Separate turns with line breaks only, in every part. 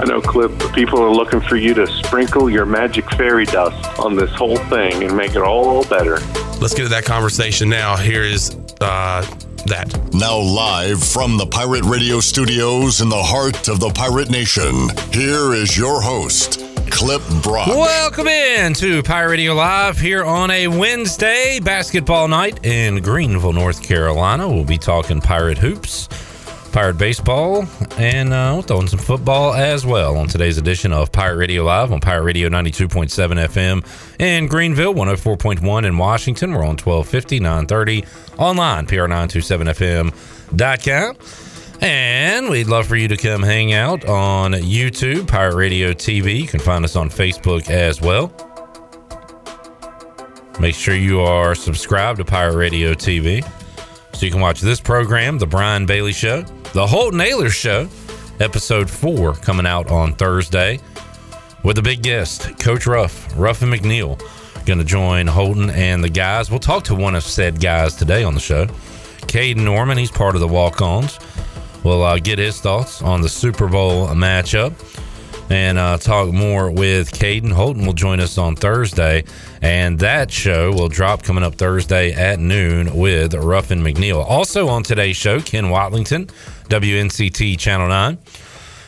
I know, Clip, the people are looking for you to sprinkle your magic fairy dust on this whole thing and make it all better.
Let's get to that conversation now. Here is uh, that.
Now, live from the Pirate Radio studios in the heart of the Pirate Nation, here is your host, Clip Brock.
Welcome in to Pirate Radio Live here on a Wednesday basketball night in Greenville, North Carolina. We'll be talking pirate hoops, pirate baseball, and uh, we'll throw in some football as well on today's edition of Pirate Radio Live on Pirate Radio 92.7 FM in Greenville, 104.1 in Washington. We're on 1250, 930 online, pr927fm.com. And we'd love for you to come hang out on YouTube, Pirate Radio TV. You can find us on Facebook as well. Make sure you are subscribed to Pirate Radio TV so you can watch this program, The Brian Bailey Show, The Holt Naylor Show, episode four coming out on Thursday with a big guest, Coach Ruff, Ruff and McNeil, going to join Holton and the guys. We'll talk to one of said guys today on the show, Caden Norman. He's part of the walk ons. We'll uh, get his thoughts on the Super Bowl matchup and uh, talk more with Caden. Holton will join us on Thursday, and that show will drop coming up Thursday at noon with Ruffin McNeil. Also on today's show, Ken Watlington, WNCT Channel 9.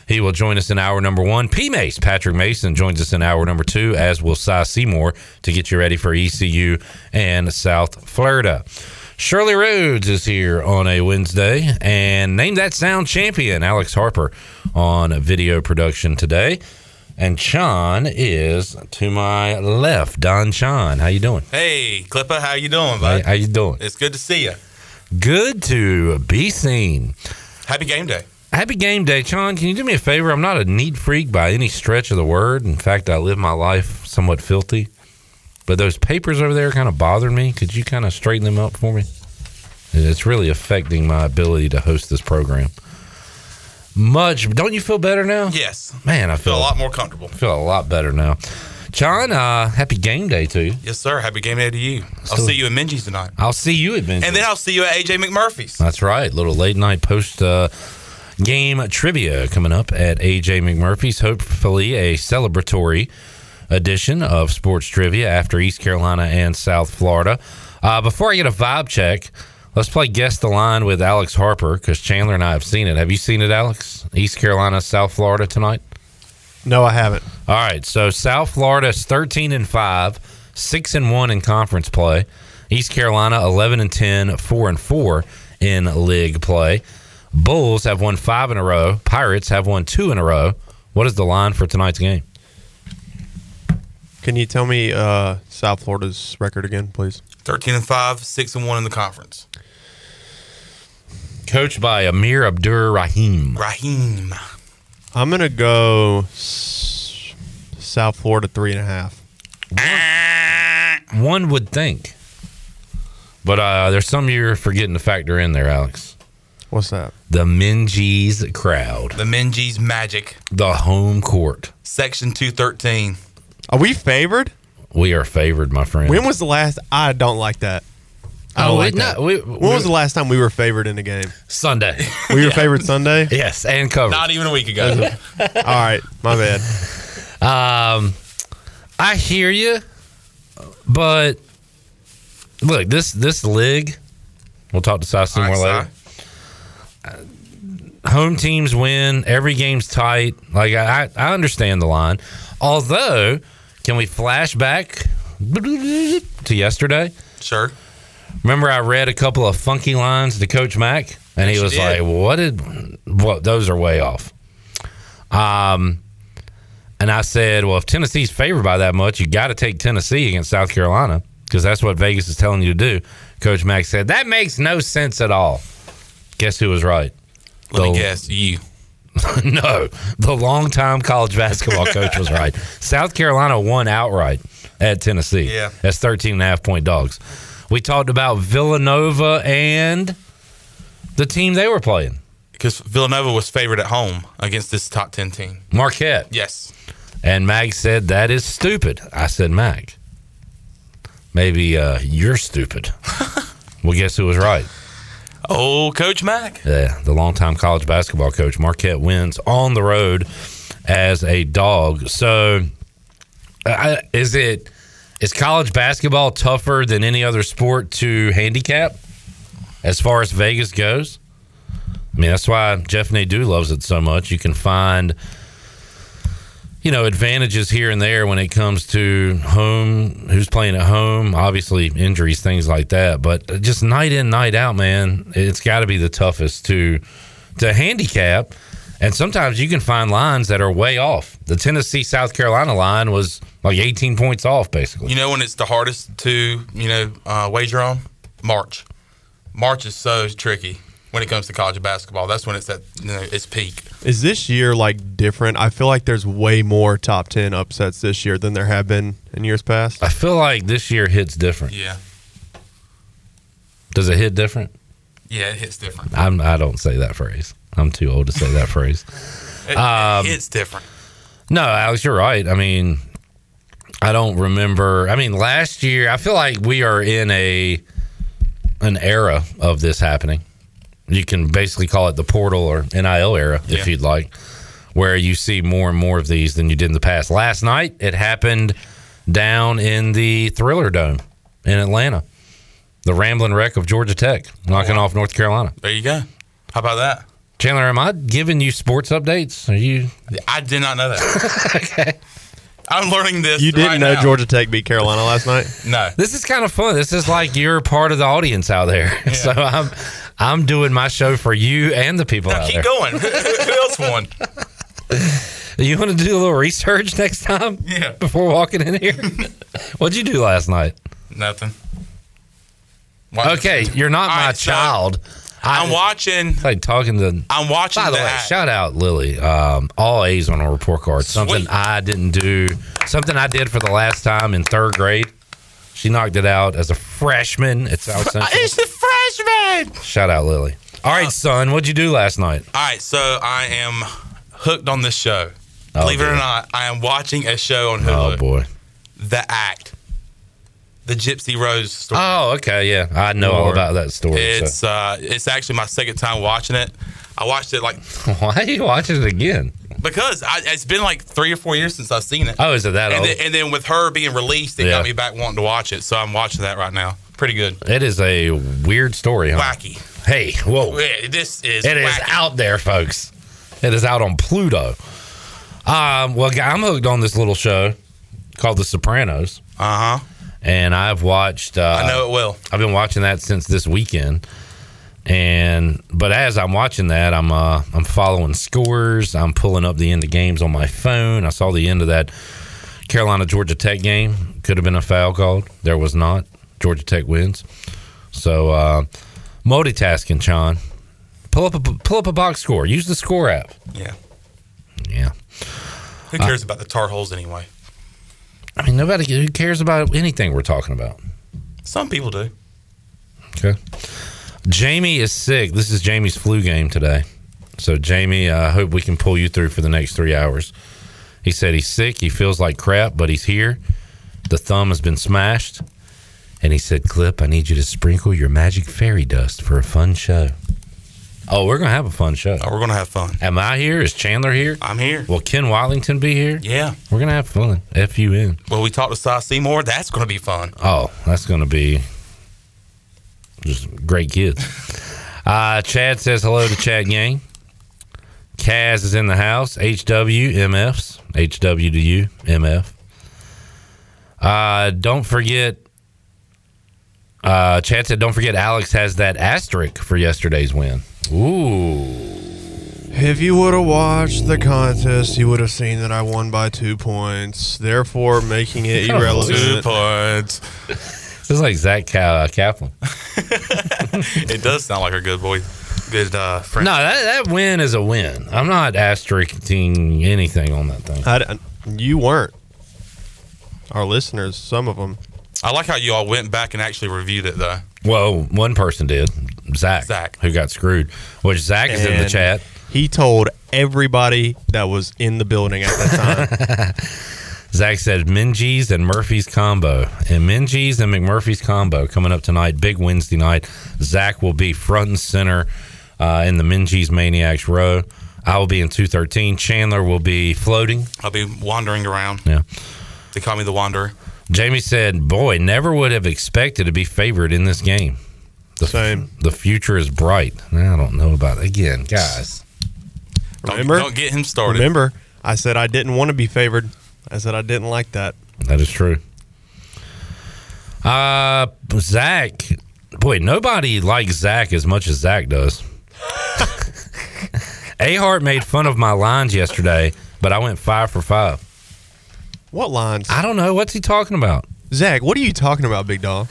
He will join us in hour number one. P Mace, Patrick Mason, joins us in hour number two, as will Cy Seymour to get you ready for ECU and South Florida. Shirley Rhodes is here on a Wednesday and name that sound champion, Alex Harper, on video production today. And Sean is to my left. Don Sean, how you doing?
Hey, Clipper, how you doing,
How,
bud?
how you doing?
It's good to see you.
Good to be seen.
Happy game day.
Happy game day, Sean. Can you do me a favor? I'm not a neat freak by any stretch of the word. In fact, I live my life somewhat filthy. But those papers over there kind of bothered me. Could you kind of straighten them up for me? It's really affecting my ability to host this program. Much. Don't you feel better now?
Yes,
Man, I feel,
feel a lot more comfortable.
feel a lot better now. Sean, uh, happy game day to you.
Yes, sir. Happy game day to you. I'll
So-
see you at Minji's tonight,
I'll see you at Ben's.
and then I'll see you at AJ McMurphy's.
That's right. Little late night post uh, game trivia coming up at AJ McMurphy's. Hopefully, a celebratory edition of sports trivia after East Carolina and South Florida. Uh, before I get a vibe check, let's play guess the line with Alex Harper because Chandler and I have seen it. Have you seen it, Alex? East Carolina, South Florida tonight.
No, I haven't.
All right. So South Florida's 13 and 5, 6 and 1 in conference play. East Carolina 11 and 10, 4 and 4 in league play. Bulls have won 5 in a row. Pirates have won 2 in a row. What is the line for tonight's game?
Can you tell me uh, South Florida's record again, please?
Thirteen and five, six and one in the conference.
Coached by Amir Abdur Rahim.
Raheem,
I'm gonna go s- South Florida three and a half.
Ah! One would think. But uh, there's some you're forgetting to factor in there, Alex.
What's that?
The Minji's crowd,
the Minji's Magic,
the home court.
section two thirteen.
Are we favored?
We are favored, my friend.
When was the last? I don't like that. I don't
Oh,
like
wait, no,
that.
we-
when
we-
was the last time we were favored in a game?
Sunday.
We were favored Sunday.
yes, and covered.
Not even a week ago.
All right, my bad.
Um, I hear you, but look this this league. We'll talk to Sassi more
All right,
later. Uh, Home teams win. Every game's tight. Like I, I I understand the line. Although, can we flash back to yesterday?
Si. sure.
Remember, I read a couple of funky lines to Coach Mack, and he
Yes,
was
you
like,
did.
"What did? What? Those are way off." Um, and I said, "Well, if Tennessee's favored by that much, you got to take Tennessee against South Carolina because that's what Vegas is telling you to do." Coach Mack said, "That makes no sense at all." Guess who was right?
Let
Go.
me guess. You.
no, the longtime college basketball coach was right. South Carolina won outright at Tennessee.
Yeah.
That's 13 and a half point dogs. We talked about Villanova and the team they were playing,
Because Villanova was favored at home against this top 10 team.
Marquette.
Yes.
And Mag said, That is stupid. I said, Mag, maybe uh, you're stupid. well, guess who was right?
Oh, Coach Mack.
Yeah, the longtime college basketball coach Marquette wins on the road as a dog. So, uh, is it is college basketball tougher than any other sport to handicap as far as Vegas goes? I mean, that's why Jeff Nadeau loves it so much. You can find you know advantages here and there when it comes to home who's playing at home obviously injuries things like that but just night in night out man it's got to be the toughest to to handicap and sometimes you can find lines that are way off the tennessee south carolina line was like 18 points off basically
You know when it's the hardest to, you know, uh, wager on? March. March is so tricky when it comes to college basketball. That's when it's at you know, its peak.
Is this year like different? I feel like there's way more top 10 upsets this year than there have been in years past.
i feel like this year hits different
Yeah.
does it hit different
Yeah, it hits different.
I'm, i don't say that phrase i'm too old to say that phrase
It,
Um,
it's different.
No, Alex, you're right. I mean, I don't remember. I mean, last year, I feel like we are in a an era of this happening. You can basically call it the portal or NIL era
Yeah.
if you'd like, where you see more and more of these than you did in the past. Last night, it happened down in the Thriller Dome in Atlanta. The rambling wreck of Georgia Tech knocking off North Carolina.
There you go. How about that?
Chandler, am I giving you sports updates? Are you
I did not know that. okay. I'm learning this.
You didn't
right
know
now.
Georgia Tech beat Carolina last night?
No.
this is kind of fun. This is like you're part of the audience out there. So I'm I'm doing my show for you and the people out there.
Keep going. Who else won?
You want to do a little research next time?
Yeah.
Before walking in here, what'd you do last night?
Nothing. Why-
Okay, you're not
All
my
right, so
child.
I'm watching.
it's like talking to.
I'm watching
By the way,
that.
shout out Lily. Um, all A's on a report card. Something
Sweet.
I didn't do. Something I did for the last time in third grade. She knocked it out as a freshman at South Central.
It's the freshman.
Shout out Lily. All
Uh,
right, son, what'd you do last night?
All right, so I am hooked on this show.
Oh,
Believe it
dear.
or not, I am watching a show on
Oh
Hulu.
boy.
the Act, the Gypsy Rose story.
Oh, okay, yeah. I know all
Lord.
about that story.
it's
so-
uh, it's actually my second time watching it. I watched it like
Why are you watching it again?
because I, it's been like three or four years since I've seen it.
Oh, is it that
and
old?
then, and then with her being released, it
Yeah.
got me back wanting to watch it. So I'm watching that right now. Pretty good.
it is a weird story, huh?
Wacky.
Hey, whoa. It
Yeah, This
is
is wacky.
out there, folks. It is out on Pluto. Um, well, g- I'm hooked on this little show called The Sopranos,
Uh huh.
and I've watched. Uh,
I know it will.
I've been watching that since this weekend. And but as I'm watching that, I'm uh I'm following scores. I'm pulling up the end of games on my phone. I saw the end of that Carolina Georgia Tech game. Could have been a foul called. There was not. Georgia Tech wins. So uh multitasking, Sean. Pull up a pull up a box score. Use the score app.
Yeah.
Yeah.
Who cares about the Tar Heels anyway?
I mean nobody who cares about anything we're talking about.
Some people do.
Okay. Jamie is sick. This is Jamie's flu game today. So, Jamie, I hope we can pull you through for the next three hours. He said he's sick. He feels like crap, but he's here. The thumb has been smashed. And he said, Clip, I need you to sprinkle your magic fairy dust for a fun show. Oh, we're going to have a fun show.
Oh, we're gonna have fun.
Am I here? Is Chandler here?
I'm here.
Will Ken Wallington be here?
Yeah.
We're going to have fun. F U N.
Well, we talked to Cy Seymour. That's gonna be fun.
Oh, that's going to be just great kids. Uh, Chad says hello to Chad Gang. Kaz is in the house. HWMFs. HW to you, MF. Uh, don't forget. Uh, Chad said, don't forget Alex has that asterisk for yesterday's win. Ooh.
If you would have watched the contest, you would have seen that I won by two points, therefore making it
Two
irrelevant.
points.
This is like Zach Ka- uh, Kaplan.
It does sound like a good voice. good uh, friend.
No, that, that win is a win. I'm not asterisking anything on that thing.
I d- you weren't. Our listeners, some of them.
I like how you all went back and actually reviewed it though.
Well, one person did, Zach,
Zach.
who got screwed. Which Zach is in the
And
chat.
He told everybody that was in the building at that time.
Zach said Minji's and Murphy's combo, and Minji's and McMurphy's combo coming up tonight, big Wednesday night. Zach will be front and center uh, in the Minji's Maniacs row. I will be in two thirteen. Chandler will be floating.
I'll be wandering around.
Yeah.
They call me the Wanderer.
Jamie said, "Boy, never would have expected to be favored in this game. The,
Same.
the future is bright. I don't know about again, guys.
Don't,
Remember?
don't get him started.
Remember, I said I didn't want to be favored. I said I didn't like that.
That is true. Uh, Zach, boy, nobody likes Zach as much as Zach does. Ahart made fun of my lines yesterday, but I went five for five.
What lines?
I don't know what's he talking about.
Zach, what are you talking about, big dog?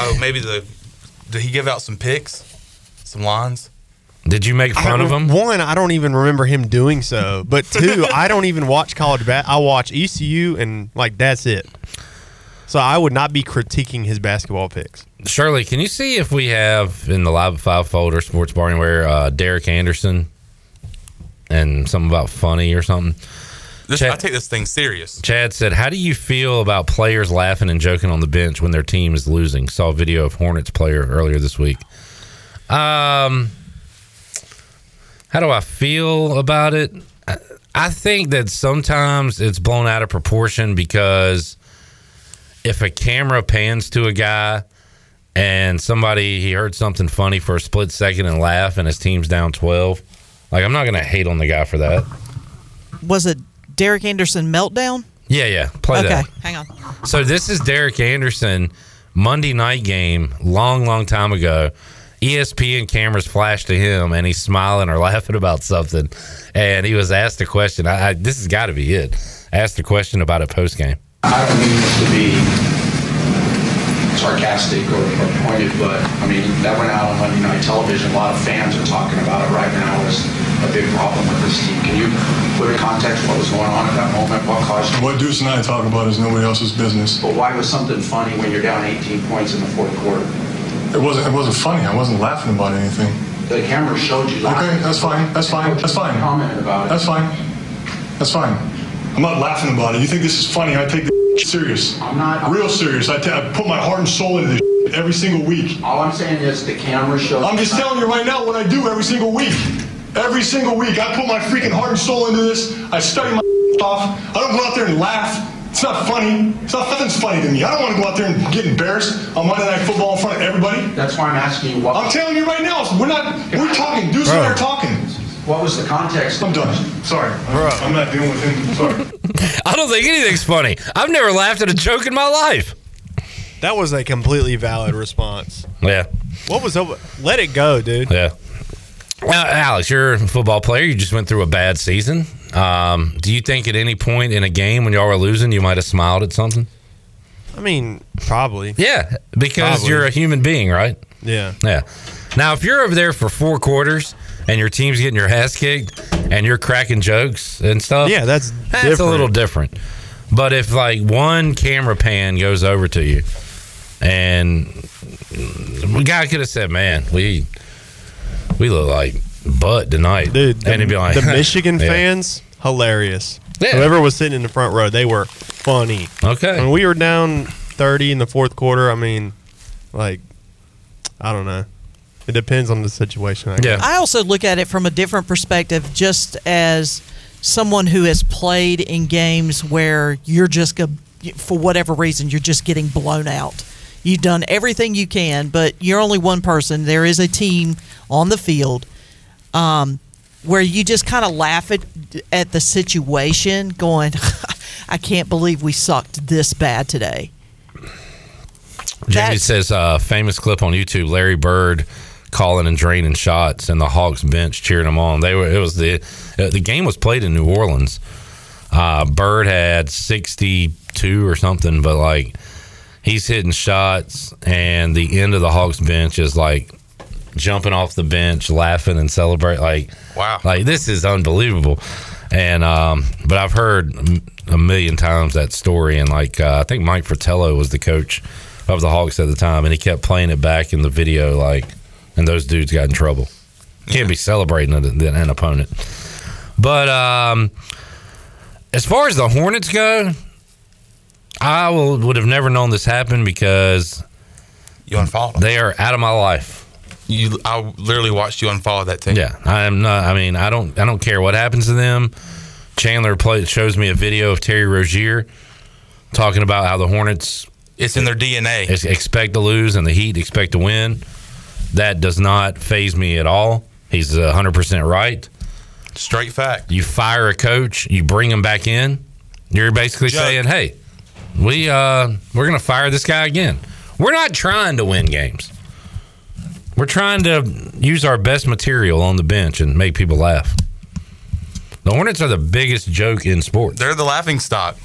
Oh, maybe the did he give out some picks, some lines?
Did you make fun of him?
One, I don't even remember him doing so. But two, I don't even watch college bat. I watch ECU and like that's it. So I would not be critiquing his basketball picks.
Shirley, can you see if we have in the Live at Five folder, Sports Bar Anywhere, uh, Derek Anderson and something about funny or something?
This,
Check.
I take this thing serious.
Chad said, How do you feel about players laughing and joking on the bench when their team is losing? Saw a video of Hornets player earlier this week. Um, how do I feel about it? I- I think that sometimes it's blown out of proportion because if a camera pans to a guy and somebody he heard something funny for a split second and laugh and his team's down 12 like i'm not gonna hate on the guy for that
Was it Derek Anderson meltdown?
yeah yeah play
okay,
that
hang on.
So this is Derek Anderson Monday night game, long, long time ago. E ESPN cameras flashed to him, and he's smiling or laughing about something. And he was asked a question. I, I this has got to be it. Asked a question about a post game.
I don't mean to be sarcastic or, or pointed, but I mean that went out on Monday night television. A lot of fans are talking about it right now. It's a big problem with this team. Can you put in context what was going on at that moment? What caused?
What Deuce and I talk about is nobody else's business.
But why was something funny when you're down 18 points in the fourth quarter?
It wasn't. It wasn't funny. I wasn't laughing about anything.
The camera showed you. laughing.
Okay, that's fine. That's fine. That's fine.
Commented about it.
That's fine. That's fine. I'm not laughing about it. You think this is funny? I take this serious.
I'm not-
real serious. I, ta- I put my heart and soul into this every single week.
All I'm saying is the camera showed.
I'm just telling you right now what I do every single week. Every single week, I put my freaking heart and soul into this. I study my off. I don't go out there and laugh. It's not funny. It's not nothing's funny to me. I don't want to go out there and get embarrassed on Monday Night Football in front of everybody.
That's why I'm asking you what.
I'm telling you right now, we're not. We're talking. Deuce and I are talking.
what was the context?
I'm done. Sorry, Bro. I'm not dealing with him. Sorry.
I don't think anything's funny. I've never laughed at a joke in my life.
That was a completely valid response.
Yeah,
What was up? Let it go, dude.
yeah. Now, Alex, you're a football player. You just went through a bad season. Um, do you think at any point in a game when y'all were losing, you might have smiled at something?
I mean, probably.
Yeah, because
Probably.
you're a human being, right?
Yeah.
Yeah. Now, if you're over there for four quarters and your team's getting your ass kicked and you're cracking jokes and stuff,
Yeah, that's
that's
different.
a little different. But if like one camera pan goes over to you, and the guy could have said, "Man, we we look like butt tonight,"
Dude, the,
and he'd be like,
the Michigan
Yeah.
fans, hilarious.
Yeah.
Whoever was sitting in the front row, they were funny.
Okay.
When we were down 30 in the fourth quarter, I mean, like, I don't know. It depends on the situation. I guess.
Yeah.
I also look at it from a different perspective, just as someone who has played in games where you're just, go- for whatever reason, you're just getting blown out. You've done everything you can, but you're only one person. There is a team on the field um, where you just kind of laugh at, at the situation, going, I can't believe we sucked this bad today.
Jamie
That's-
says, uh, famous clip on YouTube, Larry Bird calling and draining shots and the Hawks bench cheering him on. They were, it was the, uh, the game was played in New Orleans. Uh, Bird had 62 or something, but like he's hitting shots and the end of the Hawks bench is like jumping off the bench, laughing and celebrate. Like wow, like this is unbelievable. And um, but I've heard m- a million times that story, and like uh, I think Mike Fratello was the coach of the Hawks at the time, and he kept playing it back in the video, like, and those dudes got in trouble. Can't be celebrating an, an opponent. But um, as far as the Hornets go, I will, would have never known this happened because
you unfollowed.
They are out of my life.
You, I literally watched you unfollow that team.
Yeah, I am not. I mean, I don't. I don't care what happens to them. Chandler play, shows me a video of Terry Rozier talking about how the Hornets.
It's in their DNA.
Ex- expect to lose, and the Heat expect to win. That does not phase me at all. He's hundred percent right.
Straight fact.
You fire a coach, you bring him back in. You're basically
Joke.
saying, "Hey, we uh, we're gonna fire this guy again. We're not trying to win games. We're trying to use our best material on the bench and make people laugh." The Hornets are the biggest joke in sports.
They're the laughing stock.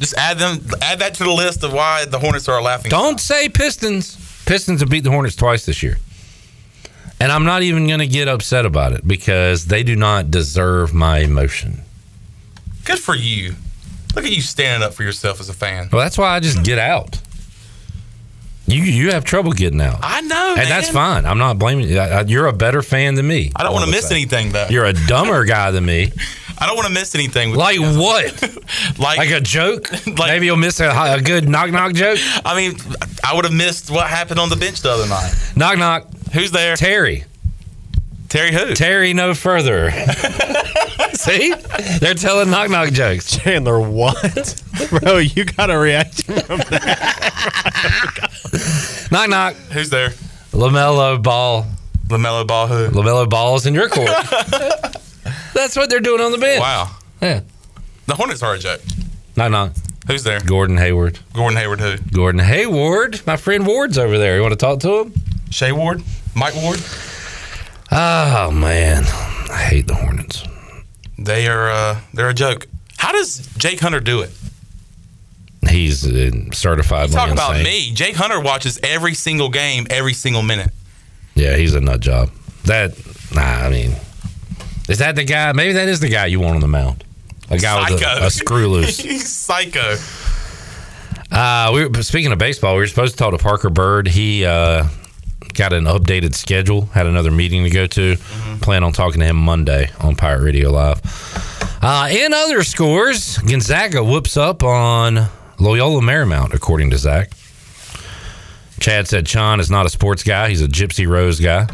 Just add them. Add that to the list of why the Hornets are a laughing.
Don't say Pistons. Pistons have beat the Hornets twice this year. And I'm not even going to get upset about it because they do not deserve my emotion.
Good for you. Look at you standing up for yourself as a fan.
Well, that's why I just get out. You you have trouble getting out.
I know,
and
man.
that's fine. I'm not blaming you. I- I- You're a better fan than me.
I don't wanna
would
miss anything, though.
You're a dumber guy than me.
I don't want to miss anything. With
Like what?
like,
a joke? Maybe you'll miss a, hi- a good knock knock joke.
I mean, I would have missed what happened on the bench the other night.
Knock knock.
Who's there?
Terry.
Terry who?
Terry no further. See, they're telling knock knock jokes.
Chandler, what, bro? You got a reaction from that?
Knock knock.
Who's there?
Lamelo Ball.
Lamelo Ball who?
Lamelo Ball's in your court. That's what they're doing on the bench.
Wow.
Yeah.
The Hornets are a joke.
Knock knock.
Who's there?
Gordon Hayward.
Gordon Hayward who?
Gordon Hayward. My friend Ward's over there. You want to talk to him?
Shay Ward? Mike Ward?
Oh man, I hate the Hornets.
They are uh, they're a joke. How does Jake Hunter do it?
He's uh, certified.
Talk about me. Jake Hunter watches every single game, every single minute.
Yeah, he's a nut job. That nah, I mean, is that the guy? Maybe that is the guy you want on the mound. A guy with a,
Psycho.
a screw loose.
He's psycho.
Uh, we were, speaking of baseball, we were supposed to talk to Parker Bird. He uh, got an updated schedule, had another meeting to go to. Plan on talking to him Monday on Pirate Radio Live. Uh, in other scores, Gonzaga whoops up on Loyola Marymount, according to Zach. Chad said Sean is not a sports guy; he's a Gypsy Rose guy.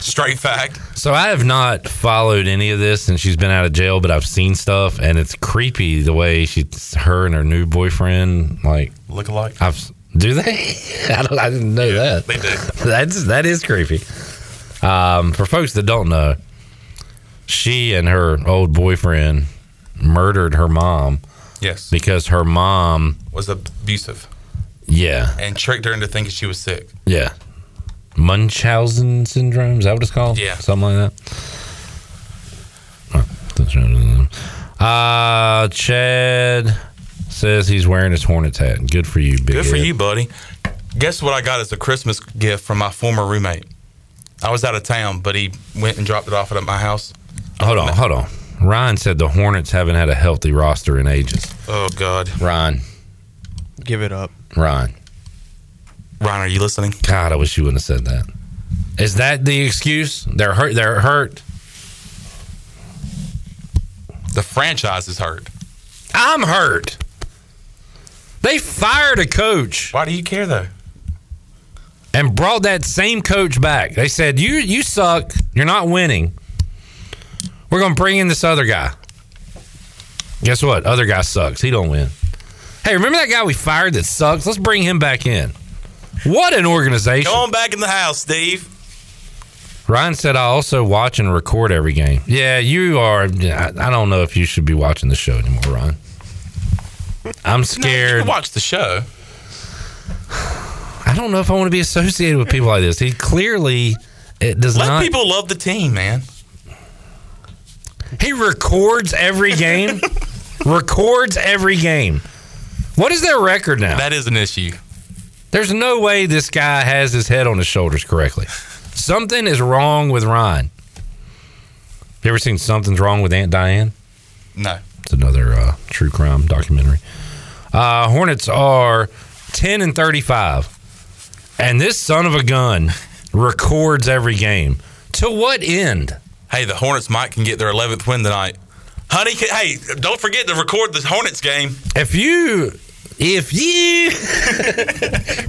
Straight fact.
So I have not followed any of this since she's been out of jail, but I've seen stuff, and it's creepy the way she, her and her new boyfriend, like
look alike.
I've do they? I don't. I didn't know that.
They do.
That's that is creepy. Um, for folks that don't know, she and her old boyfriend murdered her mom.
Yes.
because her mom.
Was abusive
Yeah,
and tricked her into thinking she was sick.
yeah. Munchausen syndrome is that what it's called?
Yeah.
something like that. Uh, Chad says he's wearing his Hornets hat. Good for you, big.
Good for
head.
you, buddy. Guess what I got as a Christmas gift from my former roommate? I was out of town, but he went and dropped it off at my house.
Hold on, hold on. Ryan said the Hornets haven't had a healthy roster in ages.
Oh God,
Ryan,
Give it up.
Ryan,
Ryan, are you listening?
God, I wish you wouldn't have said that. Is that the excuse? They're hurt. They're hurt.
The franchise is hurt.
I'm hurt. They fired a coach
Why do you care though?
and brought that same coach back. They said you you suck. You're not winning. We're gonna bring in this other guy. Guess what? Other guy sucks. He don't win. Hey, remember that guy we fired that sucks? Let's bring him back in. What an organization!
Come on back in the house, Steve.
Ryan said, I also watch and record every game. Yeah, you are. I I don't know if you should be watching the show anymore, Ryan. I'm
You
scared.
can watch the show.
I don't know if I want to be associated with people like this. He clearly it does
Let
not.
people love the team, man.
he records every game. records every game. What is their record now?
That is an issue.
There's no way this guy has his head on his shoulders correctly. Something is wrong with Ryan. You ever seen Something's Wrong with Aunt Diane?
No.
It's another uh, true crime documentary. Uh, Hornets are 10 and 35. And this son of a gun records every game. To what end?
Hey, the Hornets might can get their 11th win tonight. Honey, can, hey, don't forget to record the Hornets game.
If you if you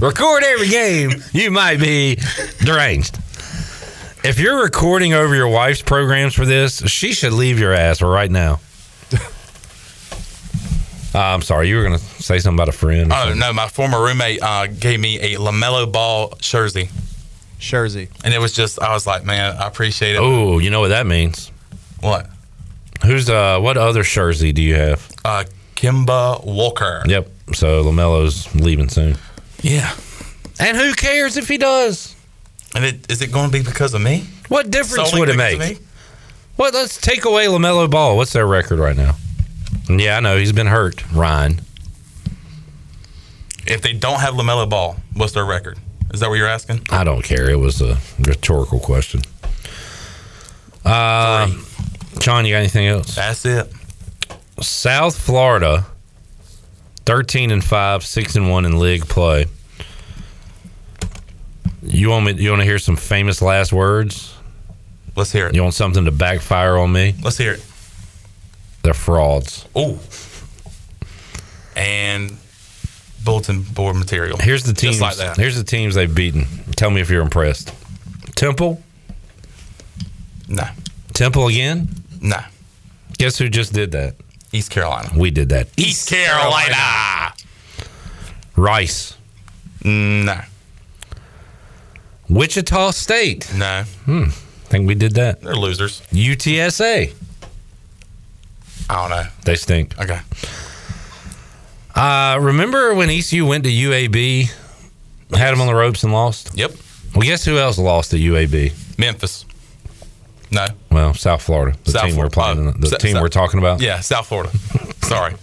record every game, you might be deranged. If you're recording over your wife's programs for this, she should leave your ass right now. Uh, I'm sorry, you were going to say something about a friend. or
Oh,
something.
no, my former roommate uh, gave me a LaMelo Ball jersey.
Jersey.
And it was just, I was like, man, I appreciate it.
Oh, you know what that means?
What?
Who's uh? What other jersey do you have?
Uh, Kimba Walker.
Yep. So Lamelo's leaving soon.
Yeah.
And who cares if he does?
And it, is it going to be because of me?
What difference
Solely
would it
because of
make?
me?
Well, let's take away Lamelo Ball. What's their record right now? And yeah, I know he's been hurt, Ryan.
If they don't have LaMelo Ball, what's their record? Is that what you're asking?
I don't care. It was a rhetorical question. Uh, John, you got anything else?
That's it.
South Florida, thirteen and five, six and one in league play. You want me? You want to hear some famous last words?
Let's hear it.
You want something to backfire on me?
Let's hear it.
They're frauds.
Oh. And bulletin board material.
Here's the teams.
Just like that.
Here's the teams they've beaten. Tell me if you're impressed. Temple.
No.
Temple again.
No.
Guess who just did that?
East Carolina.
We did that.
East Carolina.
Rice.
No.
Wichita State.
No.
Hmm. Think we did that.
They're losers.
UTSA.
I don't know.
They stink.
Okay.
Uh, remember when ECU went to UAB, had them on the ropes and lost?
Yep.
Well, guess who else lost to UAB?
Memphis. No.
Well, South Florida, the
South
team we're
Florida.
playing,
Uh,
the
Sa-
team
Sa-
we're talking about.
Yeah, South Florida. Sorry.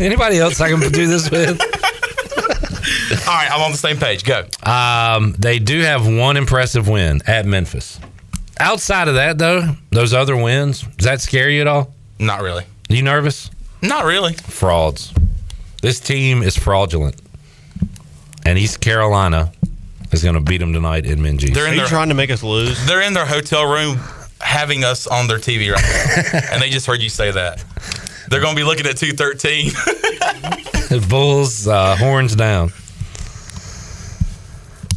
Anybody else I can do this with?
All right, I'm on the same page. Go.
Um, they do have one impressive win at Memphis. Outside of that, though, those other wins, does that scare you at all?
Not really.
You nervous?
Not really.
Frauds. This team is fraudulent, and East Carolina is going to beat them tonight in Minji.
They're
Are
in
you
their
trying to make us lose?
they're in their hotel room having us on their TV right now. and they just heard you say that. They're going to be looking at 213.
Bulls uh, horns down.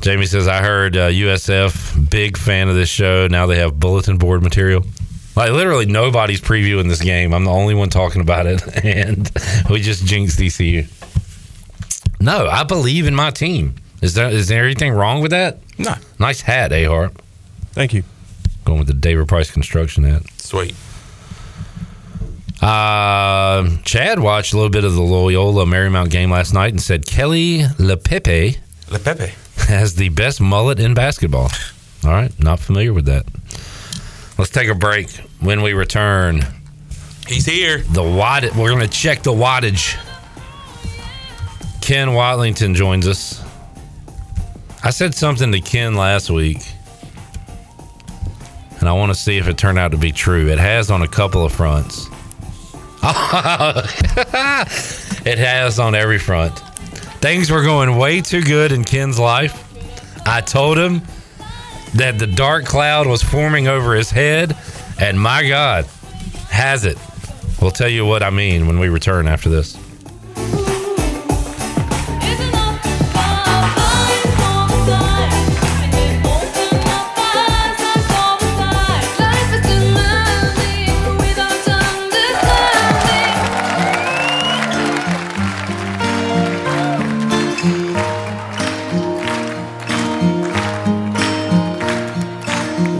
Jamie says, "I heard uh, USF big fan of this show. Now they have bulletin board material. Like literally nobody's previewing this game. I'm the only one talking about it, and we just jinxed DCU. No, I believe in my team. Is there is there anything wrong with that?
no.
Nice hat, Ahart.
Thank you.
Going with the David Price construction hat.
Sweet.
Uh, Chad watched a little bit of the Loyola Marymount game last night and said Kelly LePepe."
Le Pepe.
has the best mullet in basketball. All right, not familiar with that. Let's take a break. When we return,
He's here.
the wattage. We're going to check the wattage. Ken Watlington joins us. I said something to Ken last week, and I want to see if it turned out to be true. It has on a couple of fronts. it has on every front. Things were going way too good in Ken's life. I told him that the dark cloud was forming over his head, and my God, has it. We'll tell you what I mean when we return after this.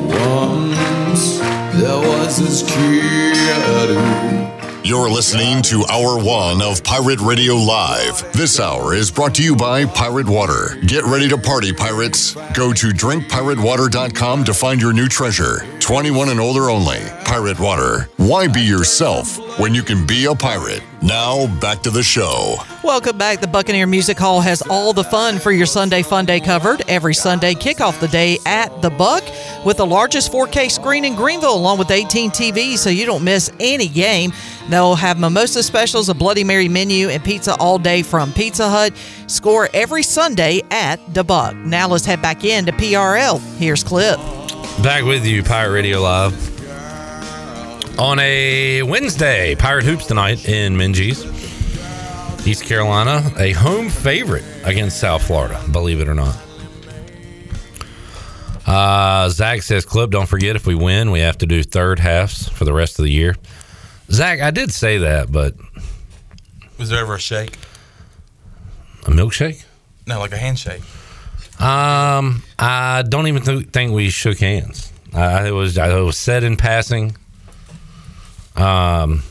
Once there was this kid who
You're listening to Hour One of Pirate Radio Live. This hour is brought to you by Pirate Water. Get ready to party, pirates. Go to drinkpiratewater.com to find your new treasure. 21 and older only. Pirate Water. Why be yourself when you can be a pirate? Now, back to the show.
Welcome back. The Buccaneer Music Hall has all the fun for your Sunday Fun Day covered. Every Sunday, kick off the day at the Buck with the largest 4K screen in Greenville, along with 18 TVs, so you don't miss any game. They'll have mimosa specials, a Bloody Mary menu, and pizza all day from Pizza Hut. Score every Sunday at the Buck. Now let's head back in to PRL. Here's Clip.
Back with you, Pirate Radio Live. On a Wednesday, Pirate Hoops tonight in Minji's, East Carolina, a home favorite against South Florida, believe it or not. Uh, Zach says, Club, don't forget if we win, we have to do third halves for the rest of the year. Zach, I did say that, but
Was there ever a shake?
a milkshake?
No, like a handshake.
Um, I don't even th- think we shook hands. Uh, it was I, it was said in passing. Um,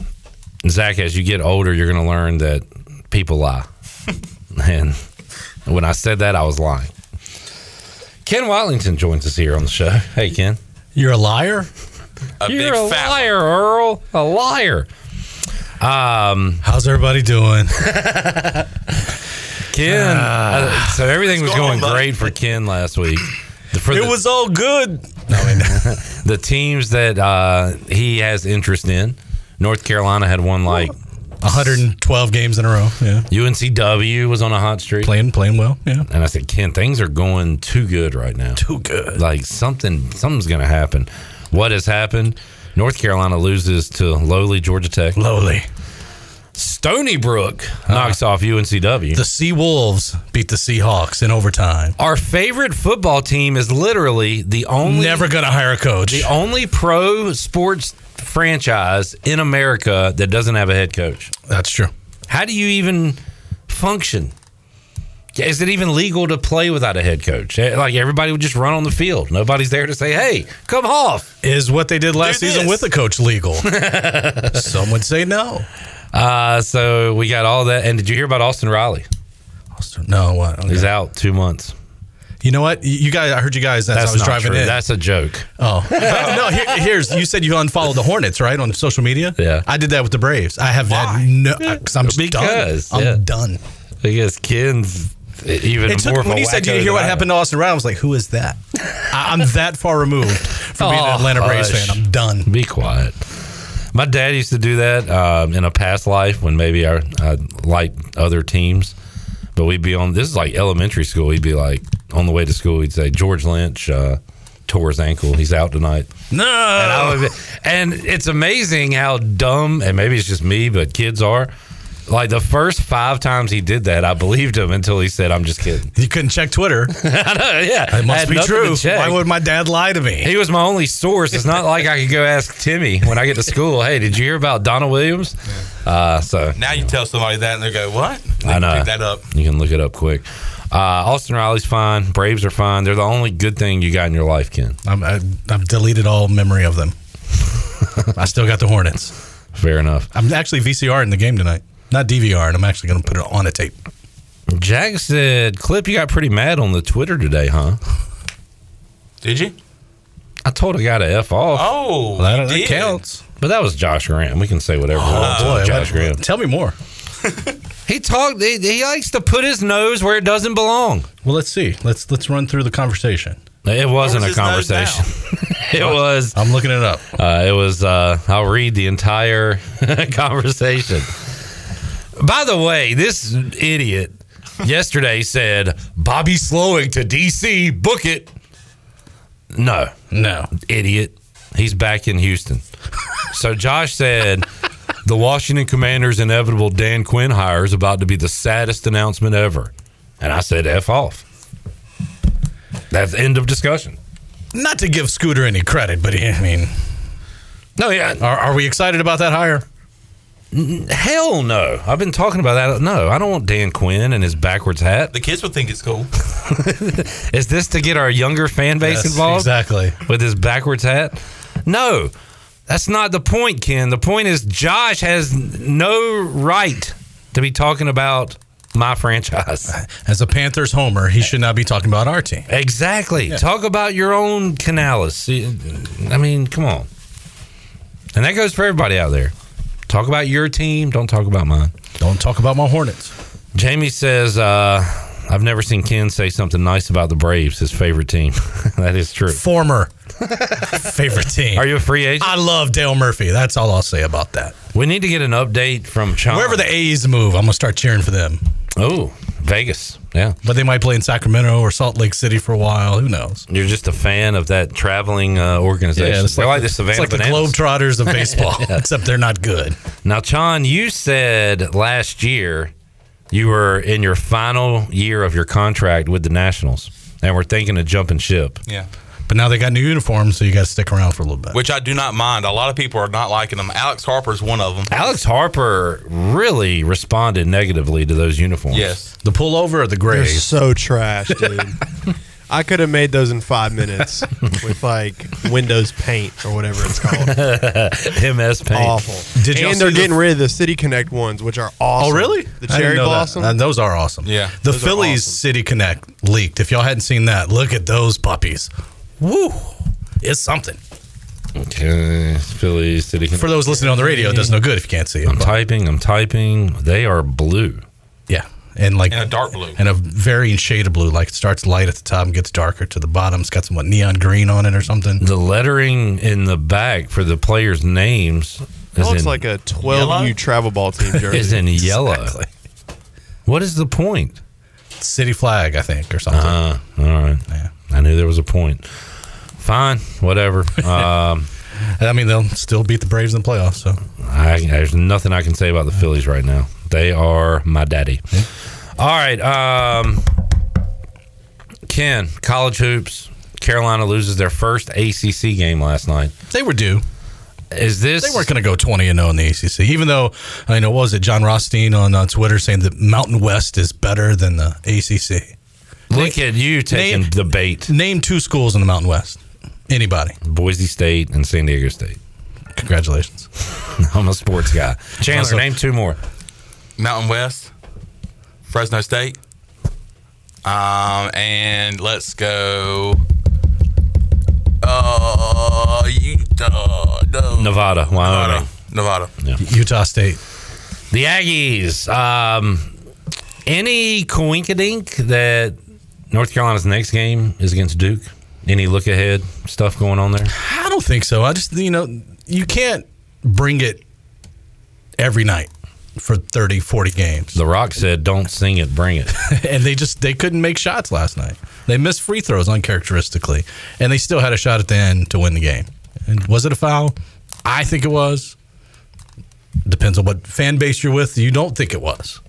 Zach, as you get older, you're going to learn that people lie, and when I said that, I was lying. Ken Wallington joins us here on the show. Hey, Ken.
You're a liar.
A You're a liar, Earl. A liar. Um,
How's everybody doing?
Ken.
Ah.
uh, so everything was
What's going
going
on, bud?
great for Ken last week. The- for
It
the-
was all good.
the teams that uh, he has interest in. North Carolina had won like
112 games in a row. Yeah.
UNCW was on a hot streak,
playing playing well. Yeah.
And I said, Ken, things are going too good right now. Too good. Like something, something's going to happen. What has happened? North Carolina loses to lowly Georgia Tech.
Lowly. Uh-huh.
Stony Brook knocks off UNCW.
The Sea Wolves beat the Seahawks in overtime.
Our favorite football team is literally the only
Never gonna hire a coach.
The only pro sports franchise in America that doesn't have a head coach.
That's true.
How do you even function? Is it even legal to play without a head coach? Eh, Like everybody would just run on the field. Nobody's there to say, "Hey, come off."
Is what they did last season with a coach legal? Some would say no.
Uh, so we got all that. And did you hear about Austin Riley?
Austin, no, what?
He's out two months.
You know what? You guys, I heard you guys as
That's
I was
not
driving
true.
in.
That's a joke.
Oh no! Here, here's you said you unfollowed the Hornets, right, on social media. Yeah, I did that with the Braves. I have had no. Cause I'm just
Because,
done.
yeah.
I'm done.
Because Ken's even
it took,
more. of
when
a
you said,
wacko
"Do you hear
than
what
I am."
happened to Austin Riley?" I was like, "Who is that?" I, I'm that far removed from being an
Oh,
Atlanta Braves
hush.
fan. I'm done.
Be quiet. My dad used to do that um, in a past life when maybe I, I liked other teams, but we'd be on. This is like elementary school. He'd be like on the way to school. He'd say George Lynch uh, tore his ankle. He's out tonight.
No,
and, I would be, and it's amazing how dumb and maybe it's just me, but kids are. Like the first five times he did that, I believed him until he said, "I'm just kidding."
You couldn't check Twitter.
I know, yeah,
it
I had
must be
nothing to
true.
check.
Why would my dad lie to me?
He was my only source. It's not like I could go ask Timmy when I get to school. Hey, did you hear about Donna Williams? Uh, so
Now you tell somebody that and they go, "What?" They
I
can
know.
Pick that up.
You can look it up quick. Uh, Austin Riley's fine. Braves are fine. They're the only good thing you got in your life, Ken.
I'm, I, I've deleted all memory of them. I still got the Hornets.
Fair enough.
I'm actually VCR in the game tonight, not DVR, and I'm actually going to put it on a tape.
Jack said, "Clip, you got pretty mad on the Twitter today, huh?"
Did you?
I told a guy to f off.
Oh,
that,
you
that
did.
counts. But that was Josh Graham. We can say whatever. we
Oh,
want to
boy,
Josh
what-
Graham.
Tell me more.
He talked. He, he likes to put his nose where it doesn't belong.
Well, let's see. Let's let's run through the conversation.
It wasn't a conversation. it was.
I'm looking it up.
Uh, it was. Uh, I'll read the entire conversation. By the way, this idiot yesterday said Bobby Slowing to DC. Book it. No,
no,
idiot. He's back in Houston. so Josh said the Washington Commanders' inevitable Dan Quinn hire is about to be the saddest announcement ever, and I said f off. That's end of discussion.
Not to give Scooter any credit, but I mean,
no, yeah.
Are, are we excited about that hire?
Hell no. I've been talking about that. No, I don't want Dan Quinn and his backwards hat.
The kids would think it's cool.
Is this to get our younger fan base
Yes,
involved?
exactly.
With his backwards hat? No. That's not the point, Ken. The point is Josh has n- no right to be talking about my franchise.
As a Panthers homer, he should not be talking about our team.
Exactly.
Yeah.
Talk about your own Canales. I mean, come on. And that goes for everybody out there. Talk about your team. Don't talk about mine.
Don't talk about my Hornets.
Jamie says, uh, I've never seen Ken say something nice about the Braves, his favorite team. that is true.
Former favorite team.
Are you a free agent?
I love Dale Murphy. That's all I'll say about that.
We need to get an update from China.
Wherever the A's move, I'm gonna start cheering for them.
Oh, Vegas. Yeah.
But they might play in Sacramento or Salt Lake City for a while. Who knows?
You're just a fan of that traveling uh, organization.
Yeah, it's
They're like,
like the-
the Savannah
it's like the
Bananas.
Globetrotters of baseball, except they're not good.
Now, Chon, you said last year you were in your final year of your contract with the Nationals and were thinking of jumping ship.
Yeah.
But now they got new uniforms, so you got to stick around for a little bit.
Which I do not mind. A lot of people are not liking them. Alex Harper is one of them.
Alex Harper really responded negatively to those uniforms.
Yes.
The pullover or the
You're
grays?
so trash, dude. I could have made those in five minutes with like Windows Paint or whatever it's called.
MS Paint.
Awful.
Did y'all
and
see
they're
the-
getting rid of the City Connect ones, which are awesome.
Oh, really?
The
I didn't
cherry
know that.
blossom.
And those are awesome.
Yeah.
The
Those are
Phillies City Connect leaked. If y'all hadn't seen that, look at those puppies. Woo! It's something.
Okay. Phillies City.
For those listening on the radio, it does no good if you can't see it.
I'm typing. I'm typing. They are blue.
Yeah. And like
And a dark blue.
and a varying shade of blue. Like it starts light at the top and gets darker to the bottom. It's got some what, neon green on it or something.
The lettering in the back for the players' names
That
is
looks
in,
like a 12 U travel ball team jersey.
is in yellow. What is the point?
City flag, I think, or something.
Uh, all right. I knew there was a point. Fine. Whatever. Um,
I mean, they'll still beat the Braves in the playoffs. So
I, there's nothing I can say about the Phillies right now. They are my daddy. All right, um, Ken. College hoops. Carolina loses their first ACC game last night.
They were due.
Is this?
They weren't going to go 20 and 0 in the ACC, even though I know what was it John Rothstein on uh, Twitter saying that Mountain West is better than the ACC.
Look at you taking the bait.
Name two schools in the Mountain West. Anybody?
Boise State and San Diego State.
Congratulations.
I'm a sports guy. Chandler,
Also-
name two more.
Mountain West, Fresno State, um, and let's go. Uh, Utah, no.
Nevada, Wyoming.
Nevada.
Utah State.
The Aggies. Um, any coinkadink that North Carolina's next game is against Duke? Any look ahead stuff going on there?
I don't think so. I just you know you can't bring it every night for 30, 40 games.
The Rock said, "Don't sing it, bring it."
and they just they couldn't make shots last night. They missed free throws uncharacteristically, and they still had a shot at the end to win the game. And was it a foul? I think it was. Depends on what fan base you're with. You don't think it was.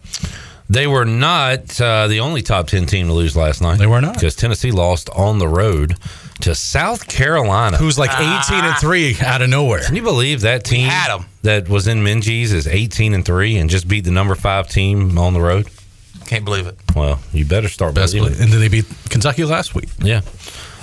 They were not uh, the only top 10 team to lose last night. They
were not.
Because Tennessee lost on the road to South Carolina.
Who's
Ah.
like 18 and 3 out of nowhere.
Can you believe that team that was in Minji's is 18 and 3 and just beat the number 5 team on the road?
Can't believe it.
Well, you better start
Best
believing.
believe- and then they beat Kentucky last week.
Yeah.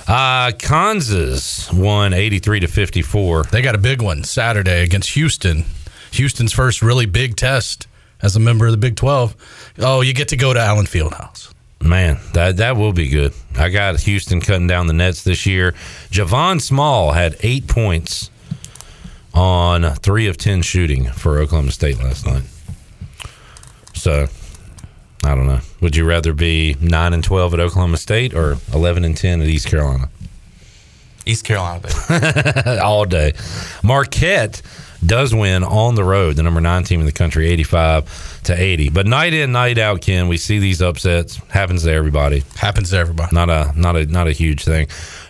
Uh, Kansas won 83 to 54.
They got a big one Saturday against Houston. Houston's first really big test as a member of the Big 12. Oh, you get to go to Allen Fieldhouse.
Man, that that will be good. I got Houston cutting down the nets this year. Javon Small had eight points on three of ten shooting for Oklahoma State last night. So I don't know. Would you rather be nine and twelve at Oklahoma State or eleven and ten at East Carolina?
East Carolina, baby.
all day. Marquette does win on the road, the number nine team in the country, 85 to 80. But night in, night out, Ken, we see these upsets. Happens to everybody.
Happens to everybody.
Not a not a not a huge thing.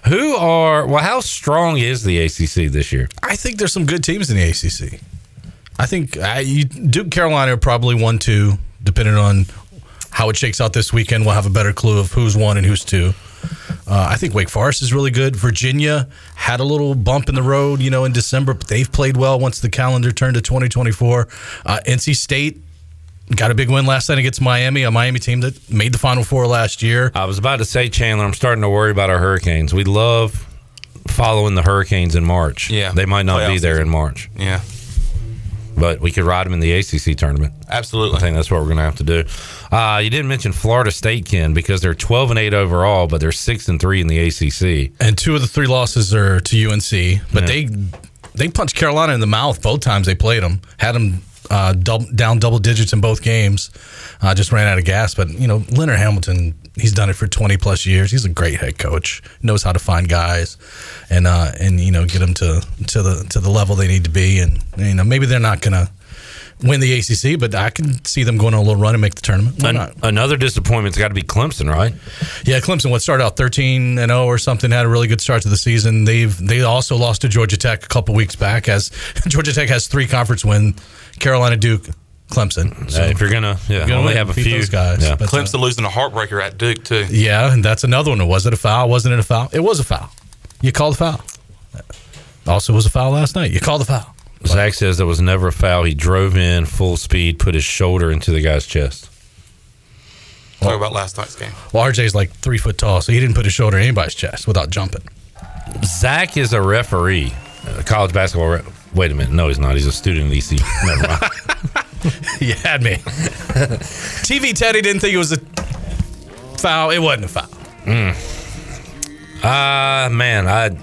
Who are well, how strong is the ACC this year?
I think there's some good teams in the ACC. I think I, you, Duke Carolina are probably one two, depending on how it shakes out this weekend. We'll have a better clue of who's one and who's two. Uh, I think Wake Forest is really good. Virginia had a little bump in the road, you know, in December, but they've played well once the calendar turned to 2024. Uh, NC State got a big win last night against Miami, a Miami team that made the Final Four last year.
I was about to say, Chandler, I'm starting to worry about our hurricanes. We love following the Hurricanes in March.
Yeah.
They might not be
Playoff
there
season.
in March.
Yeah.
But we could ride them in the ACC tournament.
Absolutely.
I think that's what we're going to have to do. Uh, you didn't mention Florida State, Ken, because they're 12 and 8 overall, but they're 6 and 3 in the ACC.
and two of the three losses are to UNC, but
Yeah.
they they punched Carolina in the mouth both times they played them. Had them uh, dub, down double digits in both games. Uh, just ran out of gas. But you know, Leonard Hamilton, he's done it for twenty plus years. He's a great head coach. Knows how to find guys and uh, and you know get them to to the to the level they need to be. And you know, maybe they're not gonna win the ACC, but I can see them going on a little run and make the tournament. Why
An-
not?
another disappointment's got to be Clemson, right?
Yeah, Clemson. What started out thirteen and zero or something had a really good start to the season. They've they also lost to Georgia Tech a couple weeks back. As Georgia Tech has three conference wins: Carolina, Duke, Clemson.
Uh, if you're gonna, yeah,
You're gonna
only
win,
have a
beat
few
those guys.
Yeah.
But, uh,
Clemson losing a heartbreaker at Duke too.
yeah, and that's another one. Was it a foul? Wasn't it a foul? It was a foul. You called a foul. Also, was a foul last night. You called a foul.
Zach says there was never a foul. He drove in full speed, put his shoulder into the guy's chest.
Talk about last night's game.
Well, RJ's like three foot tall, so he didn't put his shoulder in anybody's chest without jumping.
Zach is a referee, a college basketball. Re- Wait a minute, no, he's not. He's a student at EC. Never mind.
you had me. TV Teddy didn't think it was a foul. It wasn't a foul.
Mm. Ah, man, I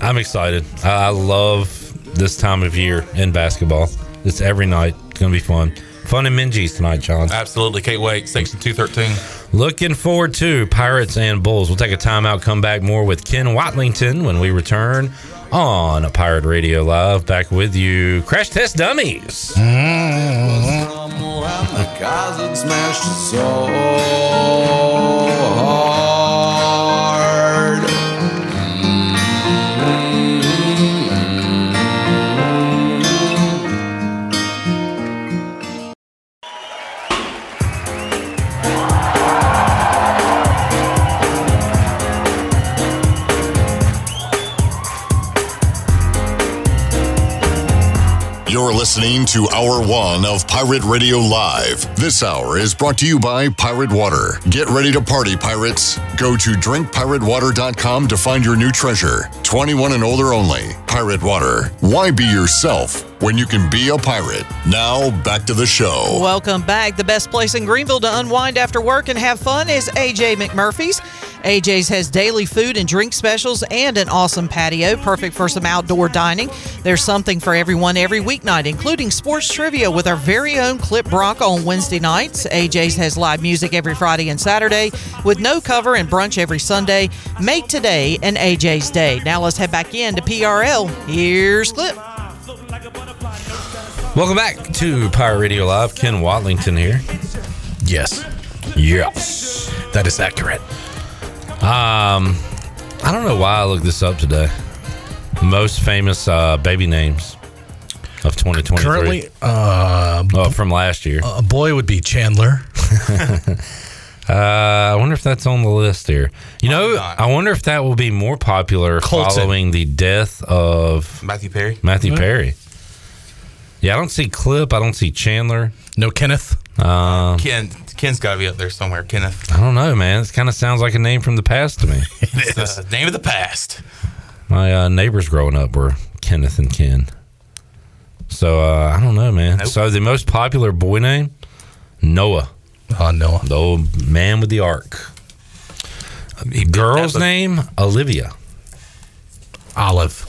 I'm excited. I, I love this time of year in basketball. It's every night. It's gonna be fun. Fun in Minji's tonight, John.
Absolutely. Can't wait. Section two thirteen.
Looking forward to Pirates and Bulls. We'll take a timeout, come back more with Ken Watlington when we return on Pirate Radio Live. Back with you, Crash Test Dummies.
guys that smashed it so hard.
You're listening to Hour One of Pirate Radio Live. This hour is brought to you by Pirate Water. Get ready to party, pirates. Go to drinkpiratewater.com to find your new treasure. 21 and older only. Pirate Water. Why be yourself when you can be a pirate? Now, back to the show.
Welcome back. The best place in Greenville to unwind after work and have fun is AJ McMurphy's. AJ's has daily food and drink specials and an awesome patio, perfect for some outdoor dining. There's something for everyone every weeknight, including sports trivia with our very own Clip Brock on Wednesday nights. AJ's has live music every Friday and Saturday with no cover and brunch every Sunday. Make today an AJ's day. Now let's head back in to PRL. Here's Clip.
Welcome back to Pirate Radio Live. Ken Watlington here.
Yes.
Yes.
That is accurate.
Um, I don't know why I looked this up today. Most famous uh, baby names of 2023.
Currently, uh,
oh, from last year.
a boy would be Chandler.
Uh, I wonder if that's on the list here. You know, I wonder if that will be more popular
Colton.
following the death of
Matthew Perry.
Matthew
Mm-hmm.
Yeah.
Perry. Yeah, I don't see Clip. I don't see Chandler.
No Kenneth.
Um,
Ken Ken's got to be up there somewhere. Kenneth.
I don't know, man. This kind of sounds like a name from the past to me.
It's, uh, name of the past.
My uh, neighbors growing up were Kenneth and Ken. So uh, I don't know, man. So the most popular boy name, Noah.
Oh, Noah.
The old man with the ark. Girl's name, Olivia.
Olive.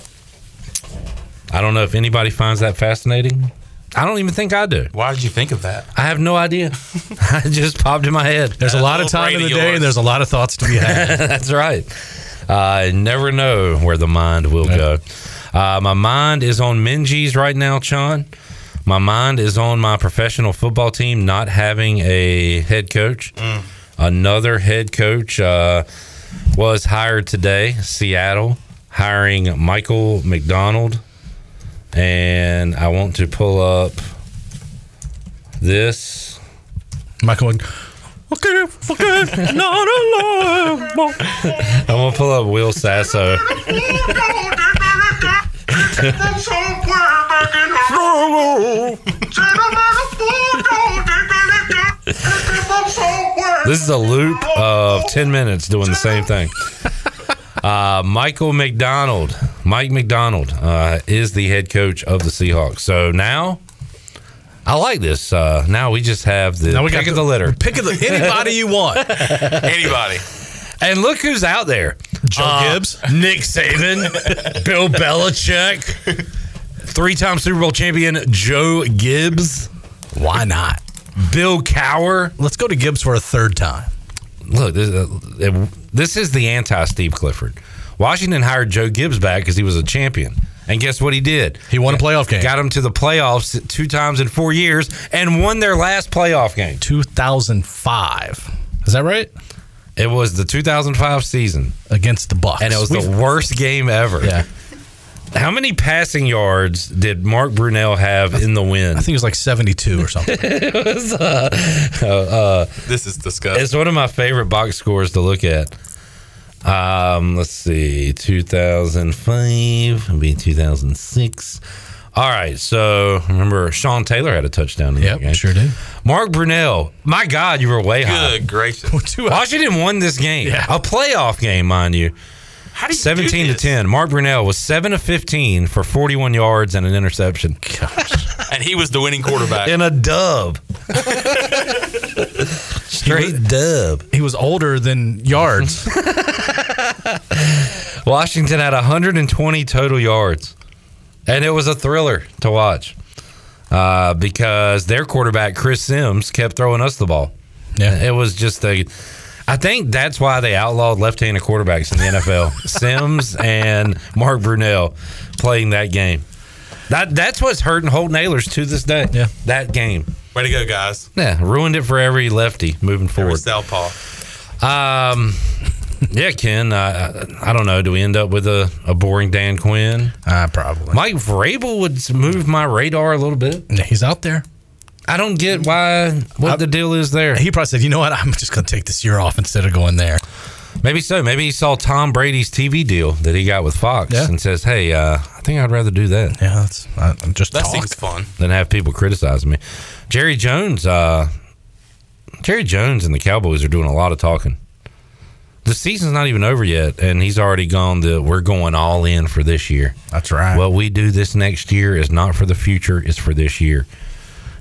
I don't know if anybody finds that fascinating. I don't even think I do.
Why did you think of that?
I have no idea. I just popped in my head.
There's a lot of time in the day, and there's a lot of thoughts to be had.
That's right. I never know where the mind will go. Uh, my mind is on Minji's right now, Sean. My mind is on my professional football team not having a head coach. Another head coach uh, was hired today, Seattle, hiring Michael McDonald. And I want to pull up this.
Michael,
Okay, okay, not alone.
I'm going to pull up Will Sasso. This is a loop of 10 minutes doing the same thing. Uh, Uh, Michael McDonald, Mike McDonald, uh, is the head coach of the Seahawks. So now, I like this. Uh, now we just have the
Now we got
pick of
the-
the litter.
pick of the- anybody you want.
Anybody.
And look who's out there. Joe Gibbs, Nick Saban, Bill Belichick, three-time Super Bowl champion Joe Gibbs. Why not? Bill Cower.
Let's go to Gibbs for a third time.
Look, this, uh, it- this is the anti-Steve Clifford. Washington hired Joe Gibbs back because he was a champion. And guess what he did? He won a playoff game. Got him to the playoffs two times in four years and won their last playoff game.
2005. Is that right?
It was the 2005 season
against the Bucks,
and it was the
We've-
worst game ever. Yeah. How many passing yards did Mark Brunell have in the win? I
think it was like 72 or something.
It was, uh, uh, uh,
this is disgusting.
It's one of my favorite box scores to look at. Um, let's see, 2005 would be 2006. All right, so remember Sean Taylor had a touchdown in that game. Sure
did.
Mark Brunell, my God, you were way high.
Good gracious.
Washington won this game, a playoff game, mind you. How do you Seventeen to ten. Mark Brunell was seven of fifteen for forty-one yards and an interception.
And he was the winning quarterback.
In a dub. Straight dub.
He was older than yards.
Washington had 120 total yards, and it was a thriller to watch uh, because their quarterback Chris Sims kept throwing us the ball. Yeah, it was just a. I think that's why they outlawed left-handed quarterbacks in the NFL. Sims and Mark Brunell playing that game. That that's what's hurting Holt Nailers to this day. Yeah, that game.
Way to go, guys.
Yeah, ruined it for every lefty moving
Every
forward.
Southpaw.
Um, yeah, Ken. I, I I don't know. Do we end up with a, a boring Dan Quinn?
Uh, probably.
Mike Vrabel would move my radar a little bit.
He's out there.
I don't get why what the deal is there.
He probably said, "You know what? I'm just going to take this year off instead of going there."
Maybe so. Maybe he saw Tom Brady's TV deal that he got with Fox
Yeah.
and says, "Hey, uh, I think I'd rather do that."
Yeah, that's I, I'm just
That
talk
seems fun.
than have people criticizing me. Jerry Jones. Uh, Jerry Jones and the Cowboys are doing a lot of talking. The season's not even over yet, and he's already gone. The we're going all in for this year.
That's right.
What we do this next year is not for the future; it's for this year.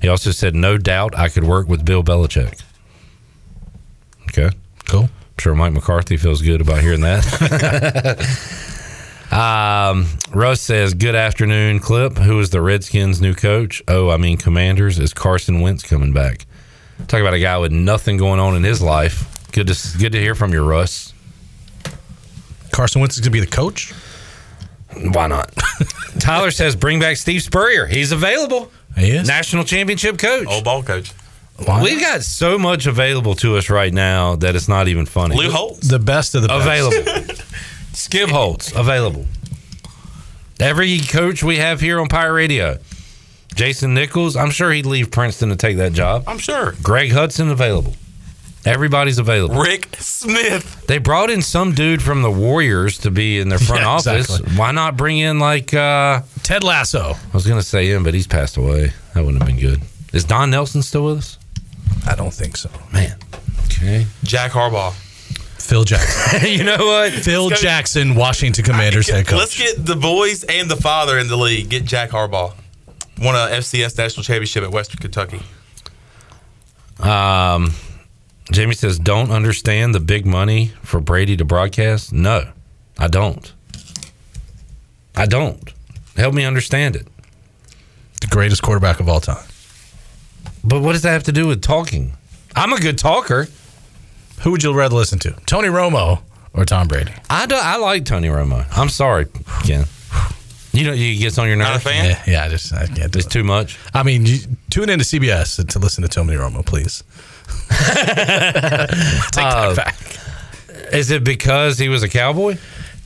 He also said, "No doubt, I could work with Bill Belichick." Okay,
cool.
I'm sure Mike McCarthy feels good about hearing that. um, Russ says, "Good afternoon, Clip. Who is the Redskins' new coach? Oh, I mean, Commanders is Carson Wentz coming back? Talk about a guy with nothing going on in his life. Good to good to hear from you, Russ.
Carson Wentz is going to be the coach.
Why not? Tyler says, "Bring back Steve Spurrier. He's available.
He is
national championship coach,
old ball coach.
We've got so much available to us right now that it's not even funny.
Lou Holtz?
The best of the best.
available. Skip Holtz available. Every coach we have here on Pirate Radio, Jason Nichols. I'm sure he'd leave Princeton to take that job.
I'm sure.
Greg Hudson available. Everybody's available.
Rick Smith.
They brought in some dude from the Warriors to be in their front
Yeah,
office.
exactly.
Why not bring in like uh,
Ted Lasso?
I was going to say him, but he's passed away. That wouldn't have been good. Is Don Nelson still with us?
I don't think so.
Man. Okay.
Jack Harbaugh.
Phil Jackson.
you know what?
Phil Jackson, Washington Commanders head coach.
Let's get the boys and the father in the league. Get Jack Harbaugh. Won a FCS national championship at Western Kentucky.
Um, Jamie says, "Don't understand the big money for Brady to broadcast." No, I don't. I don't. Help me understand it.
The greatest quarterback of all time.
But what does that have to do with talking? I'm a good talker.
Who would you rather listen to, Tony Romo or Tom Brady?
I do, I like Tony Romo. I'm sorry, Ken. You know, you gets on your nerves.
Yeah, yeah, I just I can't. Do
it's too much.
I mean, you, tune into CBS to listen to Tony Romo, please.
Uh, Is it because he was a cowboy?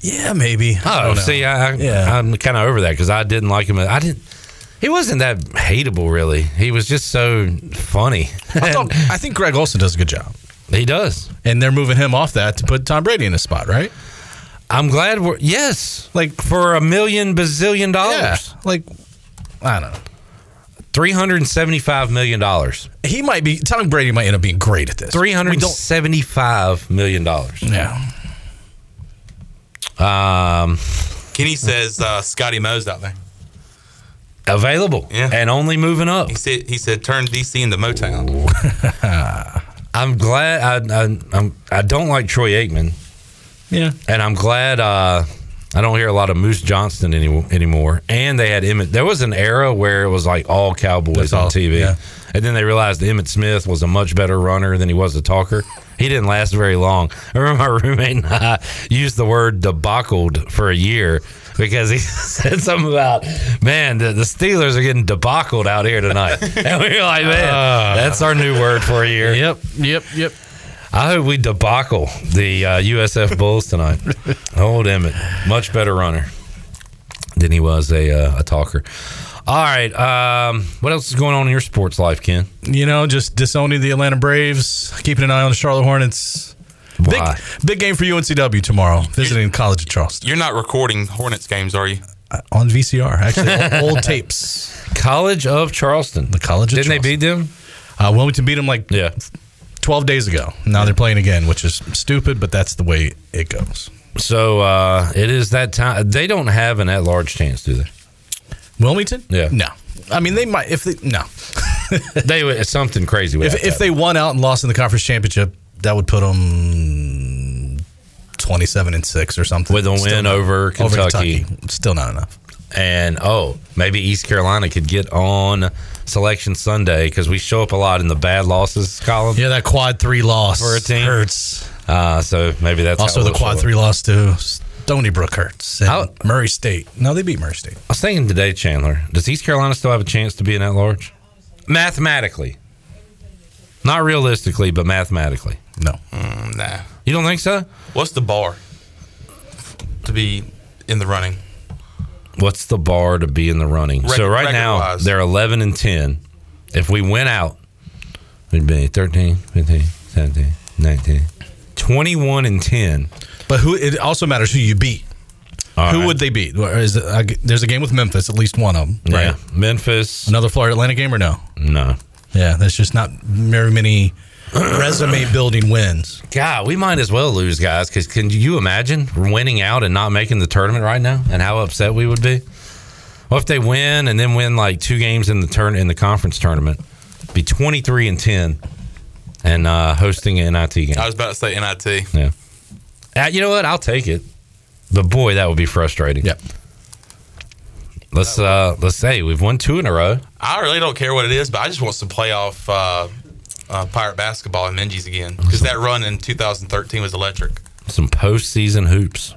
Yeah, maybe. I
Oh,
don't know.
see, I, I,
Yeah.
I'm kind of over that because I didn't like him. I didn't. He wasn't that hateable, really. He was just so funny.
I, thought, I think Greg Olson does a good job.
He does,
and they're moving him off that to put Tom Brady in his spot, right?
I'm glad we're yes, like for a million bazillion dollars,
like I don't know,
three hundred and seventy-five million dollars.
He might be Tom Brady might end up being great at this.
Three hundred and seventy-five million dollars.
Yeah.
Um,
Kenny says uh, Scotty Moe's out there.
Available. Yeah. And only moving up.
He said he said turn DC into Motown.
I'm glad I, I I'm I don't like Troy Aikman.
Yeah.
And I'm glad uh, I don't hear a lot of Moose Johnston any, anymore. And they had Emmett. There was an era where it was like all Cowboys
That's
on
all,
TV.
yeah.
And then they realized Emmett Smith was a much better runner than he was a talker. He didn't last very long. I remember my roommate and I used the word debacled for a year because he said something about, man, the, the Steelers are getting debacled out here tonight. And we were like, man,
Uh.
that's our new word for a year.
Yep, yep, yep.
I hope we debacle the uh, USF Bulls tonight. Old Emmett, much better runner than he was a, uh, a talker. All right, um, what else is going on in your sports life, Ken?
You know, just disowning the Atlanta Braves, keeping an eye on the Charlotte Hornets.
Why?
Big, big game for UNCW tomorrow, visiting College of Charleston
You're not recording Hornets games, are you?
on VCR. Actually, old, old tapes.
College of Charleston. The
College of
Didn't they beat them?
Uh, Wilmington beat them like
yeah.
12 days ago. Now they're playing again, which is stupid, but that's the way it goes.
So uh, it is that time. They don't have an at large chance, do they?
Wilmington?
Yeah.
No. I mean, they might, if they, no.
they would, something crazy would have
If,
to
if they won out and lost in the conference championship, that would put them 27 and 6 or something.
With a
Still
win
not-
over Kentucky.
Still not enough.
and oh, maybe East Carolina could get on Selection Sunday because we show up a lot in the bad losses column.
Yeah, that quad three loss
for a team
hurts.
Uh, so maybe that's
also,
how
the
we'll
quad
show
three
up.
loss to Stony Brook hurts. and Murray State. No, they beat Murray State.
I was thinking today, Chandler. Does East Carolina still have a chance to be an at large? Mathematically, not realistically, but mathematically.
No,
Mm, nah.
You don't think so?
What's the bar to be in the running?
What's the bar to be in the running?
Rec-
so right now
record-wise.
they're eleven and ten. If we went out, we'd be 13, 15, 17, 19, 21 and ten.
But who? It also matters who you beat.
All
who
right.
would they beat? Or Is it, I g- there's a game with Memphis, at least one of them, right?
Yeah. Memphis.
Another Florida Atlanta game or no?
No.
Yeah, there's just not very many resume building wins.
God, we might as well lose, guys. Because can you imagine winning out and not making the tournament right now, and how upset we would be? Well, if they win and then win like two games in the turn in the conference tournament, be twenty three and ten, and uh, hosting an NIT game.
I was about to say NIT.
Yeah. Uh, you know what? I'll take it. But boy, that would be frustrating.
Yep.
Let's uh let's say we've won two in a row.
I really don't care what it is, but I just want some playoff uh, uh, Pirate basketball and Minji's again because that run in 2013 was electric.
Some postseason hoops.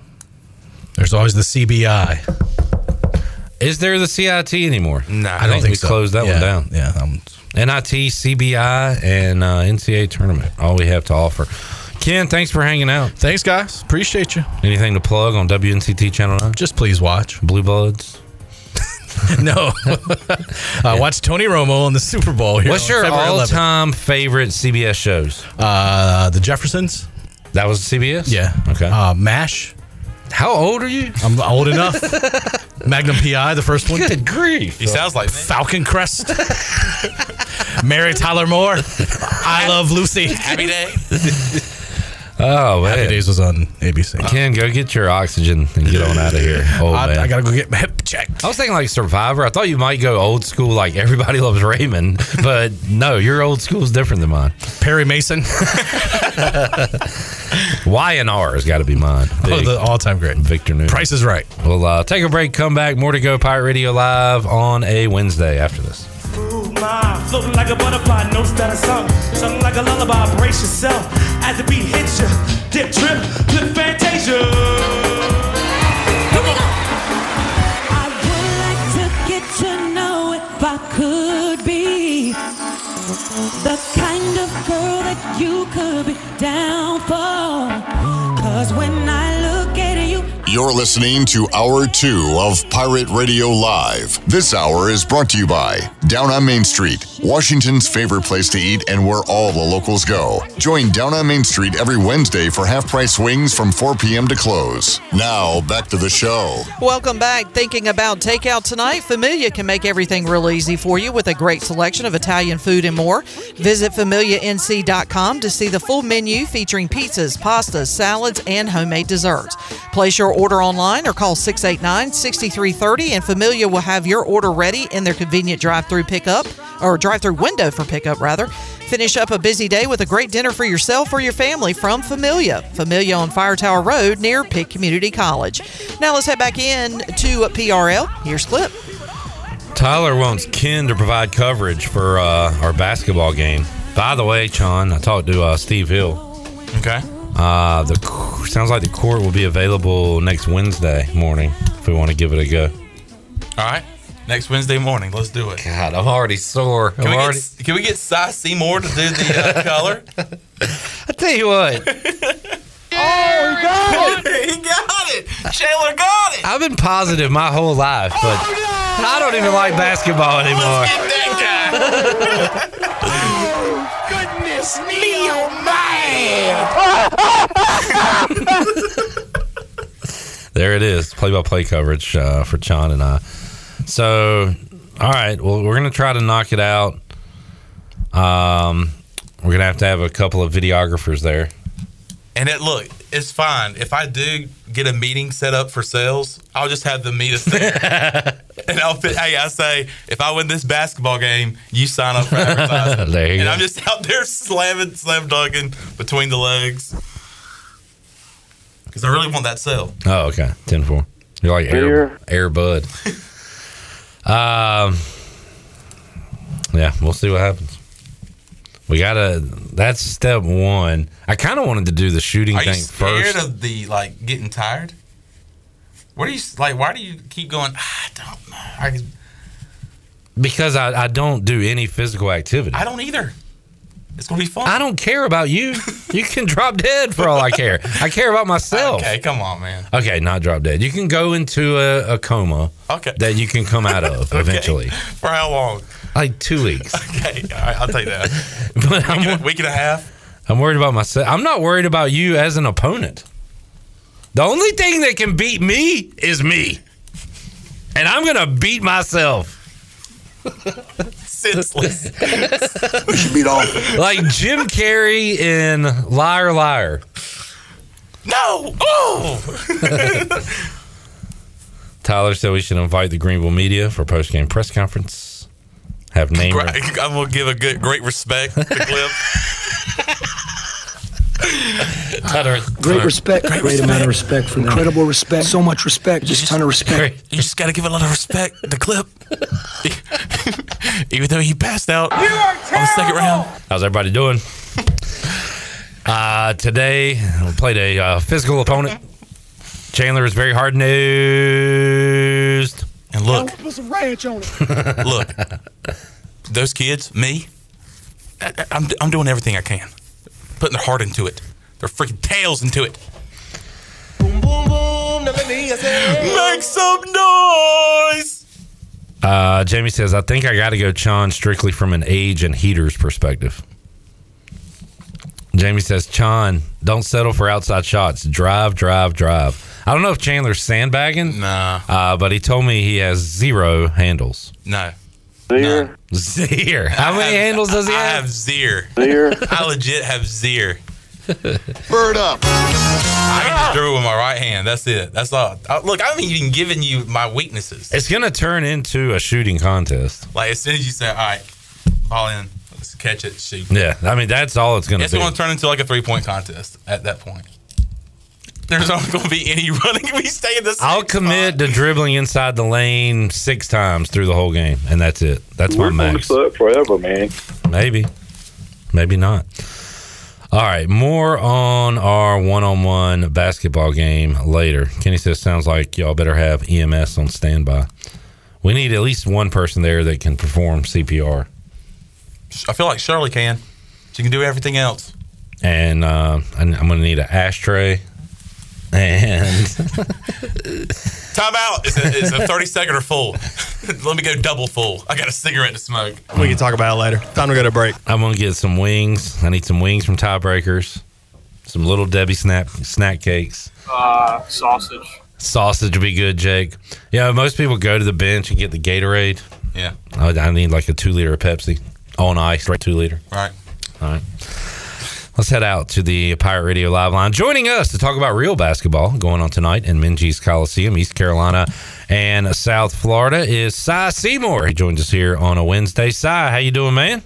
There's always the CBI.
Is there the CIT anymore? No, I,
I
think,
don't think
we
so.
closed that
Yeah,
one down.
Yeah,
NIT, CBI, and uh, NCAA tournament. All we have to offer. Ken, thanks for hanging out.
Thanks, guys. Appreciate you.
Anything to plug on WNCT Channel 9?
Just please watch.
Blue Bloods.
no. I watched Tony Romo on the Super Bowl Oh, here.
What's
on
your
February 11th.
all-time favorite CBS shows?
Uh, the Jeffersons.
That was CBS.
Yeah.
Okay.
Uh, Mash.
How old are you?
I'm old enough. Magnum PI, the first one.
Good grief.
He sounds like me.
Falcon Crest. Mary Tyler Moore. I love Lucy.
Happy day.
Oh man.
Happy Days was on ABC.
Ken, go get your oxygen and get on out of here. Oh
I,
man.
I
I,
gotta go get my hip checked.
was thinking like Survivor. I thought you might go old school, like everybody loves Raymond, but no, your old school is different than mine.
Perry Mason.
Y and R has got to be mine.
oh,
Big
the all-time great.
Victor Newman.
Price is right.
We'll uh, take a break, come back. More to go. Pirate Radio Live on a Wednesday after this.
Ooh, my, floating like a butterfly, notes that are sung. Something like a lullaby, brace yourself as the beat hits you. Dip, trip, flip, fantasia. Come on.
I would like to get to know if I could be the kind of girl that you could be down for. Cause when I look at you,
You're listening to Hour 2 of Pirate Radio Live. This hour is brought to you by Down on Main Street, Washington's favorite place to eat and where all the locals go. Join Down on Main Street every Wednesday for half price wings from 4 p.m. to close. Now, back to the show.
Welcome back. Thinking about takeout tonight? Familia can make everything real easy for you with a great selection of Italian food and more. Visit familianc.com to see the full menu featuring pizzas, pastas, salads, and homemade desserts. Place your order online or call 689 6330, and Familia will have your order ready in their convenient drive through pickup or drive through window for pickup, rather. Finish up a busy day with a great dinner for yourself or your family from Familia. Familia on Fire Tower Road near Pitt Community College. Now let's head back in to PRL. Here's Clip.
Tyler wants Ken to provide coverage for uh, our basketball game. By the way, Chon, I talked to uh, Steve Hill.
Okay.
Uh, the c- sounds like the court will be available next Wednesday morning if we want to give it a go.
All right. Next Wednesday morning, let's do it.
God, I'm already sore.
Can,
I'm
we,
already-
get, can we get Cy Seymour to do the uh, color?
I tell you what,
Oh, he got it! he got it! Chandler got it! Oh,
I've been positive my whole life, but I don't even like basketball anymore.
That guy!
Goodness me, oh man!
There it is, play-by-play coverage uh, for Chon and I. So, all right, well, we're gonna try to knock it out. Um, we're gonna have to have a couple of videographers there.
And it look, it's fine. If I do get a meeting set up for sales, I'll just have them meet us there. and I'll fit, hey, I say, if I win this basketball game, you sign up for advertising.
There you
and
go.
I'm just out there slamming, slam dunking between the legs. Because I really want that sale.
Oh, okay, ten four. You're like Air, Air Bud. um, yeah, we'll see what happens. We gotta. That's step one. I kind of wanted to do the shooting
Are you
thing
scared
first.
of the like getting tired? What are you like? Why do you keep going? "Ah, I don't know.
because I, I don't do any physical activity.
I, I don't either. It's gonna be fun.
I don't care about you. You can drop dead for all I care. I care about myself.
Okay, come on, man.
Okay, not drop dead. You can go into a, a coma
Okay.
that you can come out of
Okay.
eventually.
For how long?
Like two weeks.
Okay, all right, I'll take that.
But
week,
I'm,
and a, week and a half.
I'm worried about myself. I'm not worried about you as an opponent. The only thing that can beat me is me. And I'm going to beat myself.
Senseless.
we should beat off. Like Jim Carrey in Liar Liar.
No. Oh.
Tyler said we should invite the Greenville media for post game press conference. Have name.
Right, I'm gonna give a good, great respect to Clip.
Tyler,
Great respect. Great, amount of respect for them. Incredible respect. So much respect. Just a ton of respect.
You just gotta give a lot of respect to Clip. Even though he passed out on the second round.
How's everybody doing? uh, today, we played a uh, physical opponent. Chandler is very hard nosed.
And look,
Put some ranch on it.
look, those kids, me, I, I- I'm, I'm doing everything I can, putting their heart into it, their freaking tails into it. Make some noise.
Uh, Jamie says, I think I got to go Chon strictly from an age and heaters perspective. Jamie says, Chon, don't settle for outside shots. Drive, drive, drive. I don't know if Chandler's sandbagging.
Nah.
Uh, but he told me he has zero handles.
No.
Zero. Zero. How many handles does he
I
have?
have zero.
Zero.
I legit have zero.
Bird up.
I can just dribble with my right hand. That's it. That's all. I, look, I haven't even given you my weaknesses.
It's going to turn into a shooting contest.
Like as soon as you say, "All right, ball in, let's catch it, shoot."
Yeah. I mean, that's all it's going to
It's
be.
going to turn into like a three point contest at that point. There's not going to be any running. We stay in this.
I'll commit to dribbling inside the lane six times through the whole game, and that's it. That's my
We're going to
max.
suck forever, man.
Maybe. Maybe not. All right. More on our one on one basketball game later. Kenny says, sounds like y'all better have EMS on standby. We need at least one person there that can perform CPR.
I feel like Shirley can. She can do everything else.
And uh, I'm going to need an ashtray. And
Time out. It's a, it's a 30 second or full. Let me go double full. I got a cigarette to smoke.
we can talk about it later. Time to go to break. I'm going to get some wings. I need some wings from Tiebreakers, some little Debbie snap, snack cakes.
Uh, sausage.
Sausage would be good, Jake. Yeah, most people go to the bench and get the Gatorade.
Yeah.
I, I need like a two liter of Pepsi on ice, right? Two liter.
Right.
All right. Let's head out to the Pirate Radio Live Line. Joining us to talk about real basketball going on tonight in Minji's Coliseum, East Carolina and South Florida is Cy Seymour. He joins us here on a Wednesday. Cy, how you doing, man?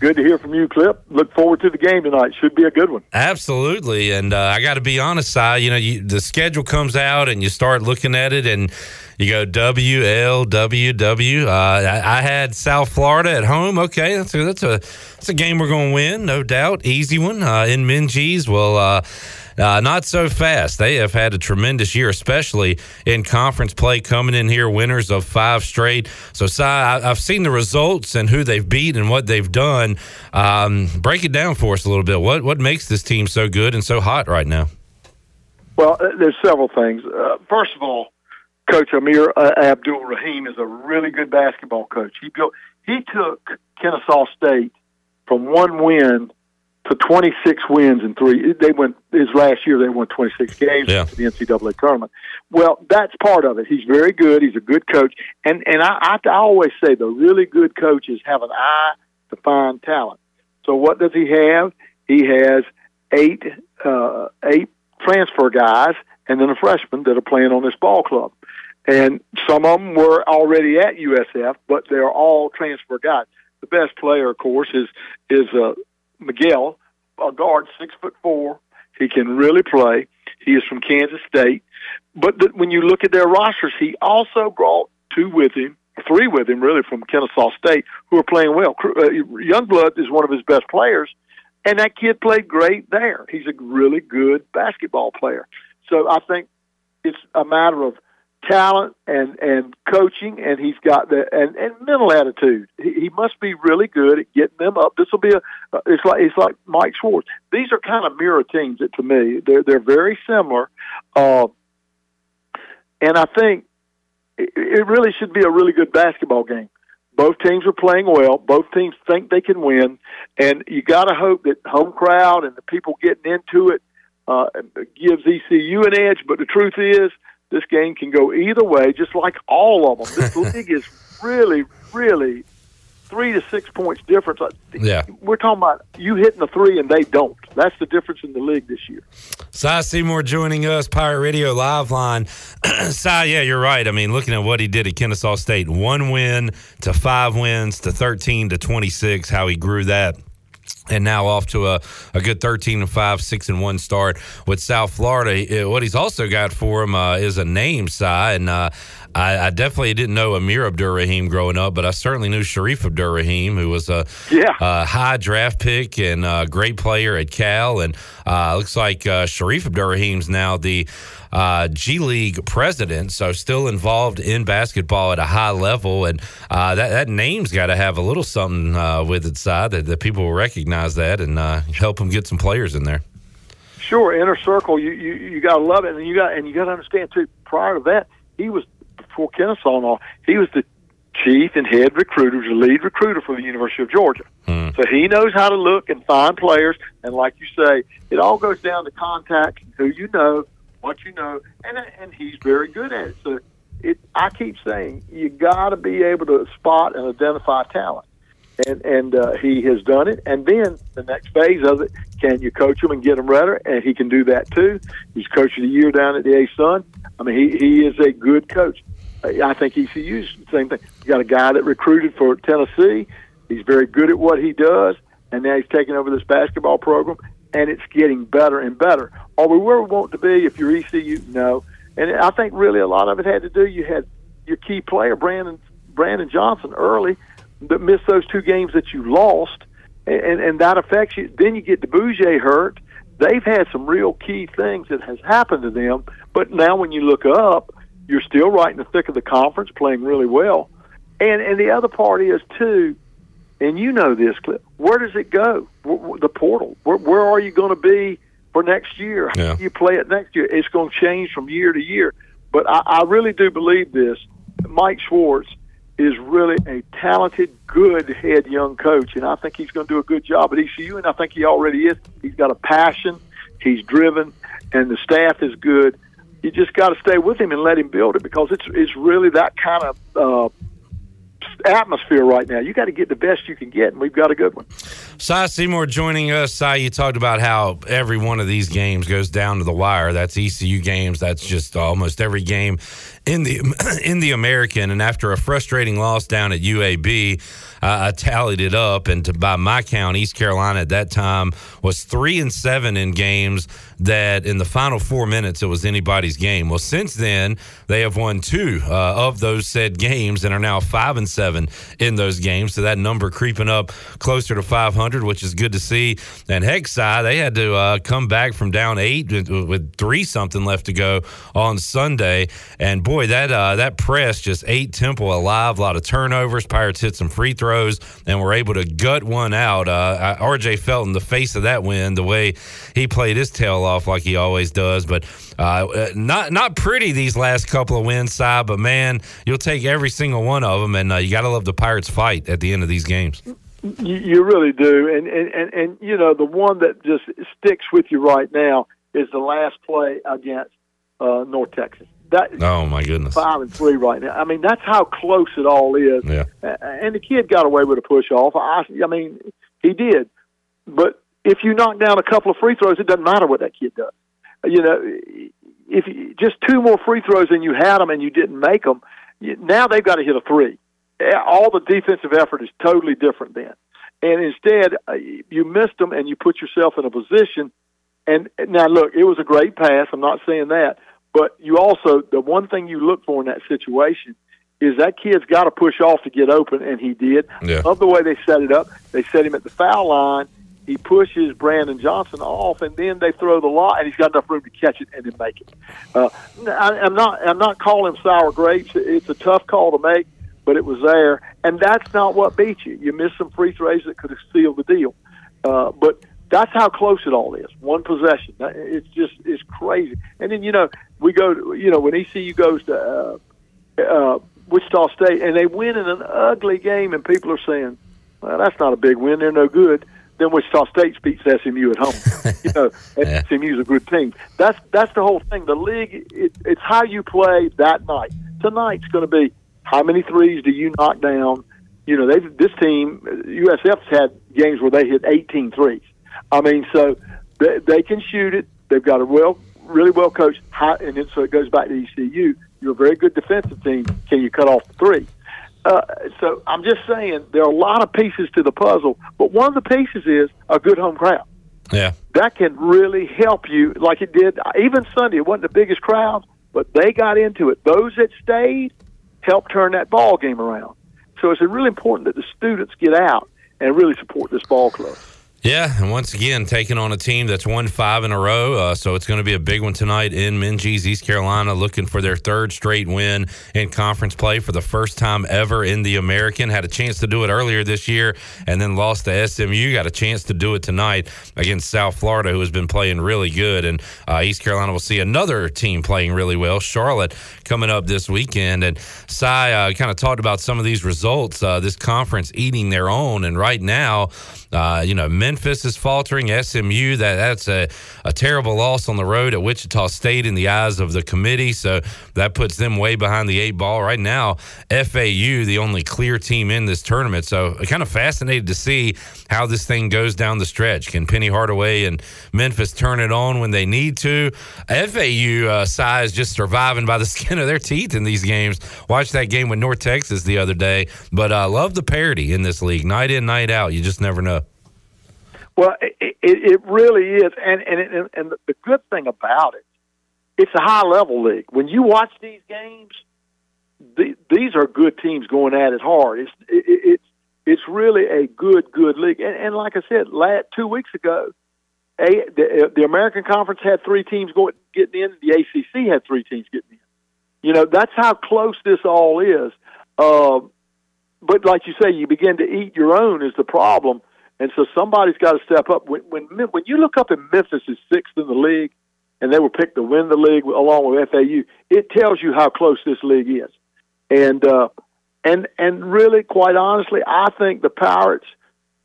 Good to hear from you, Clip. Look forward to the game tonight. Should be a good one.
Absolutely, and uh, I got to be honest, Si. You know, you, the schedule comes out, and you start looking at it, and you go W L W W. Uh, I, I had South Florida at home. Okay, that's a, that's a that's a game we're going to win, no doubt. Easy one uh, in Minji's. Well. Uh, uh, not so fast. They have had a tremendous year, especially in conference play, coming in here winners of five straight. So, Si, I, I've seen the results and who they've beat and what they've done. Um, break it down for us a little bit. What what makes this team so good and so hot right now?
Well, uh, there's several things. Uh, first of all, Coach Amir uh, Abdul Rahim is a really good basketball coach. He built, he took Kennesaw State from one win to 26 wins in three. They went his last year. They won 26 games
Yeah.
to the NCAA tournament. Well, that's part of it. He's very good. He's a good coach, and and I, I, I always say the really good coaches have an eye to find talent. So what does he have? He has eight uh, eight transfer guys and then a freshman that are playing on this ball club. And some of them were already at USF, but they're all transfer guys. The best player, of course, is is uh, Miguel, a guard, six foot four. He can really play. He is from Kansas State. But th- when you look at their rosters, he also brought two with him, three with him, really, from Kennesaw State, who are playing well. Cr- Uh, Youngblood is one of his best players, and that kid played great there. He's a really good basketball player. So I think it's a matter of talent and and coaching, and he's got the and and mental attitude. He, he must be really good at getting them up. This will be a uh, it's like it's like Mike Schwartz. These are kind of mirror teams that, to me. They're they're very similar, uh, and I think it, it really should be a really good basketball game. Both teams are playing well. Both teams think they can win, and you got to hope that home crowd and the people getting into it uh, gives ECU an edge. But the truth is, this game can go either way, just like all of them. This league is really, really three to six points difference.
Yeah.
We're talking about you hitting the three and they don't. That's the difference in the league this year.
Cy Seymour joining us, Pirate Radio Live Line. Cy, yeah, you're right. I mean, looking at what he did at Kennesaw State, one win to five wins to 13 to 26, how he grew that. And now off to a, a good 13 and 5, 6 and 1 start with South Florida. Uh, What he's also got for him uh, is a name, Cy. And uh, I, I definitely didn't know Amir Abdurrahim growing up, but I certainly knew Sharif Abdurrahim, who was a
yeah.
uh, high draft pick and uh, great player at Cal. And uh, looks like uh, Sharif Abdurrahim's now the uh, G League president, so still involved in basketball at a high level. And uh, that, that name's got to have a little something uh, with its side that, that people will recognize that and uh, help them get some players in there.
Sure, inner circle. You you, you got to love it, and you got and you got to understand too. Prior to that, he was before Kennesaw and all. He was the chief and head recruiter, the lead recruiter for the University of Georgia. So he knows how to look and find players. And like you say, it all goes down to contacts, who you know, what you know, and and he's very good at it. So it, I keep saying you got to be able to spot and identify talent. And and uh, he has done it. And then the next phase of it, can you coach him and get him ready? And he can do that too. He's coach of the year down at the A Sun. I mean, he he is a good coach. I I think ECU's the same thing. You got a guy that recruited for Tennessee. He's very good at what he does, and now he's taking over this basketball program, and it's getting better and better. Are we where we want to be if you're ECU? No. And I think really a lot of it had to do you had your key player Brandon Brandon Johnson early that missed those two games that you lost, and and, and that affects you. Then you get the Bouger hurt. They've had some real key things that has happened to them, but now when you look up, you're still right in the thick of the conference, playing really well. And and the other part is too, and you know this clip. Where does it go? W- w- The portal. Where, where are you going to be for next year? How do you play it next year? It's going to change from year to year. But I, I really do believe this. Mike Schwartz is really a talented, good head young coach, and I think he's going to do a good job at ECU, and I think he already is. He's got a passion, he's driven, and the staff is good. You just got to stay with him and let him build it because it's it's really that kind of uh, atmosphere right now. You got to get the best you can get, and we've got a good one.
Cy Seymour joining us. Cy, you talked about how every one of these games goes down to the wire. That's ECU games. That's just almost every game in the in the American. And after a frustrating loss down at UAB, uh, I tallied it up, and to, by my count, East Carolina at that time was three and seven in games that in the final four minutes it was anybody's game. Well, since then they have won two uh, of those said games and are now five and seven in those games. So that number creeping up closer to 500, which is good to see. And Hexi, they had to uh, come back from down eight with, with three something left to go on Sunday. And boy, that uh, that press just ate Temple alive. A lot of turnovers. Pirates hit some free throws and were able to gut one out. Uh, R.J. Felton, the face of that win, the way he played his tail off like he always does. But uh, not not pretty these last couple of wins, side. But man, you'll take every single one of them, and uh, you got to love the Pirates' fight at the end of these games.
You, you really do, and, and and and you know the one that just sticks with you right now is the last play against uh, North Texas. That
Oh my goodness!
five and three right now. I mean, that's how close it all is.
Yeah.
A- And the kid got away with a push off. I, I mean, he did. But if you knock down a couple of free throws, it doesn't matter what that kid does. You know, if you, just two more free throws and you had them and you didn't make them, you, now they've got to hit a three. Eh, All the defensive effort is totally different then. And instead, uh, you missed them and you put yourself in a position. And now, look, it was a great pass. I'm not saying that. But you also, the one thing you look for in that situation is that kid's got to push off to get open, and he did.
Yeah.
Love the way they set it up. They set him at the foul line. He pushes Brandon Johnson off, and then they throw the lot, and he's got enough room to catch it and then make it. Uh, I, I'm not, I'm not calling him sour grapes. It's a tough call to make, but it was there, and that's not what beat you. You missed some free throws that could have sealed the deal, uh, but that's how close it all is. One possession. That- It's just, it's crazy. And then you know, we go, to, you know, when ECU goes to. Uh, uh, Wichita State, and they win in an ugly game, and people are saying, "Well, that's not a big win. They're no good." Then Wichita State beats SMU at home. you know, SMU's a good team. That's that's the whole thing. The league, it, it's how you play that night. Tonight's going to be how many threes do you knock down? You know, they this team USF's had games where they hit 18 threes. I mean, so they, they can shoot it. They've got a well, really well coached, high, and then so it goes back to ECU. You're a very good defensive team. Can you cut off the three? Uh, so I'm just saying there are a lot of pieces to the puzzle, but one of the pieces is a good home crowd.
Yeah.
That can really help you, like it did uh, even Sunday. It wasn't the biggest crowd, but they got into it. Those that stayed helped turn that ball game around. So it's really important that the students get out and really support this ball club.
Yeah, and once again, taking on a team that's won five in a row. Uh, so it's going to be a big one tonight in Minji's, East Carolina, looking for their third straight win in conference play for the first time ever in the American. Had a chance to do it earlier this year and then lost to SMU. Got a chance to do it tonight against South Florida, who has been playing really good. And uh, East Carolina will see another team playing really well, Charlotte, coming up this weekend. And Cy uh, kind of talked about some of these results, uh, this conference eating their own. And right now, uh, you know, Memphis is faltering. SMU, that that's a, a terrible loss on the road at Wichita State in the eyes of the committee. So that puts them way behind the eight ball right now. FAU, the only clear team in this tournament. So kind of fascinated to see how this thing goes down the stretch. Can Penny Hardaway and Memphis turn it on when they need to? FAU uh, size just surviving by the skin of their teeth in these games. Watched that game with North Texas the other day, but I uh, love the parity in this league, night in, night out. You just never know.
Well, it, it, it really is, and and it, and the good thing about it, it's a high level league. When you watch these games, the, these are good teams going at it hard. It's it, it, it's it's really a good good league. And, and like I said, last, two weeks ago, a, the, the American Conference had three teams going getting in. The ACC had three teams getting in. You know that's how close this all is. Uh, but like you say, you begin to eat your own is the problem. And so somebody's got to step up. When when Mem- when you look up and Memphis is sixth in the league, and they were picked to win the league along with FAU, it tells you how close this league is. And uh, and and really, quite honestly, I think the Pirates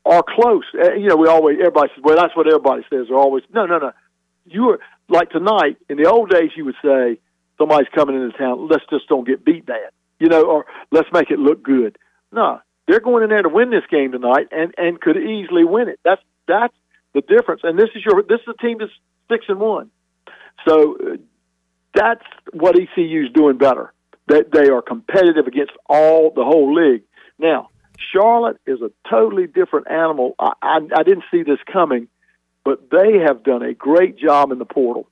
are close. Uh, You know, we always everybody says, well, that's what everybody says. They're always no, no, no. You were like tonight in the old days, you would say somebody's coming into town. Let's just don't get beat bad, you know, or let's make it look good. No, they're going in there to win this game tonight, and and could easily win it. That's that's the difference. And this is your this is a team that's six and one. So uh, that's what ECU's doing better. That they, are competitive against all the whole league. Now Charlotte is a totally different animal. I, I, I didn't see this coming, but they have done a great job in the portal.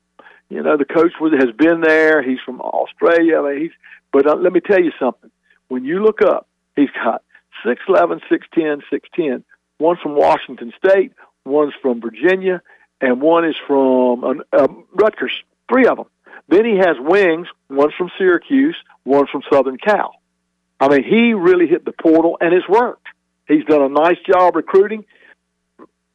You know, the coach was, has been there. He's from Australia. I mean, he's, but uh, let me tell you something. When you look up, he's got 6'11", 6'10", 6'10". One's from Washington State, one's from Virginia, and one is from um, um, Rutgers. Three of them. Then he has wings. One's from Syracuse, one's from Southern Cal. I mean, he really hit the portal, and it's worked. He's done a nice job recruiting.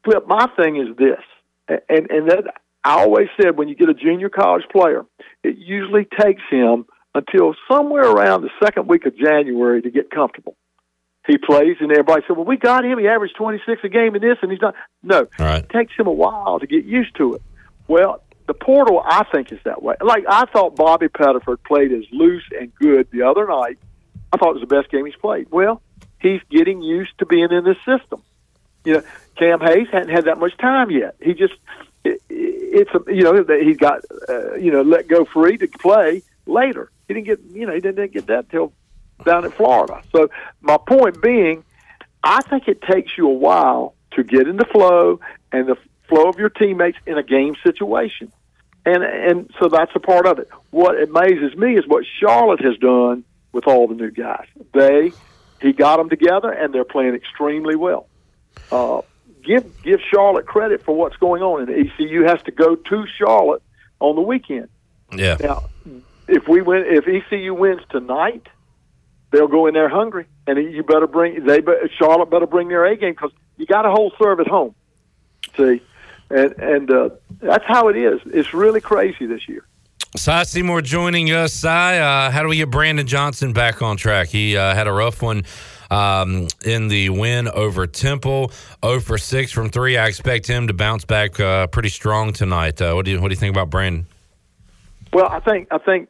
Flip, my thing is this, a- and and that I always said when you get a junior college player, it usually takes him until somewhere around the second week of January to get comfortable. He plays, and everybody said, "Well, we got him. He averaged twenty six a game in this, and he's not." No, it takes him a while to get used to it. Well, the portal, I think, is that way. Like I thought, Bobby Pettiford played as loose and good the other night. I thought it was the best game he's played. Well, he's getting used to being in this system. You know, Cam Hayes hadn't had that much time yet. He just it, it's a, you know that he got uh, you know let go free to play later. He didn't get you know he didn't, didn't get that till down in Florida. So my point being, I think it takes you a while to get in the flow and the flow of your teammates in a game situation, and and so that's a part of it. What amazes me is what Charlotte has done with all the new guys. They he got them together and they're playing extremely well. Uh, give give Charlotte credit for what's going on, and ECU has to go to Charlotte on the weekend.
Yeah.
Now, if we win, if ECU wins tonight, they'll go in there hungry, and you better bring they be- Charlotte better bring their A game because you got a whole serve at home. See, and and uh, that's how it is. It's really crazy this year.
Cy Seymour joining us. Cy, uh, how do we get Brandon Johnson back on track? He uh, had a rough one um, in the win over Temple, 0 for 6 from 3. I expect him to bounce back uh, pretty strong tonight. Uh, what, do you, what do you think about Brandon?
Well, I think I think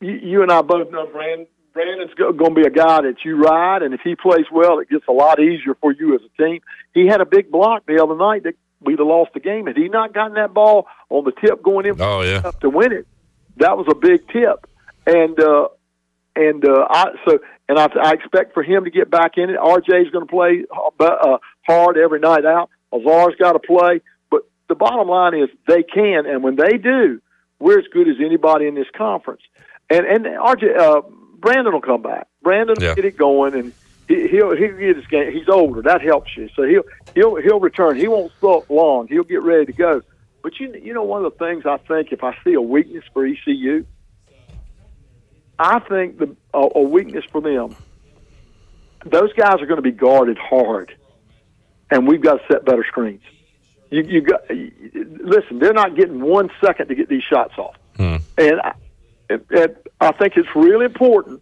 you, you and I both know Brandon. Brandon's going to be a guy that you ride, and if he plays well, it gets a lot easier for you as a team. He had a big block the other night that we'd have lost the game had he not gotten that ball on the tip going in
Oh, yeah.
to win it. That was a big tip, and uh, and uh, I so and I, I expect for him to get back in it. RJ's going to play uh, uh, hard every night out. Azar's got to play, but the bottom line is they can, and when they do, we're as good as anybody in this conference. And and RJ uh, Brandon will come back. Brandon will
Yeah.
get it going, and he, he'll he'll get his game. He's older, that helps you. So he'll he'll he'll return. He won't sulk long. He'll get ready to go. But you you know one of the things I think if I see a weakness for ECU, I think the a, a weakness for them. Those guys are going to be guarded hard, and we've got to set better screens. You, you got listen. They're not getting one second to get these shots off, and I, and, and I think it's really important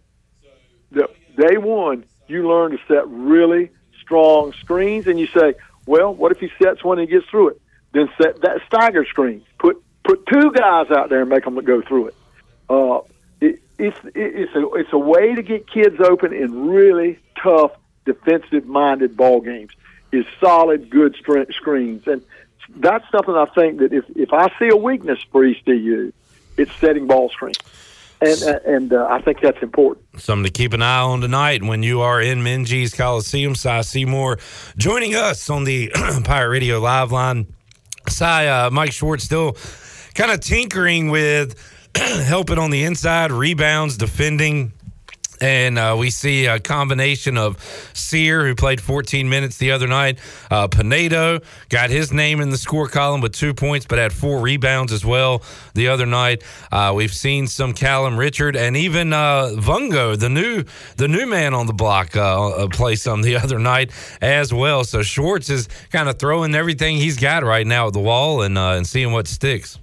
that day one you learn to set really strong screens, and you say, "Well, what if he sets one and he gets through it?" Then set that staggered screen. Put put two guys out there and make them go through it. Uh, it it's it, it's a it's a way to get kids open in really tough defensive minded ball games. Is solid, good str- screens, and that's something I think that if if I see a weakness for ECU, it's setting ball screens, and uh, and uh, I think that's important.
Something to keep an eye on tonight when you are in Minji's Coliseum. Cy Seymour joining us on the Pirate Radio Live line. Cy, uh, Mike Schwartz still kind of tinkering with helping on the inside, rebounds, defending. And uh, we see a combination of Sear, who played 14 minutes the other night. Uh, Pinedo got his name in the score column with two points, but had four rebounds as well the other night. Uh, we've seen some Callum Richard and even uh, Vungo, the new the new man on the block, uh, uh, play some the other night as well. So Schwartz is kind of throwing everything he's got right now at the wall and uh, and seeing what sticks.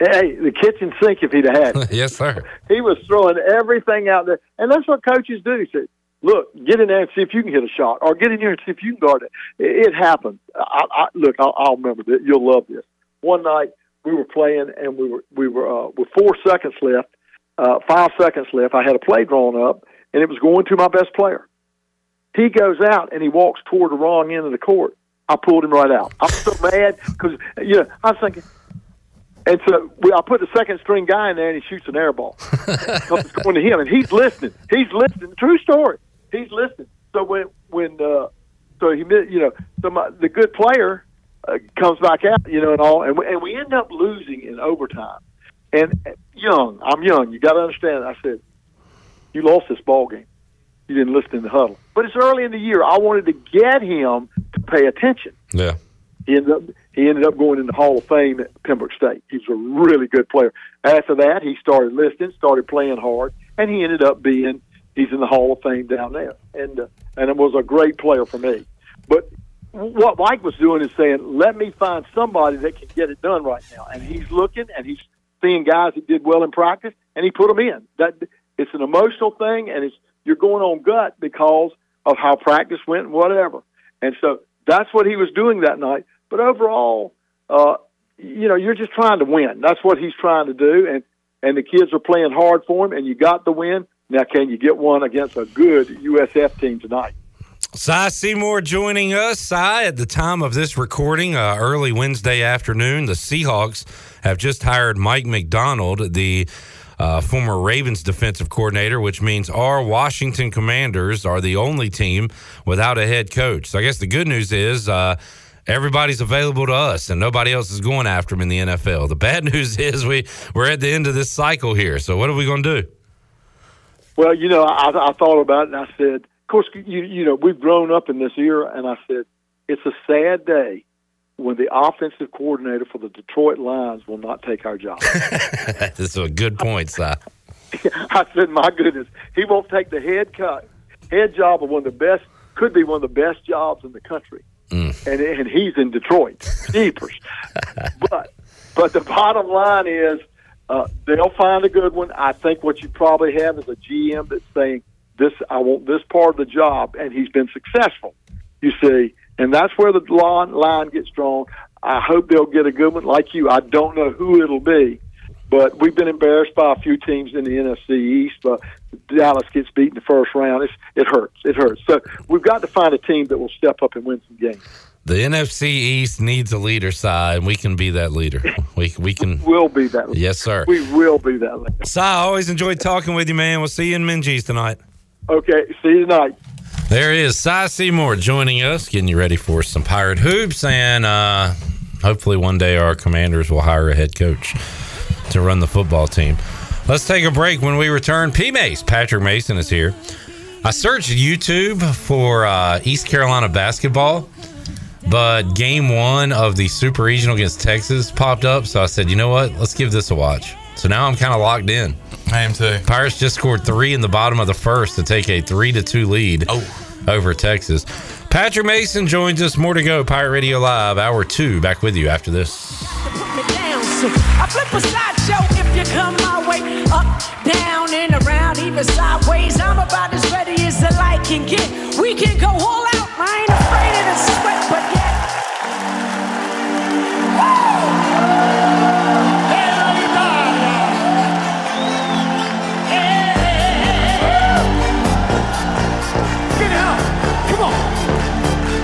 Hey, the kitchen sink if he'd have had. it.
yes, sir.
He was throwing everything out there. And that's what coaches do. He said, look, get in there and see if you can hit a shot or get in here and see if you can guard it. It, it happened. I, I, look, I'll, I'll remember that. You'll love this. One night we were playing and we were, we were, uh, with four seconds left, uh, five seconds left. I had a play drawn up and it was going to my best player. He goes out and he walks toward the wrong end of the court. I pulled him right out. I'm so mad because you know I was thinking. And so we, I put the second string guy in there, and he shoots an air ball. Comes going to him, and he's listening. He's listening. True story. He's listening. So when when uh, so he mi- you know so my, the good player uh, comes back out, you know, and all, and we, and we end up losing in overtime. And uh, young, I'm young. You got to understand. I said, you lost this ball game. You didn't listen in the huddle. But it's early in the year. I wanted to get him to pay attention.
Yeah.
He ended up he ended up going in the Hall of Fame at Pembroke State. He was a really good player. After that, he started listening, started playing hard, and he ended up being he's in the Hall of Fame down there, and uh, and it was a great player for me. But what Mike was doing is saying, let me find somebody that can get it done right now, and he's looking and he's seeing guys that did well in practice, and he put them in. That it's an emotional thing, and it's you're going on gut because of how practice went and whatever. And so that's what he was doing that night. But overall, uh, you know, you're just trying to win. That's what he's trying to do, and and the kids are playing hard for him. And you got the win. Now, can you get one against a good USF team tonight?
Cy Seymour joining us. Cy, at the time of this recording, uh, early Wednesday afternoon, the Seahawks have just hired Mike McDonald, the uh, former Ravens defensive coordinator, which means our Washington Commanders are the only team without a head coach. So I guess the good news is uh, everybody's available to us, and nobody else is going after him in the NFL. The bad news is we we're at the end of this cycle here. So what are we going to do?
Well, you know, I, I thought about it and I said, of course, you, you know, we've grown up in this era, and I said, it's a sad day when the offensive coordinator for the Detroit Lions will not take our job.
That's a good point, Cy.
I said, my goodness, he won't take the head cut, head job of one of the best, could be one of the best jobs in the country. And, and he's in Detroit. Jeepers. but, but the bottom line is uh, they'll find a good one. I think what you probably have is a GM that's saying, this, I want this part of the job, and he's been successful, you see. And that's where the line, line gets drawn. I hope they'll get a good one like you. I don't know who it'll be, but we've been embarrassed by a few teams in the NFC East. But Dallas gets beat in the first round. It's, it hurts. It hurts. So we've got to find a team that will step up and win some games.
The NFC East needs a leader, Cy, and we can be that leader. We we can.
We'll be that. leader.
Yes, sir.
We will be that. leader.
Cy, I always enjoyed talking with you, man. We'll see you in Minji's tonight.
Okay. See you tonight.
There he is Cy Seymour joining us, getting you ready for some pirate hoops, and uh, hopefully one day our commanders will hire a head coach to run the football team. Let's take a break. When we return, P. Mace Patrick Mason is here. I searched YouTube for uh, East Carolina basketball, but game one of the Super Regional against Texas popped up, so I said, you know what? Let's give this a watch. So now I'm kind of locked in.
I am too.
Pirates just scored three in the bottom of the first to take a three to two lead over Texas. Patrick Mason joins us. More to go. Pirate Radio Live, hour two. Back with you after this.
me down so I flip a sideshow if you come my way. Up, down, and around, even sideways. I'm about as ready as the light can get. We can go all out. I ain't afraid of the sweat, but yeah. Get it up. Come on.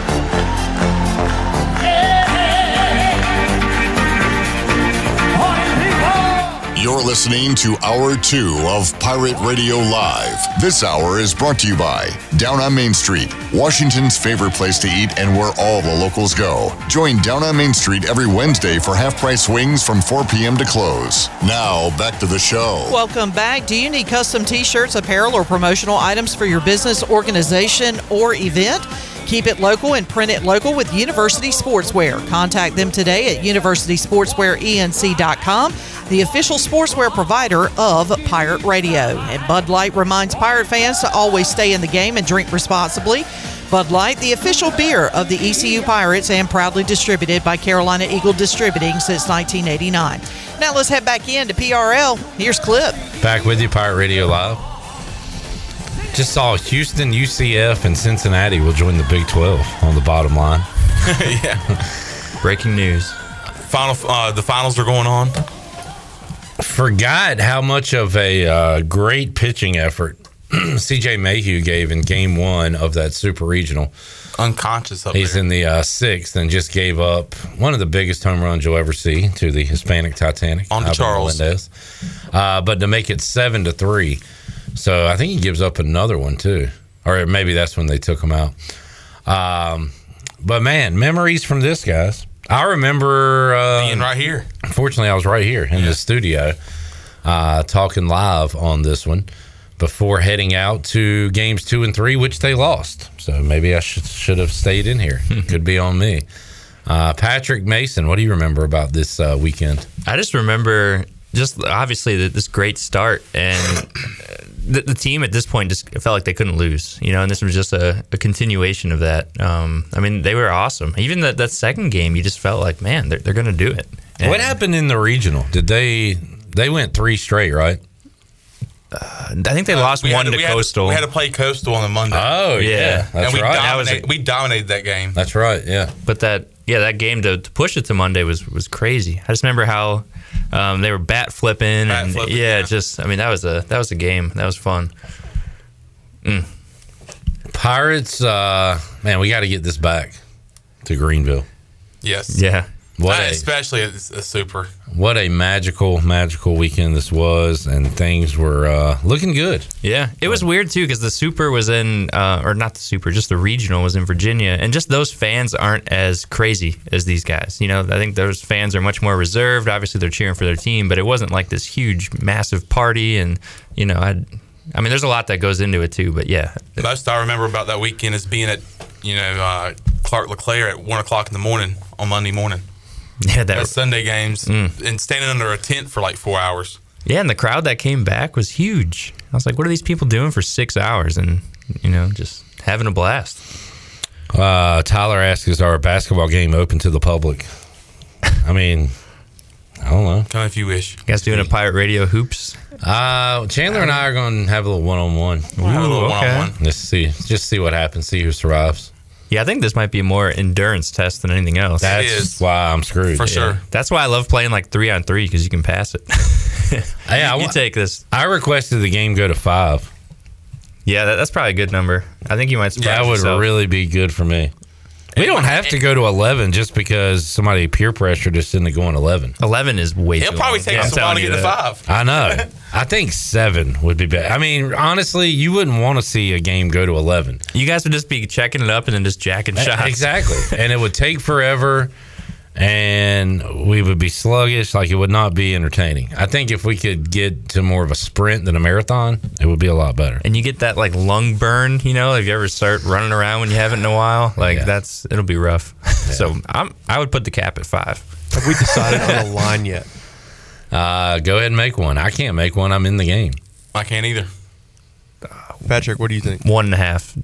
You're listening to Hour 2 of Pirate Radio Live. This hour is brought to you by Down on Main Street, Washington's favorite place to eat and where all the locals go. Join Down on Main Street every Wednesday for half price wings from 4 p.m. to close. Now, back to the show.
Welcome back. Do you need custom t shirts, apparel, or promotional items for your business, organization, or event? Keep it local and print it local with University Sportswear. Contact them today at E universitysportswearenc.com, the official sportswear provider of Pirate Radio. And Bud Light reminds Pirate fans to always stay in the game and drink responsibly. Bud Light, the official beer of the ECU Pirates and proudly distributed by Carolina Eagle Distributing since 1989. Now let's head back in to PRL. Here's Clip.
Back with you, Pirate Radio Live. Just saw Houston, UCF, and Cincinnati will join the Big 12 on the bottom line.
yeah.
Breaking news.
Final, uh, the finals are going on.
Forgot how much of a uh, great pitching effort CJ Mayhew gave in game one of that super regional.
Unconscious up
He's in the uh, sixth and just gave up one of the biggest home runs you'll ever see to the Hispanic Titanic.
On to
Ivan
Charles.
Melendez. Uh, but to make it seven to three. So I think he gives up another one too. Or maybe that's when they took him out. Um, but man, memories from this, guys. I remember uh,
Being right here.
Unfortunately, I was right here in the studio uh, talking live on this one before heading out to games two and three, which they lost. So maybe I should, should have stayed in here. Could be on me. Uh, Patrick Mason, what do you remember about this uh, weekend?
I just remember just obviously the, this great start and the, the team at this point just felt like they couldn't lose, you know, and this was just a, a continuation of that. Um, I mean, they were awesome. Even that, that second game, you just felt like, man, they're, they're going to do it. And-
what happened in the regional? Did they they went three straight, right?
Uh,
Uh,
I think they lost
We had
one to
we had
Coastal.
we had to play Coastal on the Monday.
Oh
yeah,
and
that's
we
right. That was
Dominated,
a-
we dominated that game.
That's right. Yeah.
But that yeah, that game to, to push it to Monday was was crazy. I just remember how um, they were bat flipping and yeah, just I mean that was a that was a game that was fun. Mm.
Pirates, uh, man, we got to get this back to Greenville.
Yes.
Yeah. What
Not
a-
especially a, a super.
What a magical, magical weekend this was, and things were uh, looking good.
Yeah, it was weird too because the Super was in, uh, or not the Super, just the regional was in Virginia, and just those fans aren't as crazy as these guys. You know, I think those fans are much more reserved. Obviously, they're cheering for their team, but it wasn't like this huge, massive party. And you know, I, I mean, there's a lot that goes into it too. But yeah,
Most I remember about that weekend is being at, you know, uh, Clark LeClaire at one o'clock in the morning on Monday morning.
yeah, that,
That Sunday games
Mm.
and standing under a tent for like four hours.
yeah, and the crowd that came back was huge. I was like, what are these people doing for six hours? And you know, just having a blast.
Uh, Tyler asks, "Is our basketball game open to the public?" I mean, I don't know.
Come if you wish.
guys doing a pirate radio hoops.
Uh, Chandler and I are going to have a little one-on-one.
Have a little Ooh, okay. one-on-one.
Let's see. Just see what happens. See who survives.
Yeah, I think this might be a more endurance test than anything else.
That's It is. why I'm screwed. For sure.
That's why I love playing like three on three because you can pass it.
Yeah,
you, you take this.
I requested the game go to five.
Yeah, that, that's probably a good number. I think you might. surprise
that would
yourself.
really be good for me. We don't have to go to eleven just because somebody peer pressured us into going eleven.
Eleven is way.
It'll too probably long. take us a while to get to five.
I know. I think seven would be better. I mean, honestly, you wouldn't want to see a game go to eleven.
You guys would just be checking it up and then just jacking
E-
shots.
Exactly. and it would take forever and we would be sluggish. Like it would not be entertaining. I think if we could get to more of a sprint than a marathon, it would be a lot better.
And you get that like lung burn, you know, if you ever start running around when you haven't in a while, like that's it'll be rough. So I'm I would put the cap at five.
Have we decided on a line yet?
Uh, go ahead and make one. I can't make one. I'm in the game.
I can't either.
Patrick, what do you think?
One and a half.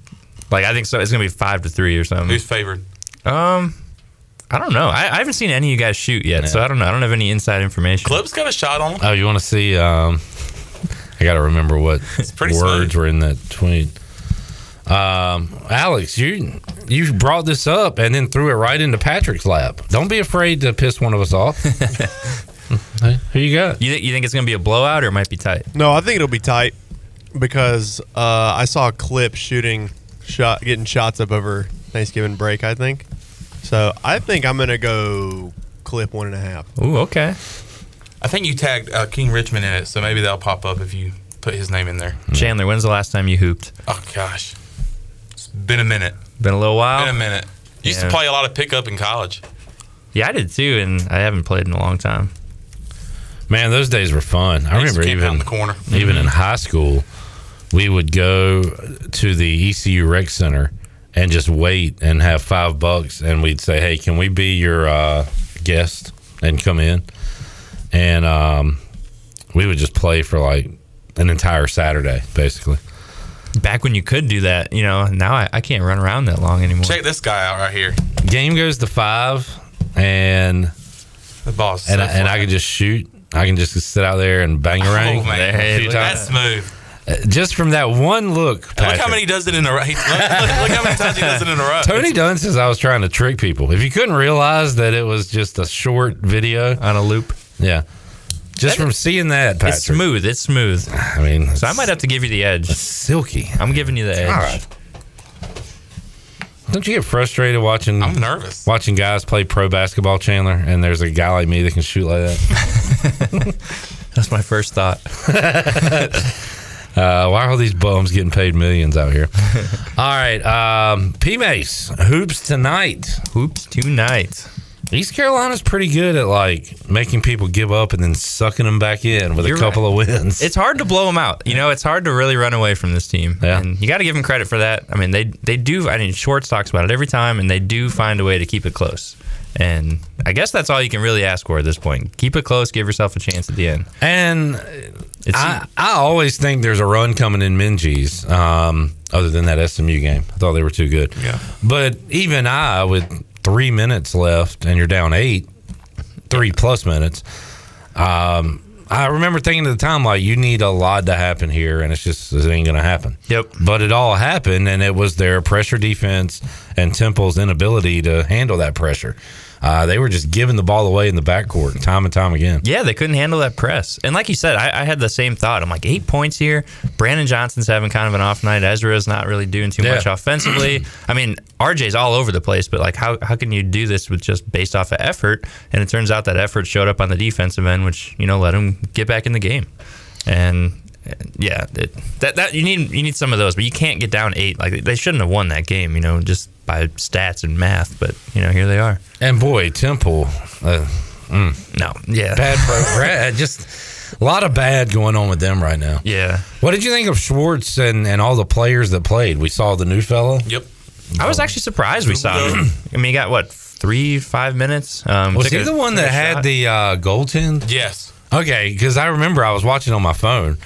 Like I think so. It's gonna be five to three or something.
Who's favored?
Um, I don't know. I, I haven't seen any of you guys shoot yet, so I don't know. I don't have any inside information.
Clip's got a shot on him.
Oh, you want to see? Um, I got to remember what
pretty
words were in that tweet. Um, Alex, you you brought this up and then threw it right into Patrick's lap. Don't be afraid to piss one of us off. Who you got?
You, thi- you think it's gonna be a blowout or it might be tight?
No, I think it'll be tight because uh, I saw a clip shooting shot getting shots up over Thanksgiving break. I think so. I think I'm gonna go clip one and a half.
Ooh, okay.
I think you tagged uh, King Richmond in it, so maybe that'll pop up if you put his name in
Mm.
there.
Chandler, when's the last time you hooped?
Oh gosh, it's been a minute.
Been a little while.
Been a minute. Used
Yeah.
to play a lot of pickup in college.
Yeah, I did too, and I haven't played in a long time.
Man, those days were fun. I
I used to
remember
camp out
even
in the corner. Mm-hmm.
even in high school, we would go to the ECU rec center and just wait and have five bucks, and we'd say, "Hey, can we be your uh, guest and come in?" And um, we would just play for like an entire Saturday, basically.
Back when you could do that, you know. Now I, I can't run around that long anymore.
Check this guy out right here.
Game goes to five, and
the boss,
and,
so
I, and I
flat.
can just shoot. I can just sit out there and bang
Oh,
around.
man. Look at that smooth.
Just from that one look,
And look
Patrick.
how many he does it in a row. He- Look, look- look how many times he does it in a row.
Tony Dunn says I was trying to trick people. If you couldn't realize that it was just a short video
on a loop,
yeah, Just from seeing that, Patrick.
It's smooth. It's smooth. I
mean,
so I might have to give you the edge.
silky.
I'm giving you the edge.
Don't you get frustrated watching? I'm nervous watching guys play pro basketball, Chandler, and there's a guy like me that can shoot like that.
That's my first thought.
uh, why are all these bums getting paid millions out here? all right, um, P Mace hoops tonight.
Hoops tonight.
East Carolina's pretty good at like making people give up and then sucking them back in with
You're
a couple
right.
of wins.
It's hard to blow them out. You know, it's hard to really run away from this team. Yeah. And you got to give them credit for that. I mean, they they do. I mean, Schwartz talks about it every time, and they do find a way to keep it close. And I guess that's all you can really ask for at this point. Keep it close. Give yourself a chance at the end.
And I, I always think there's a run coming in Minji's, um, other than that SMU game. I thought they were too good. Yeah. But even I, with three minutes left and you're down eight, three plus minutes, um, I remember thinking at the time, like, you need a lot to happen here, and it's just, it ain't going to happen. Yep. But it all happened, and it was their pressure defense and Temple's inability to handle that pressure. Uh, they were just giving the ball away in the backcourt time and time again.
Yeah, they couldn't handle that press. And like you said, I, I had the same thought. I'm like, eight points here. Brandon Johnson's having kind of an off night. Ezra's not really doing too much
Yeah.
offensively. I mean, RJ's all over the place, but like, how, how can you do this with just based off of effort? And it turns out that effort showed up on the defensive end, which, you know, let him get back in the game. And. and Yeah, it, that that you need you need some of those, but you can't get down eight. Like they shouldn't have won that game, you know, just by stats and math. But you know, here they are.
And boy, Temple, uh,
no, yeah,
bad, pro- bad, just a lot of bad going on with them right now.
Yeah.
What did you think of Schwartz and and all the players that played? We saw the new fellow.
Yep.
I was actually surprised we saw him. I mean, he got what three, five minutes. Um,
Was
took
he
a-
the one
took a
that had
shot.
the uh, goaltend?
Yes.
Okay, because I remember I was watching on my phone,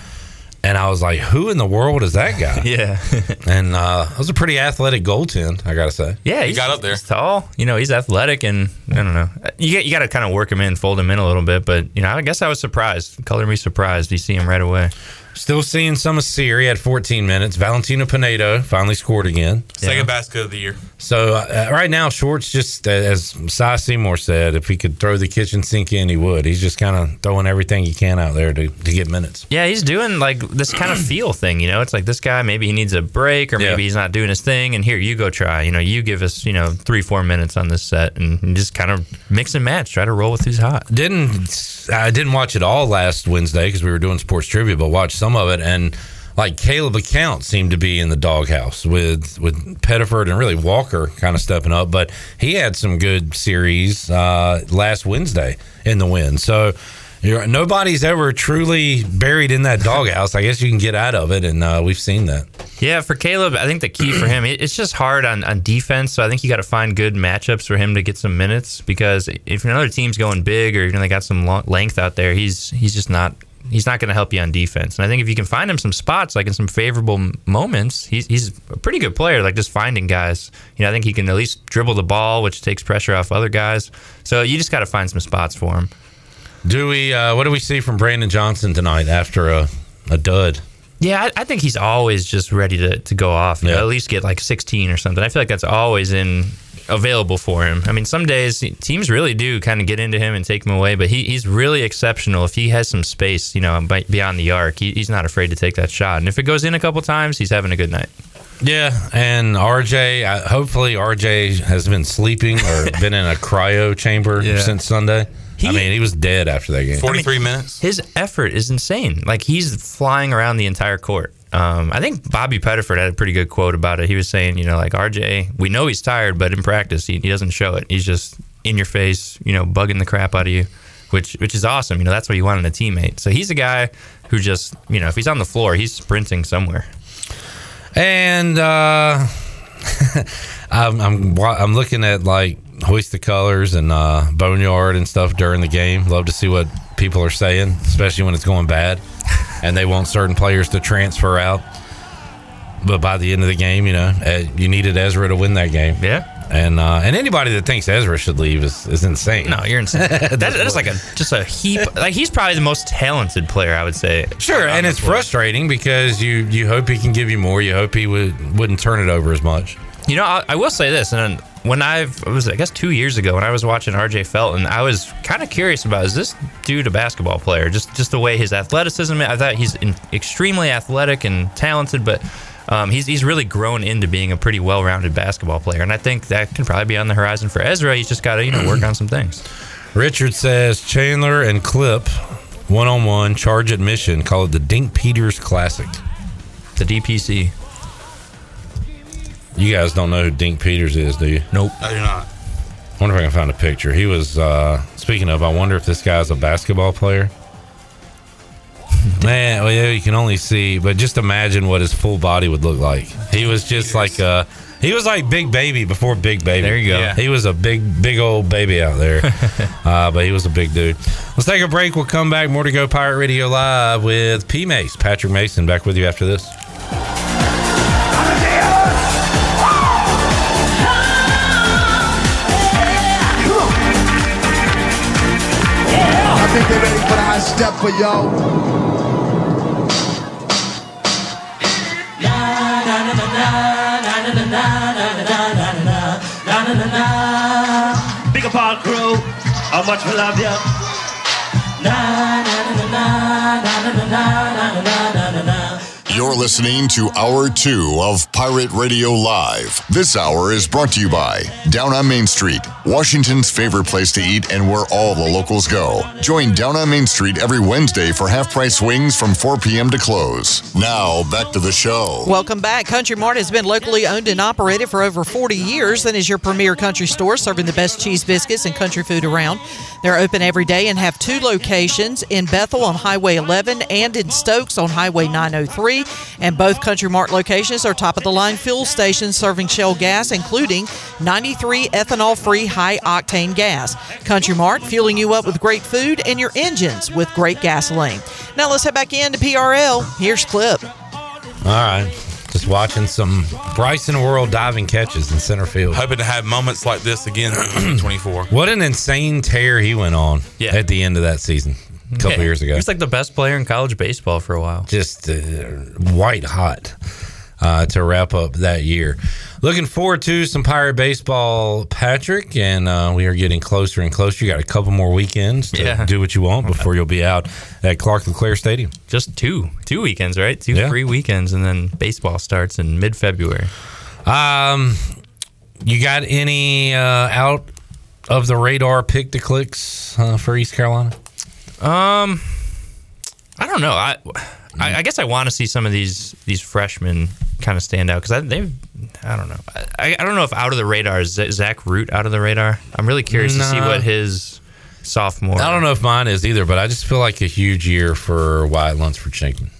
and I was like, "Who in the world is that guy?"
yeah.
and uh, that was a pretty athletic goaltend, I gotta say.
Yeah, he's, got up there. He's tall. You know, he's athletic, and I don't know. You got, you got to kind of work him in, fold him in a little bit. But you know, I guess I was surprised. Color me surprised. You see him right away.
Still seeing some of Siri at 14 minutes. Valentino Pinedo finally scored again.
Second basket of the year.
So uh, uh, right now, Schwartz just uh, as Cy Seymour said, if he could throw the kitchen sink in, he would. He's just kind of throwing everything he can out there to, to get minutes.
Yeah, he's doing like this kind of feel thing, you know. It's like this guy maybe he needs a break, or maybe he's not doing his thing, and here you go try. You know, you give us you know three four minutes on this set, and and just kind of mix and match, try to roll with who's hot.
Didn't I didn't watch it all last Wednesday because we were doing sports trivia, but watched some of it and like Caleb Account seemed to be in the doghouse with with Pettiford and really Walker kind of stepping up, but he had some good series uh, last Wednesday in the win. So. You're, nobody's ever truly buried in that doghouse. I guess you can get out of it, and uh, we've seen that.
Yeah, for Caleb, I think the key for him, it- it's just hard on, on defense. So I think you got to find good matchups for him to get some minutes because if another team's going big or you know they got some long, length out there, he's he's just not he's not going to help you on defense. And I think if you can find him some spots like in some favorable m- moments, he's he's a pretty good player. Like just finding guys, you know, I think he can at least dribble the ball, which takes pressure off other guys. So you just got to find some spots for him.
Do we? Uh, what do we see from Brandon Johnson tonight after a, a dud?
Yeah, I, I think he's always just ready to, to go off. You know, at least get like 16 or something. I feel like that's always in available for him. I mean, some days teams really do kind of get into him and take him away, but he, he's really exceptional. If he has some space, you know, by- beyond the arc, he, he's not afraid to take that shot. And if it goes in a couple times, he's having a good night.
Yeah, and RJ. I, hopefully, RJ has been sleeping or been in a cryo chamber
Yeah.
since Sunday. I mean, he was dead after that game.
Forty-three minutes.
His effort is insane. Like he's flying around the entire court. Um, I think Bobby Pettiford had a pretty good quote about it. He was saying, you know, like RJ, we know he's tired, but in practice he, he doesn't show it. He's just in your face, you know, bugging the crap out of you, which which is awesome. You know, that's what you want in a teammate. So he's a guy who just, you know, if he's on the floor, he's sprinting somewhere.
And uh, I'm, I'm wa- I'm looking at like hoist the colors and uh, boneyard and stuff during the game. Love to see what people are saying, especially when it's going bad, and they want certain players to transfer out. But by the end of the game, you know, eh, you needed Ezra to win that game.
Yeah.
And uh, and anybody that thinks Ezra should leave is, is insane.
No, you're insane. that, that is like a just a heap. Like he's probably the most talented player, I would say.
Sure, and it's frustrating because you you hope he can give you more. You hope he would wouldn't turn it over as much.
You know, I, I will say this, and when I've, it was, I guess, two years ago when I was watching RJ Felton, I was kind of curious about is this dude a basketball player? Just just the way his athleticism, I thought he's in, extremely athletic and talented, but um, he's, he's really grown into being a pretty well rounded basketball player. And I think that can probably be on the horizon for Ezra. He's just got to, you know, work on some things.
Richard says Chandler and Clip one on one charge admission. Call it the Dink Peters Classic.
The DPC.
You guys don't know who Dink Peters is, do you?
Nope.
I do not.
wonder if I can find a picture. He was uh speaking of, I wonder if this guy's a basketball player. Man, well, yeah, you can only see, but just imagine what his full body would look like. He was just like uh he was like Big Baby before Big Baby.
There you go.
He was a big, big old baby out there, uh, but he was a big dude. Let's take a break. We'll come back. More to go. Pirate Radio Live with P Mace, Patrick Mason, back with you after this.
I think they're ready for the high step for y'all.
Big apart crew, how much we love ya.
You're listening to Hour 2 of Pirate Radio Live. This hour is brought to you by Down on Main Street, Washington's favorite place to eat and where all the locals go. Join Down on Main Street every Wednesday for half price wings from 4 p.m. to close. Now, back to the show.
Welcome back. Country Mart has been locally owned and operated for over 40 years and is your premier country store serving the best cheese biscuits and country food around. They're open every day and have two locations in Bethel on Highway 11 and in Stokes on Highway 903. And both Country Mart locations are top of the line fuel stations serving Shell gas, including 93 ethanol free high octane gas. Country Mart fueling you up with great food and your engines with great gasoline. Now let's head back into PRL. Here's Clip.
All right. Just watching some Bryson World diving catches in center field.
Hoping to have moments like this again in 24.
What an insane tear he went on at the end of that season a couple
Yeah.
years ago.
He was like the best player in college baseball for a while.
Just uh, white hot uh, to wrap up that year. Looking forward to some Pirate baseball, Patrick, and uh, we are getting closer and closer. You got a couple more weekends to
Yeah.
do what you want before you'll be out at Clark LeClaire Stadium.
Just two, two weekends, right? Two free weekends, and then baseball starts in mid-February.
Um, you got any uh, out of the radar pick to clicks uh, for East Carolina?
Um, I don't know. I,
Mm.
I, I guess I want to see some of these these freshmen kind of stand out because they've. I don't know. I, I don't know if out of the radar is Z- Zach Root out of the radar. I'm really curious to see
Nah.
what his sophomore.
I don't know if mine is either, but I just feel like a huge year for Wyatt Lunsford Shankman.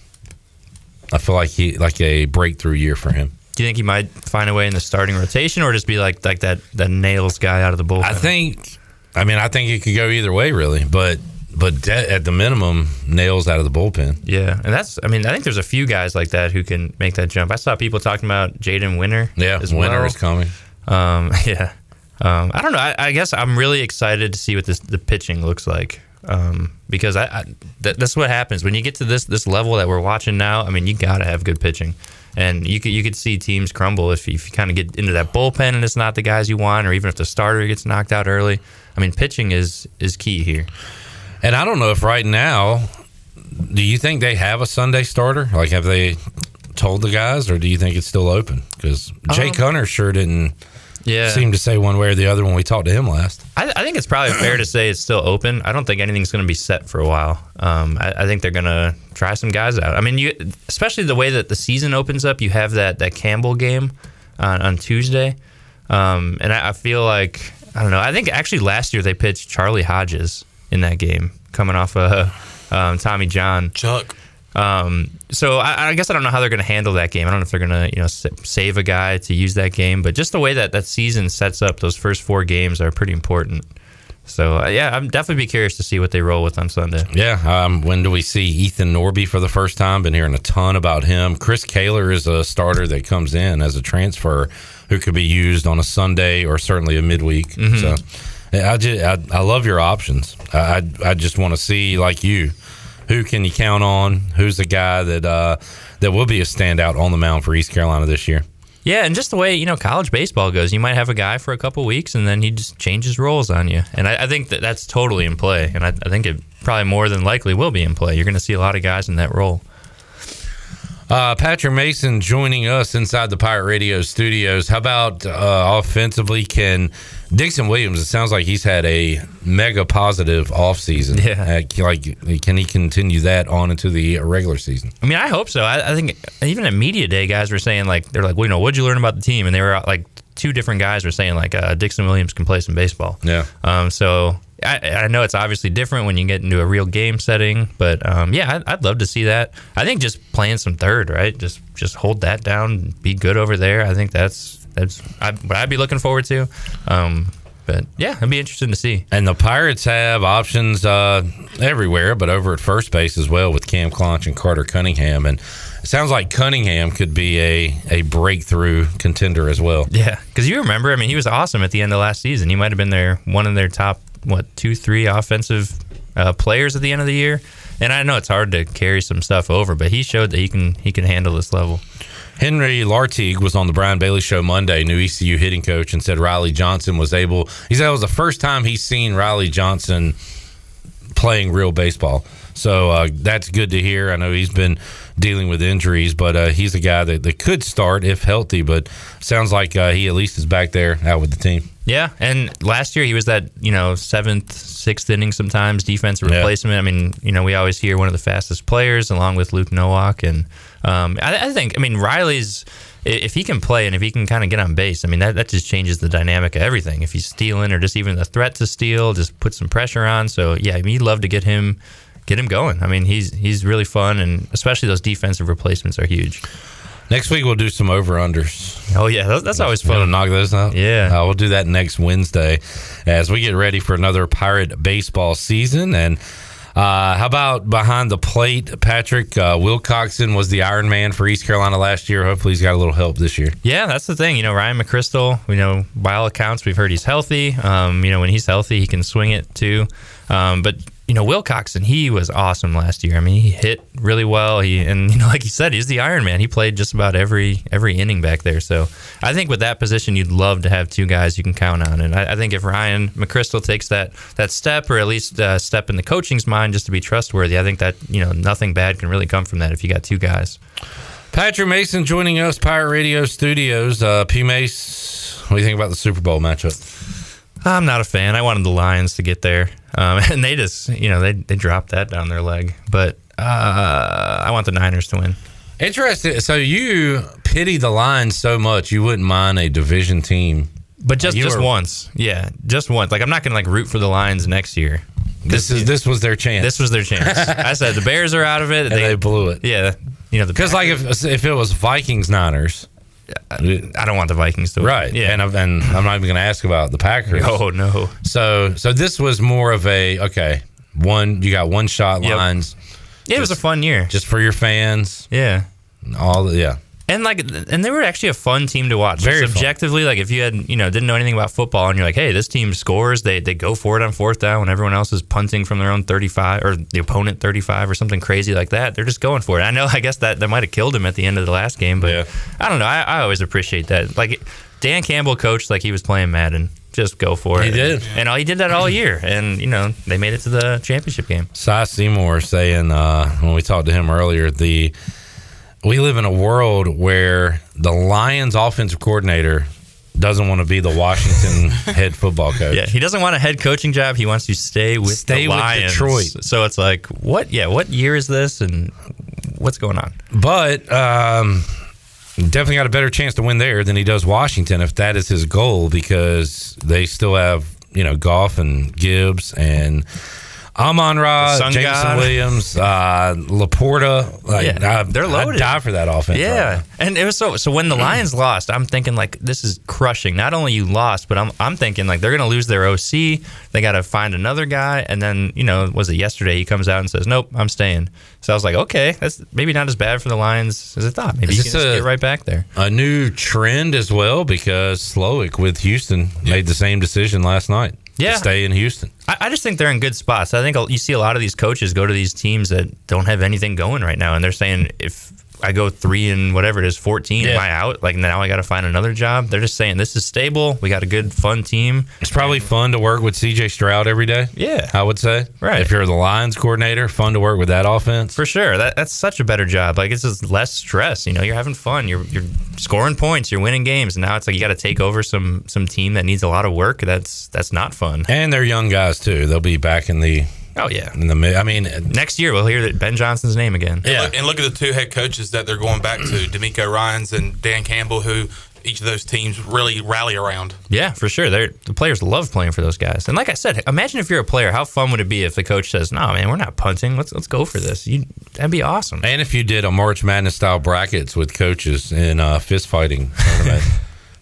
I feel like he like a breakthrough year for him.
Do you think he might find a way in the starting rotation, or just be like like that that nails guy out of the bullpen?
I think. I mean, I think it could go either way, really. But but de- at the minimum, nails out of the bullpen.
Yeah, and that's. I mean, I think there's a few guys like that who can make that jump. I saw people talking about Jaden Winter.
Yeah,
as
Winter
well.
is coming.
Um, yeah. Um, I don't know. I, I guess I'm really excited to see what this the pitching looks like um, because I, I that, that's what happens when you get to this this level that we're watching now. I mean, you gotta have good pitching, and you could you could see teams crumble if you, if you kind of get into that bullpen and it's not the guys you want, or even if the starter gets knocked out early. I mean, pitching is is key here.
And I don't know if right now, do you think they have a Sunday starter? Like, have they told the guys, or do you think it's still open? Because Jake Hunter sure didn't
Yeah.
seem to say one way or the other when we talked to him last.
I, I think it's probably fair to say it's still open. I don't think anything's going to be set for a while. Um, I, I think they're going to try some guys out. I mean, you especially the way that the season opens up. You have that that Campbell game on, on Tuesday, um, and I, I feel like I don't know. I think actually last year they pitched Charlie Hodges in that game, coming off a um, Tommy John
Chuck.
Um, so I, I guess I don't know how they're going to handle that game. I don't know if they're going to you know sa- save a guy to use that game, but just the way that that season sets up, those first four games are pretty important. So uh, yeah, I'm definitely be curious to see what they roll with on Sunday.
Yeah. Um, when do we see Ethan Norby for the first time? Been hearing a ton about him. Chris Kaler is a starter that comes in as a transfer who could be used on a Sunday or certainly a midweek.
Mhm.
So yeah, I just I, I love your options. I I, I just want to see like you. Who can you count on? Who's the guy that uh, that will be a standout on the mound for East Carolina this year?
Yeah, and just the way you know college baseball goes, you might have a guy for a couple weeks, and then he just changes roles on you. And I, I think that that's totally in play, and I, I think it probably more than likely will be in play. You're going to see a lot of guys in that role.
Uh, Patrick Mason joining us inside the Pirate Radio studios. How about uh, offensively? Can Dixon Williams? It sounds like he's had a mega positive offseason. Yeah, like can he continue that on into the regular season?
I mean, I hope so. I, I think even at media day, guys were saying like they're like, well, you know, what'd you learn about the team? And they were out, like two different guys were saying like uh, Dixon Williams can play some baseball.
Yeah.
Um. So I, I know it's obviously different when you get into a real game setting, but um, yeah, I'd, I'd love to see that. I think just playing some third, right? Just just hold that down, be good over there. I think that's that's I, what I'd be looking forward to. Um, but yeah, it'd be interesting to see.
And the Pirates have options uh, everywhere, but over at first base as well with Cam Clonch and Carter Cunningham. And it sounds like Cunningham could be a, a breakthrough contender as well.
Yeah, because you remember, I mean, he was awesome at the end of last season. He might have been their one of their top what two three offensive uh, players at the end of the year. And I know it's hard to carry some stuff over, but he showed that he can he can handle this level.
Henry Lartigue was on the Brian Bailey show Monday, new ECU hitting coach, and said Riley Johnson was able. He said it was the first time he's seen Riley Johnson playing real baseball. So uh, that's good to hear. I know he's been dealing with injuries, but uh, he's a guy that, that could start if healthy. But sounds like uh, he at least is back there out with the team.
Yeah, and last year he was that you know seventh, sixth inning sometimes defensive replacement. I mean, you know we always hear one of the fastest players along with Luke Nowak, and um, I, I think I mean Riley's i- if he can play and if he can kind of get on base. I mean that that just changes the dynamic of everything. If he's stealing or just even the threat to steal, just put some pressure on. So yeah, I mean you'd love to get him get him going. I mean he's he's really fun, and especially those defensive replacements are huge.
Next week we'll do some over unders.
Oh yeah, that's, that's always
Gonna
fun.
knock those out.
Yeah.
uh, we'll do that next Wednesday as we get ready for another Pirate baseball season. And uh, how about behind the plate, Patrick uh, Wilcoxon was the Iron Man for East Carolina last year. Hopefully, he's got a little help this year.
Yeah, that's the thing. You know, Ryan McChrystal, you know, by all accounts, we've heard he's healthy. Um, you know, when he's healthy, he can swing it too. Um, but, you know, Wilcoxon, he was awesome last year. I mean, he hit really well. He and you know, like you said, he's the Iron Man. He played just about every every inning back there. So I think with that position, you'd love to have two guys you can count on. And I, I think if Ryan McChrystal takes that that step, or at least uh, step in the coaching's mind, just to be trustworthy, I think that you know nothing bad can really come from that if you got two guys.
Patrick Mason joining us, Pirate Radio Studios. Uh, P. Mace, what do you think about the Super Bowl matchup?
I'm not a fan. I wanted the Lions to get there, um, and they just, you know, they they dropped that down their leg. But uh, I want the Niners to win.
Interesting. So you pity the Lions so much, you wouldn't mind a division team,
but just
You
just
were-
once, yeah, just once. Like I'm not gonna like root for the Lions next year.
This is this was their chance.
This was their chance. I said the Bears are out of it.
and they, blew it.
Yeah, you know,
because like if if it was Vikings Niners,
I don't want the Vikings to win.
right. Yeah, and, I've- and I'm not even going to ask about the Packers.
Oh, no.
So so this was more of a okay one. You got one shot
Yep.
lines.
Yeah, it was a fun year,
just for your fans.
Yeah,
all the, yeah.
And like, and they were actually a fun team to watch.
Very fun.
subjectively, like if you had, you know, didn't know anything about football, and you're like, hey, this team scores, they they go for it on fourth down when everyone else is punting from their own 35 or the opponent 35 or something crazy like that. They're just going for it. I know, I guess that that might have killed him at the end of the last game, but I don't know. I, I always appreciate that. Like Dan Campbell coached like he was playing Madden. Just go for it. He did, and all he did that all year, and you know they made it to the championship game.
Cy Seymour saying uh, when we talked to him earlier, the we live in a world where the Lions offensive coordinator doesn't want to be the Washington head football coach.
Yeah, he doesn't want a head coaching job. He wants to stay with
Stay
the
with
Lions.
Detroit.
So it's like, what? Yeah, what year is this, and what's going on?
But um, definitely got a better chance to win there than he does Washington if that is his goal because they still have, you know, Goff and Gibbs and Amon Ra,
The sun
Jameson
god.
Williams, uh, Laporta. Like, I,
they're loaded.
I'd die for that offense. right
Yeah,
now.
and it was so. So when the Lions lost, I'm thinking like this is crushing. Not only you lost, but I'm I'm thinking like they're gonna lose their OC. They got to find another guy, and then you know was it yesterday? He comes out and says, "Nope, I'm staying." So I was like, okay, that's maybe not as bad for the Lions as I thought. Maybe
Is
you
this
can just
a-
get right back there.
A new trend as well because Slowick with Houston made the same decision last night. to
Yeah.
stay in Houston.
I, I just think they're in good spots. I think you see a lot of these coaches go to these teams that don't have anything going right now, and they're saying if I go three and whatever it is, fourteen. Am
Yeah.
I out? Like now I got to find another job. They're just saying this is stable. We got a good, fun team.
It's probably fun to work with CJ Stroud every day.
Yeah,
I would say.
Right.
If you're the Lions coordinator, fun to work with that offense.
For sure. That, that's such a better job. Like it's just less stress. You know, you're having fun. You're you're scoring points. You're winning games. And now it's like you got to take over some some team that needs a lot of work. That's that's not fun.
And they're young guys too. They'll be back in the
Oh yeah.
in the mid. I mean, uh,
next year we'll hear that Ben Johnson's name again.
And, look, and look at the two head coaches that they're going back to, D'Amico Ryans and Dan Campbell, who each of those teams really rally around.
Yeah, for sure. They're, the players love playing for those guys. And like I said, imagine if you're a player, how fun would it be if the coach says, "No, man, we're not punting. Let's let's go for this." You, that'd be awesome.
And if you did a March Madness style brackets with coaches in uh, fist fighting tournament,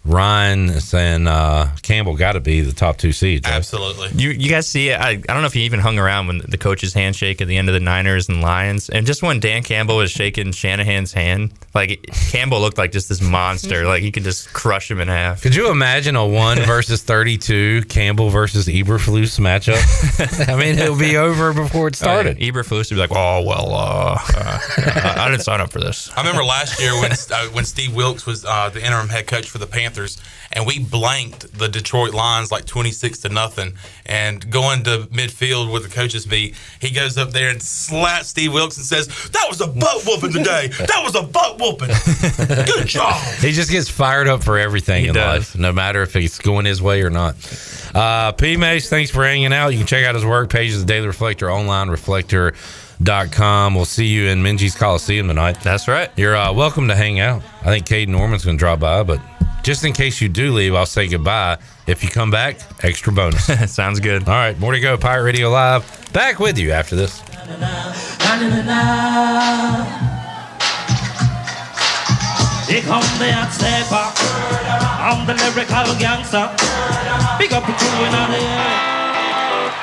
Ryan and uh, Campbell got to be the top two seeds. right?
Absolutely.
You you guys see it? I, I don't know if you even hung around when the coach's handshake at the end of the Niners and Lions, and just when Dan Campbell was shaking Shanahan's hand, like Campbell looked like just this monster, like he could just crush him in half.
Could you imagine a one versus thirty-two Campbell versus Eberflus matchup? I mean, it'll be over before it started.
Oh, yeah. Eberflus would be like, "Oh well, uh, uh, I didn't sign up for this."
I remember last year when uh, when Steve Wilkes was uh, the interim head coach for the Panthers, and we blanked the Detroit Lions like twenty six to nothing. And going to midfield with the coaches meet, he goes up there and slaps Steve Wilkes and says, "That was a butt whooping today. That was a butt whooping. Good job."
He just gets fired up for everything in life, no matter if it's going his way or not. Uh, P. Mace, thanks for hanging out. You can check out his work pages, The Daily Reflector, online, reflector.com. We'll see you in Minji's Coliseum tonight.
That's right.
You're uh, welcome to hang out. I think Cade Norman's going to drop by, but just in case you do leave, I'll say goodbye. If you come back, extra bonus.
Sounds good.
All right, more to go. Pirate Radio Live, back with you after this.
Here come the hot stepper. I'm the lyrical gangster. Big up the crew in the air.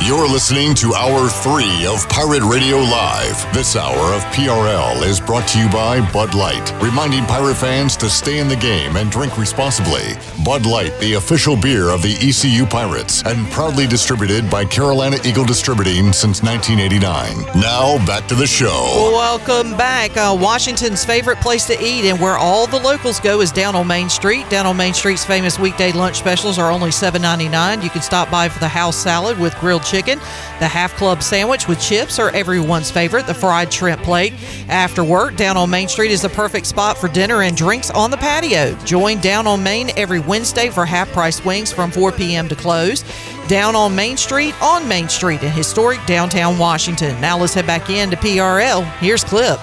You're listening to Hour 3 of Pirate Radio Live. This hour of PRL is brought to you by Bud Light, reminding pirate fans to stay in the game and drink responsibly. Bud Light, the official beer of the ECU Pirates, and proudly distributed by Carolina Eagle Distributing since 1989. Now, back to the show.
Welcome back. Uh, Washington's favorite place to eat and where all the locals go is down on Main Street. Down on Main Street's famous weekday lunch specials are only $7.99. You can stop by for the house salad with grilled chicken, the half club sandwich with chips, or everyone's favorite, the fried shrimp plate. After work, down on Main Street is the perfect spot for dinner and drinks on the patio. Join Down on Main every Wednesday for half price wings from 4 p.m. to close. Down on Main Street, on Main Street in historic downtown Washington. Now let's head back in to PRL. Here's Clip.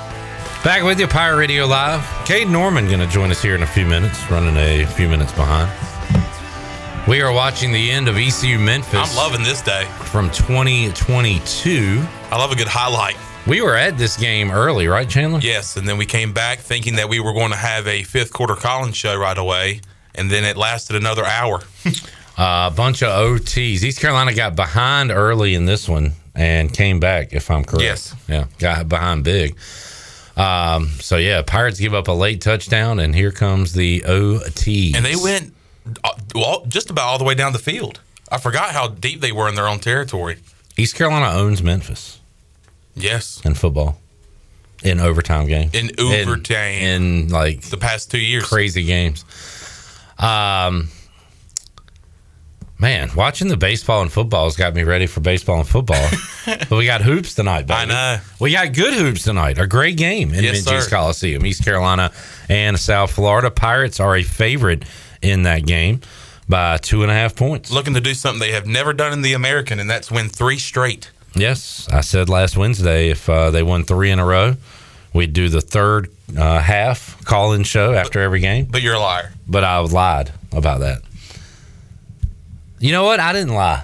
Back with you, Pirate Radio Live. Cade Norman going to join us here in a few minutes, running a few minutes behind. We are watching the end of ECU Memphis.
I'm loving this day.
from 2022.
I love a good highlight.
We were at this game early, right, Chandler?
Yes, and then we came back thinking that we were going to have a fifth quarter Collins show right away, and then it lasted another hour.
uh, A bunch of OTs. East Carolina got behind early in this one and came back, if I'm correct.
Yes.
Yeah, got behind big. Um, so yeah, Pirates give up a late touchdown, and here comes the OTs.
And they went uh, well, just about all the way down the field. I forgot how deep they were in their own territory.
East Carolina owns Memphis
Yes,
in football in overtime games.
in overtime
in, in like the
past two years,
crazy games. Um, man, watching the baseball and football has got me ready for baseball and football. but we got hoops tonight, baby. I
know.
We got good hoops tonight. A great game in
Yes,
Minji's
sir.
Coliseum, East Carolina and South Florida. Pirates are a favorite in that game by two and a half points.
looking to do something they have never done in the American, and that's win three straight.
Yes, I said last Wednesday if uh, they won three in a row, we'd do the third uh, half call-in show after every game.
But you're a liar.
But I lied about that. You know what? I didn't lie.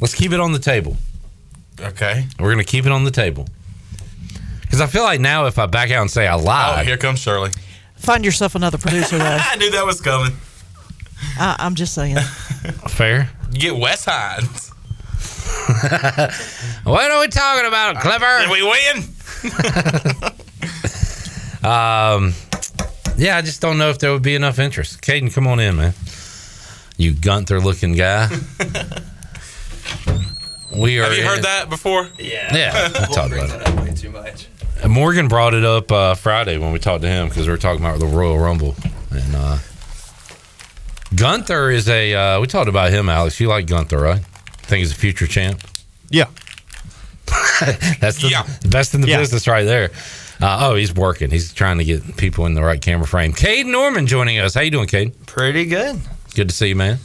Let's keep it on the table.
Okay.
We're gonna keep it on the table because I feel like now if I back out and say I lied,
Oh, here comes Shirley.
Find yourself another producer, though.
I knew that was coming.
I, I'm just saying.
Fair.
You get West Hines.
what are we talking about, Clever?
Did we win?
Um, yeah, I just don't know if there would be enough interest. Caden, come on in, man. You Gunther looking guy. we are.
Have you
in-
heard that before?
Yeah, I talked about it. And Morgan brought it up uh, Friday when we talked to him because we were talking about the Royal Rumble and uh, Gunther is a. Uh, we talked about him, Alex. You like Gunther, right? Think he's a future champ.
Yeah.
That's the best in the business right there. Uh, oh, he's working. He's trying to get people in the right camera frame. Cade Norman joining us. How you doing, Cade?
Pretty good.
Good to see you, man.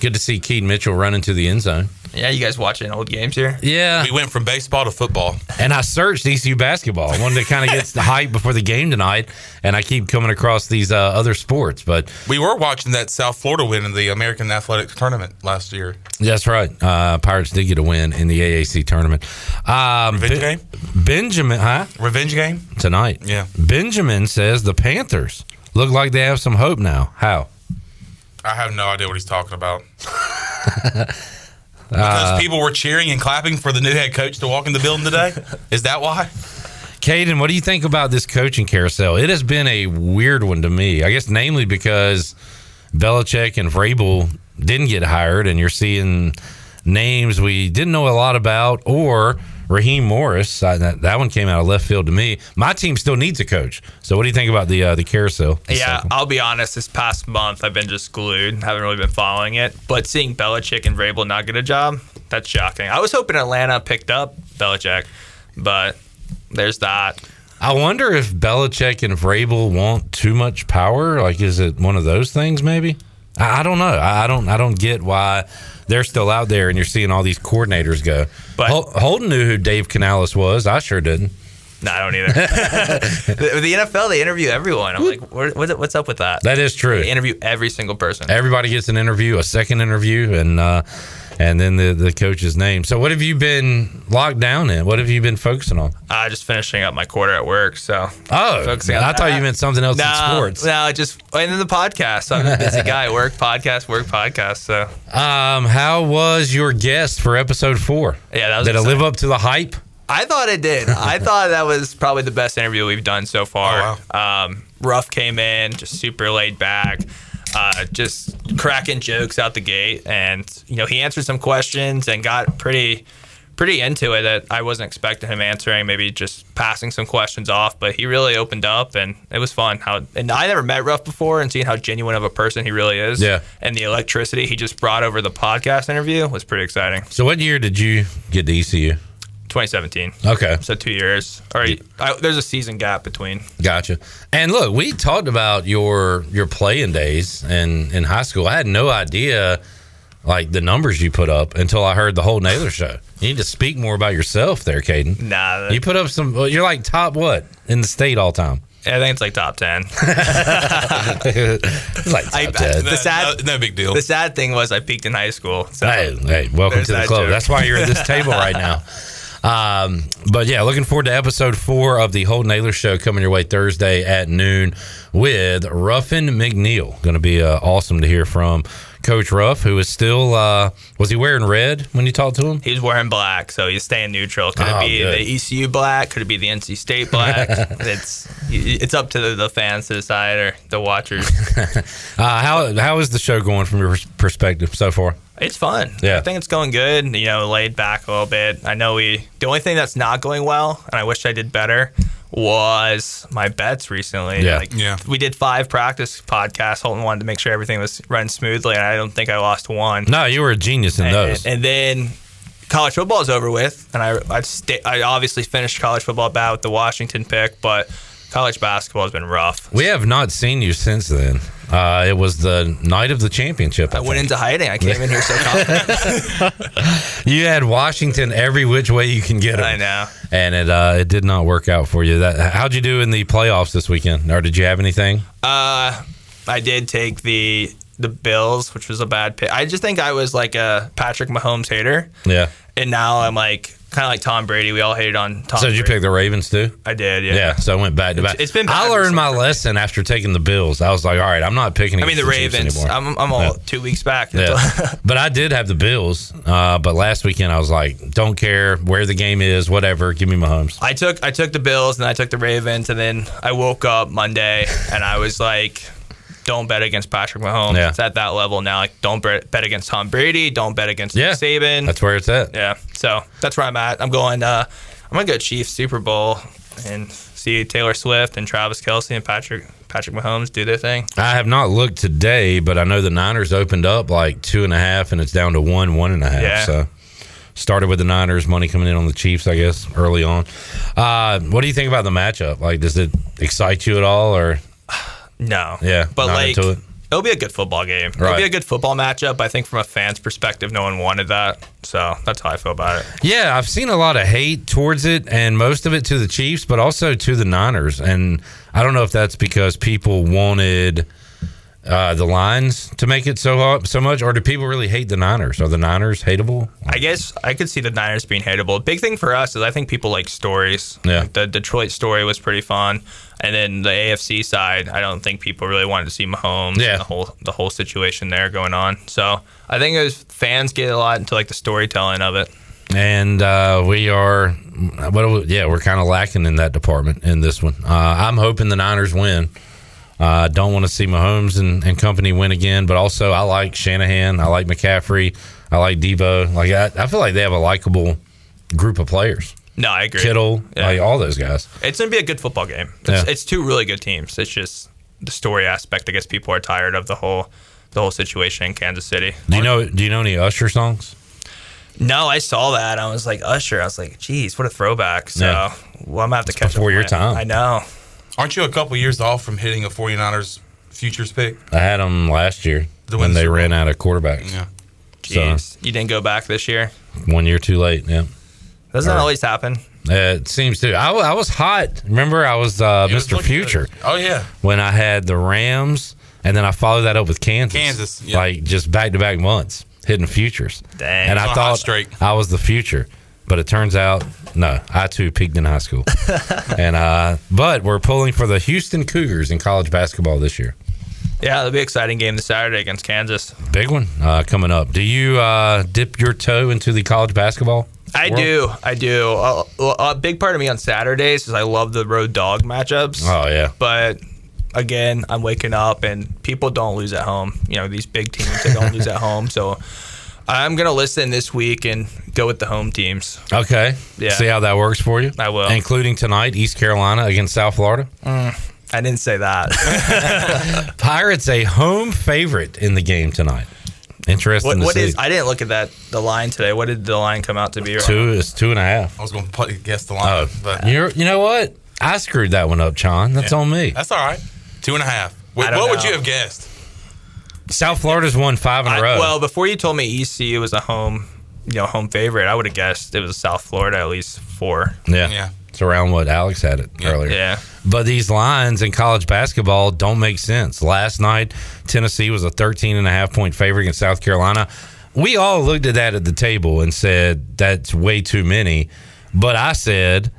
Good to see Keed Mitchell running to the end zone.
Yeah, you guys watching old games here?
Yeah.
We went from baseball to football.
And I searched ECU basketball. I wanted to kind of get the hype before the game tonight, and I keep coming across these uh, other sports. But
We were watching that South Florida win in the American Athletic Tournament last year.
that's right. Uh, Pirates did get a win in the AAC tournament. Um,
Revenge game?
Benjamin, huh?
Revenge game?
Tonight.
Yeah.
Benjamin says the Panthers look like they have some hope now. How?
I have no idea what he's talking about. Because
Uh,
people were cheering and clapping for the new head coach to walk in the building today. Is that why?
Caden, what do you think about this coaching carousel? It has been a weird one to me. I guess namely because Belichick and Vrabel didn't get hired, and you're seeing names we didn't know a lot about, or Raheem Morris. I, that, that one came out of left field to me. My team still needs a coach. So, what do you think about the uh, the carousel?
Yeah, I'll be honest. This past month, I've been just glued. Haven't really been following it. But seeing Belichick and Vrabel not get a job, that's shocking. I was hoping Atlanta picked up Belichick, but there's that.
I wonder if Belichick and Vrabel want too much power. Like, is it one of those things? Maybe I, I don't know. I, I don't. I don't get why they're still out there, and you're seeing all these coordinators go. But Hol- Holden knew who Dave Canales was. I sure didn't.
No, I don't either. the, the NFL, they interview everyone. I'm like, what, what's what's up with that?
That is true.
They interview every single person.
Everybody gets an interview, a second interview, and uh, and then the the coach's name. So, what have you been locked down in? What have you been focusing on?
Uh, just finishing up my quarter at work, so
Oh, I thought you meant something else in
Nah,
sports.
No, just and then the podcast. I'm a busy guy. Work podcast, work podcast. So
Um, how was your guest for episode four?
Yeah, that was
did it
exciting.
live up to the hype?
I thought it did. I thought that was probably the best interview we've done so far. um, Ruff came in, just super laid back, uh, just cracking jokes out the gate, and you know he answered some questions and got pretty, pretty into it that I wasn't expecting him answering. Maybe just passing some questions off, but he really opened up, and it was fun. How and I never met Ruff before, and seeing how genuine of a person he really is,
Yeah.
and the electricity he just brought over the podcast interview was pretty exciting.
So, what year did you get E to ECU?
2017.
Okay.
So two years. All right. I, there's a season gap between.
Gotcha. And look, we talked about your your playing days and in high school. I had no idea like the numbers you put up until I heard the whole Naylor show. You need to speak more about yourself there, Caden.
Nah. that-
You put up some. well, You're like top what in the state all time.
I think it's like top ten.
it's like top
I,
ten.
the sad, no, big deal. The sad thing was I peaked in high school. So
Hey, hey, welcome
there's
to the
that
club.
joke.
That's why you're at this table right now. Um, but yeah, looking forward to episode four of the whole Naylor Show coming your way Thursday at noon with Ruffin McNeil. Going to be uh, awesome to hear from Coach Ruff, who is still uh, was he wearing red when you talked to him?
He's wearing black, so he's staying neutral. Could
Oh,
it be
good.
the ECU black? Could it be the NC State black? it's it's up to the, the fans to decide or the watchers.
Uh, how how is the show going from your pers- perspective so far?
It's fun.
Yeah.
I think it's going good. You know, laid back a little bit. I know we. The only thing that's not going well, and I wish I did better, was my bets recently.
Yeah.
Like,
Yeah.
We did five practice podcasts. Holton wanted to make sure everything was run smoothly, and I don't think I lost one.
No, you were a genius in
and,
those.
And then college football is over with, and I I, sta I obviously finished college football bad with the Washington pick, but college basketball has been rough.
we have not seen you since then. Uh, it was the night of the championship.
I went into hiding. I came in here so confident.
You had Washington every which way you can get them. I
know,
and it uh, it did not work out for you. That how'd you do in the playoffs this weekend, or did you have anything?
Uh, I did take the the Bills, which was a bad pick. I just think I was like a Patrick Mahomes hater,
Yeah.
and now I'm like kind of like Tom Brady. We all hated on Tom.
so did you
Brady.
pick the Ravens too?
I did. Yeah.
Yeah. So I went back to
It's-
back.
it's been bad
I learned my lesson after taking the Bills. I was like, all right, I'm not picking.
I mean the
against the Chiefs
Ravens.
anymore.
I'm, I'm all two weeks back.
Yeah. but I did have the Bills. Uh, but last weekend I was like, don't care where the game is, whatever. Give me Mahomes.
I took I took the Bills and I took the Ravens and then I woke up Monday and I was like don't bet against Patrick Mahomes.
Yeah.
It's at that level now. Like don't bet bet against Tom Brady. Don't bet against
Yeah.
Saban.
That's where it's at.
Yeah. So that's where I'm at. I'm going. Uh, I'm gonna go Chiefs Super Bowl and see Taylor Swift and Travis Kelsey and Patrick Patrick Mahomes do their thing.
I have not looked today, but I know the Niners opened up like two and a half, and it's down to one, one and a half.
Yeah.
So started with the Niners, money coming in on the Chiefs, I guess, early on. Uh, what do you think about the matchup? Like, does it excite you at all, or
No.
yeah,
But
not
like,
into it?
will be a good football game. It'll
Right.
be a good football matchup. I think from a fan's perspective, no one wanted that. So that's how I feel about it.
Yeah, I've seen a lot of hate towards it, and most of it to the Chiefs, but also to the Niners. And I don't know if that's because people wanted uh, the lines to make it so hot, so much, or do people really hate the Niners? Are the Niners hateable?
I guess I could see the Niners being hateable. Big thing for us is I think people like stories.
Yeah.
Like the Detroit story was pretty fun, and then the AFC side, I don't think people really wanted to see Mahomes.
Yeah.
And the whole the whole situation there going on. So I think it was fans get a lot into like the storytelling of it.
And uh, we are, what are we- yeah, we're kind of lacking in that department in this one. Uh, I'm hoping the Niners win. I uh, don't want to see Mahomes and, and company win again, but also I like Shanahan. I like McCaffrey. I like Debo. Like I, I feel like they have a likable group of players.
No, I agree.
Kittle, like all those guys.
It's gonna be a good football game. It's,
Yeah.
it's two really good teams. It's just the story aspect. I guess people are tired of the whole the whole situation in Kansas City.
Do you know? Do you know any Usher songs?
No, I saw that. I was like Usher. I was like, geez, what a throwback. So
Yeah.
well, I'm gonna have to catch
before
up
your
on it.
time.
I know.
Aren't you a couple years off from hitting a 49ers futures pick?
I had them last year
The
when
ones-
they ran out of quarterbacks.
Yeah.
Jeez, you didn't go back this year.
So one year too late. Yeah.
Doesn't
Or-
that always happen?
Uh, It seems to. I, wa- I was hot. Remember, I was uh, Mr. Future.
Oh, yeah.
When I had the Rams, and then I followed that up with Kansas.
Kansas, yeah.
Like just back to back months, hitting futures.
Dang.
And
On
I
a hot
thought I was the future, but it turns out no. I too peaked in high school. and uh, but we're pulling for the Houston Cougars in college basketball this year.
Yeah, it'll be an exciting game this Saturday against Kansas.
Big one uh, coming up. Do you uh, dip your toe into the college basketball?
I
world?
do, I do. A, a big part of me on Saturdays is I love the road dog matchups.
Oh, yeah.
But again, I'm waking up and people don't lose at home. You know, these big teams they don't lose at home. So I'm gonna listen this week and go with the home teams.
Okay.
Yeah.
See how that works for you. I
will.
Including tonight, East Carolina against South Florida.
Mm, I didn't say that.
Pirates a home favorite in the game tonight. Interesting.
what
to
what
see.
is? I didn't look at that the line today. What did the line come out to be?
two? It's two and a half. Oh,
I was going to guess the line. but
You're, you know what? I screwed that one up, Sean. That's
Yeah.
on me.
That's all right. Two and a half. Wait,
I don't
what would
know.
you have guessed?
South Florida's won five in a
I-
row.
well, before you told me ECU was a home, you know, home favorite, I would have guessed it was South Florida at least four.
yeah. It's around what Alex had it earlier.
Yeah.
But these lines in college basketball don't make sense. Last night, Tennessee was a 13 and a half point favorite against South Carolina. We all looked at that at the table and said, that's way too many. But I said,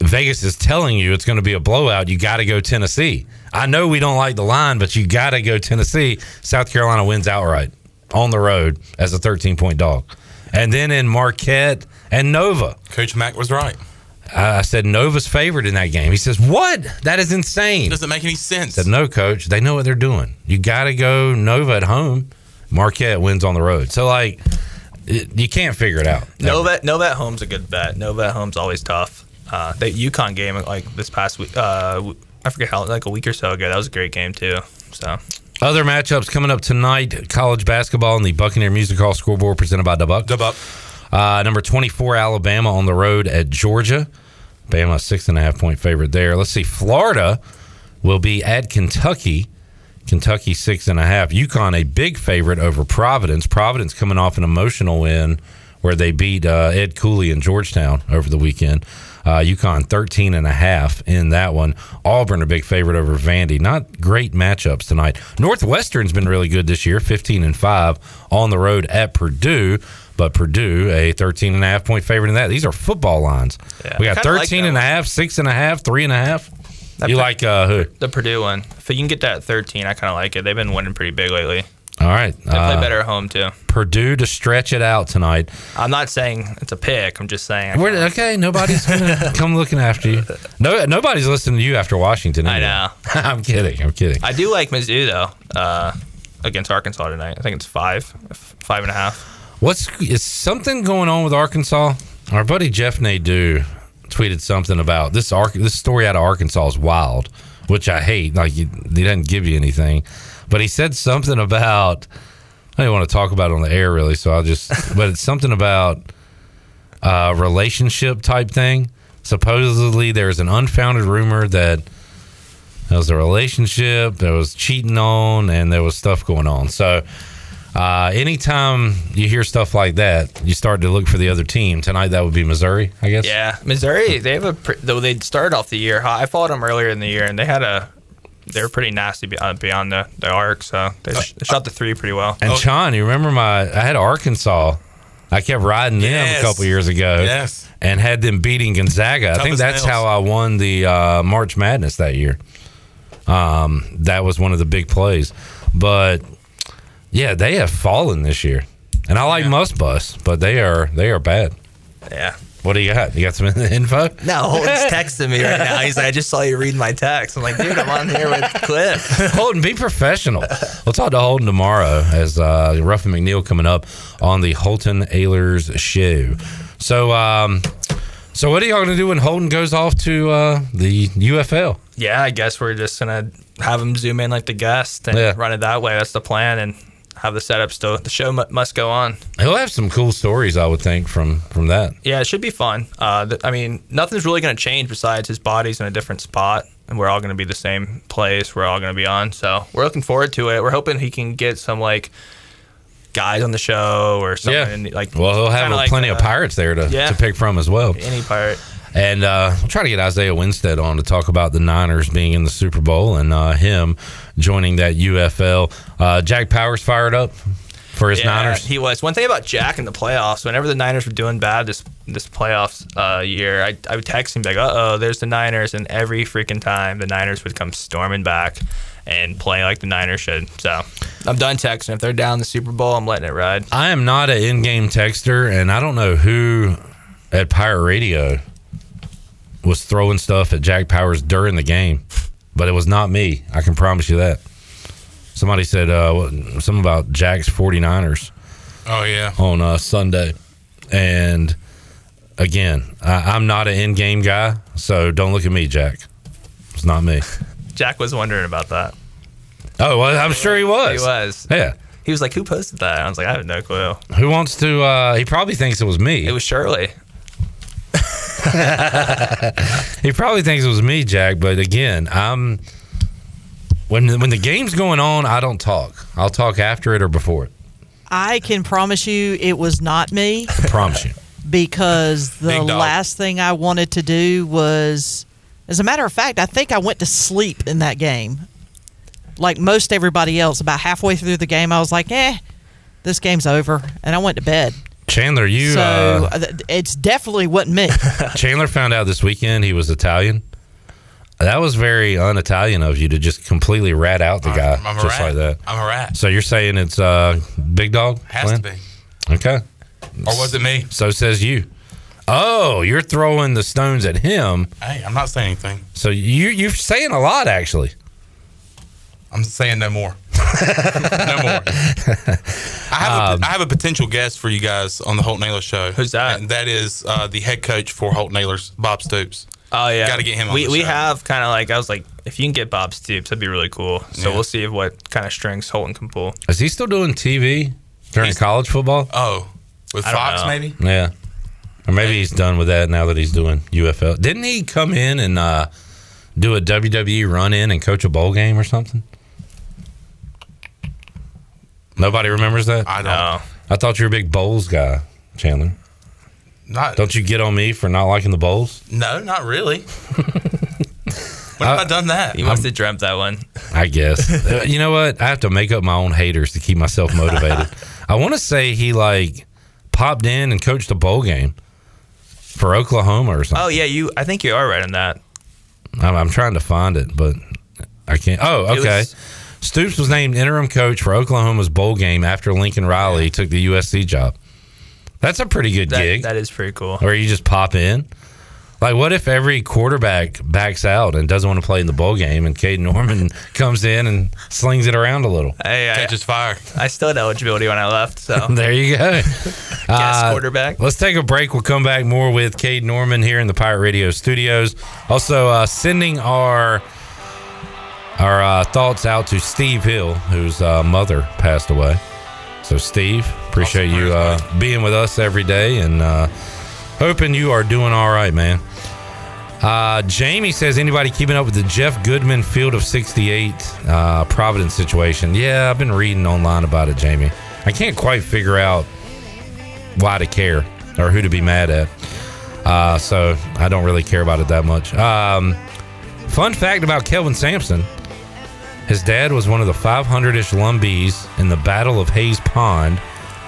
Vegas is telling you it's going to be a blowout. You got to go Tennessee. I know we don't like the line, but you got to go Tennessee. South Carolina wins outright on the road as a 13 point dog. And then in Marquette and Nova.
Coach Mack was right.
I I said Nova's favored in that game. He says, "What? That is insane."
Doesn't make any sense.
Said no, coach. They know what they're doing. You got to go Nova at home. Marquette wins on the road. So like, it, you can't figure it out.
Nova Nova at home's a good bet. Nova at home's always tough. Uh, that UConn game, like this past week, uh, w- I forget how, like a week or so ago, that was a great game too. So
Other matchups coming up tonight: college basketball and the Buccaneer Music Hall scoreboard presented by Dubuck.
Dubuck.
Uh, number twenty-four, Alabama on the road at Georgia. Bama six and a half point favorite there. Let's see. Florida will be at Kentucky. Kentucky six and a half. UConn a big favorite over Providence. Providence coming off an emotional win where they beat uh, Ed Cooley in Georgetown over the weekend. Uh, UConn 13 and a half in that one. Auburn a big favorite over Vandy. Not great matchups tonight. Northwestern's been really good this year, 15 and 5 on the road at Purdue, but Purdue a 13 and a half point favorite in that. These are football lines. we
I
got
kinda like
13 and a half, 6 and a half, 3 and a half.
That
you
pick-
like uh, who?
the Purdue one, if you can get that at 13, I kind of like it. They've been winning pretty big lately.
All right. uh,
They play better at home, too.
Purdue to stretch it out tonight.
I'm not saying it's a pick. I'm just saying.
We're, okay, nobody's gonna come looking after you. No, nobody's listening to you after Washington.
I
anyway.
know.
I'm kidding. I'm kidding.
I do like Mizzou though uh, against Arkansas tonight. I think it's five, f- five and a half.
What's is something going on with Arkansas? Our buddy Jeff Nadeau tweeted something about this. Ar- this story out of Arkansas is wild, which I hate. Like you, he doesn't give you anything, but he said something about. I didn't want to talk about it on the air really, so I'll just. but it's something about uh, relationship type thing. Supposedly, there's an unfounded rumor that there was a relationship, there was cheating on, and there was stuff going on. So, uh, anytime you hear stuff like that, you start to look for the other team. Tonight, that would be Missouri, I guess.
Yeah, Missouri. They have a pr- though they started off the year. hot. I followed them earlier in the year, and they had a. They were pretty nasty be- uh, beyond the, the arc, so they, sh- they shot the three pretty well.
Oh,
Oh.
And Sean, you remember my? I had Arkansas. I kept riding them
Yes.
a couple years ago.
Yes.
And had them beating Gonzaga. I
Tough
think
as
that's
nails.
how I won the uh, March Madness that year. Um, that was one of the big plays. But yeah, they have fallen this year. And I like Must Bus, but they are they are bad.
Yeah.
What do you got? You got some info?
No, Holden's texting me right now. He's like, I just saw you read my text. I'm like, dude, I'm on here with Clip.
Holden, be professional. We'll talk to Holden tomorrow as uh, Ruffin McNeil coming up on the Holton Ailers show. So, um, so what are y'all going to do when Holden goes off to uh, the UFL?
Yeah, I guess we're just gonna have them zoom in like the guest and
Yeah.
run it that way. That's the plan, and have the setup still. The show mu must go on.
He'll have some cool stories, I would think, from from that.
Yeah, it should be fun. Uh, th- I mean, nothing's really gonna change besides his body's in a different spot, and we're all gonna be the same place. We're all gonna be on, so we're looking forward to it. We're hoping he can get some like guys on the show or something. Like,
well, he'll have
kinda like,
plenty of
uh,
pirates there to,
yeah.
to pick from as well.
Any pirate.
And uh, we'll try to get Isaiah Winstead on to talk about the Niners being in the Super Bowl and uh, him joining that UFL. Uh, Jack Powers fired up for his Niners.
He was. One thing about Jack in the playoffs, whenever the Niners were doing bad this this playoffs uh, year, I, I would text him be like, "Uh oh, there's the Niners," and every freaking time the Niners would come storming back and play like the Niners should. So I'm done texting. If they're down the Super Bowl, I'm letting it ride.
I am not an in-game texter, and I don't know who at Pirate Radio was throwing stuff at Jack Powers during the game, but it was not me. I can promise you that. Somebody said uh, what- something about Jack's 49ers.
Oh, yeah.
on uh, Sunday, and again, I, I'm not an in-game guy, so don't look at me, Jack. It's not me.
Jack was wondering about that.
Oh, well, I'm sure he was.
He was.
Yeah.
He was like, "Who posted that?" I was like, "I have no clue."
Who wants to? Uh, he probably thinks it was me. It
was Shirley.
he probably thinks it was me, Jack. But again, I'm when the, when the game's going on, I don't talk. I'll talk after it or before it.
I can promise you it was not me
I promise you.
because the
Ding dong.
last thing I wanted to do was, as a matter of fact, I think I went to sleep in that game. Like most everybody else, about halfway through the game, I was like, eh, this game's over. And I went to bed.
Chandler, you
so
uh,
uh, th- it's definitely wasn't me.
Chandler found out this weekend he was Italian. That was very un-Italian of you to just completely rat out the guy
I'm a
just like
rat.
that.
I'm a rat.
So you're saying it's uh, Big Dog?
Has to
be. Okay.
Or was it me?
So says you. Oh, you're throwing the stones at him.
Hey, I'm not saying anything.
So you you're saying a lot actually.
I'm saying no more. no more. I have, a, I have a potential guest for you guys on the Holt Naylor show. Who's that? And that is uh, the head coach for Holt Naylors, Bob Stoops.
Oh yeah,
got to get him. on
We
the
we
show.
have kind of like I was like, if you can get Bob Stoops, that'd be really cool. So
Yeah.
we'll see what kind of strings Holton can pull.
Is he still doing TV during college football?
Oh, with
I don't
Fox
know.
maybe.
Yeah. Or maybe he's done with that now that he's doing UFL. Didn't he come in and uh, do a WWE run in and coach a bowl game or something? Nobody remembers that? I
don't.
I thought you were a big bowls guy, Chandler.
Not
Don't you get on me for not liking the bowls?
no, not really. when have I done that?
Uh, You must have dreamt that one.
I guess. Uh, you know what? I have to make up my own haters to keep myself motivated. I want to say he like popped in and coached a bowl game for Oklahoma or something.
Oh yeah, you. I think you are right on that.
I'm, I'm trying to find it, but I can't. Oh,
It
okay.
was-
Stoops was named interim coach for Oklahoma's bowl game after Lincoln Riley took the USC job. That's a pretty good
That-
gig.
that is pretty cool.
Where you just pop in. Like, what if every quarterback backs out and doesn't want to play in the bowl game, and Cade Norman comes in and slings it around a little?
Hey, catches fire. I still had eligibility when I left, so
there you go. Uh,
quarterback.
Let's take a break. We'll come back more with Cade Norman here in the Pirate Radio studios. Also, uh, sending our our uh, thoughts out to Steve Hill, whose uh, mother passed away. So, Steve, appreciate you uh, being with us every day and uh, hoping you are doing all right, man. Uh, Jamie says, anybody keeping up with the Jeff Goodman Field of 68 uh, Providence situation? Yeah, I've been reading online about it, Jamie. I can't quite figure out why to care or who to be mad at. Uh, so I don't really care about it that much. Um, fun fact about Kelvin Sampson his dad was one of the 500 ish Lumbees in the Battle of Hayes Pond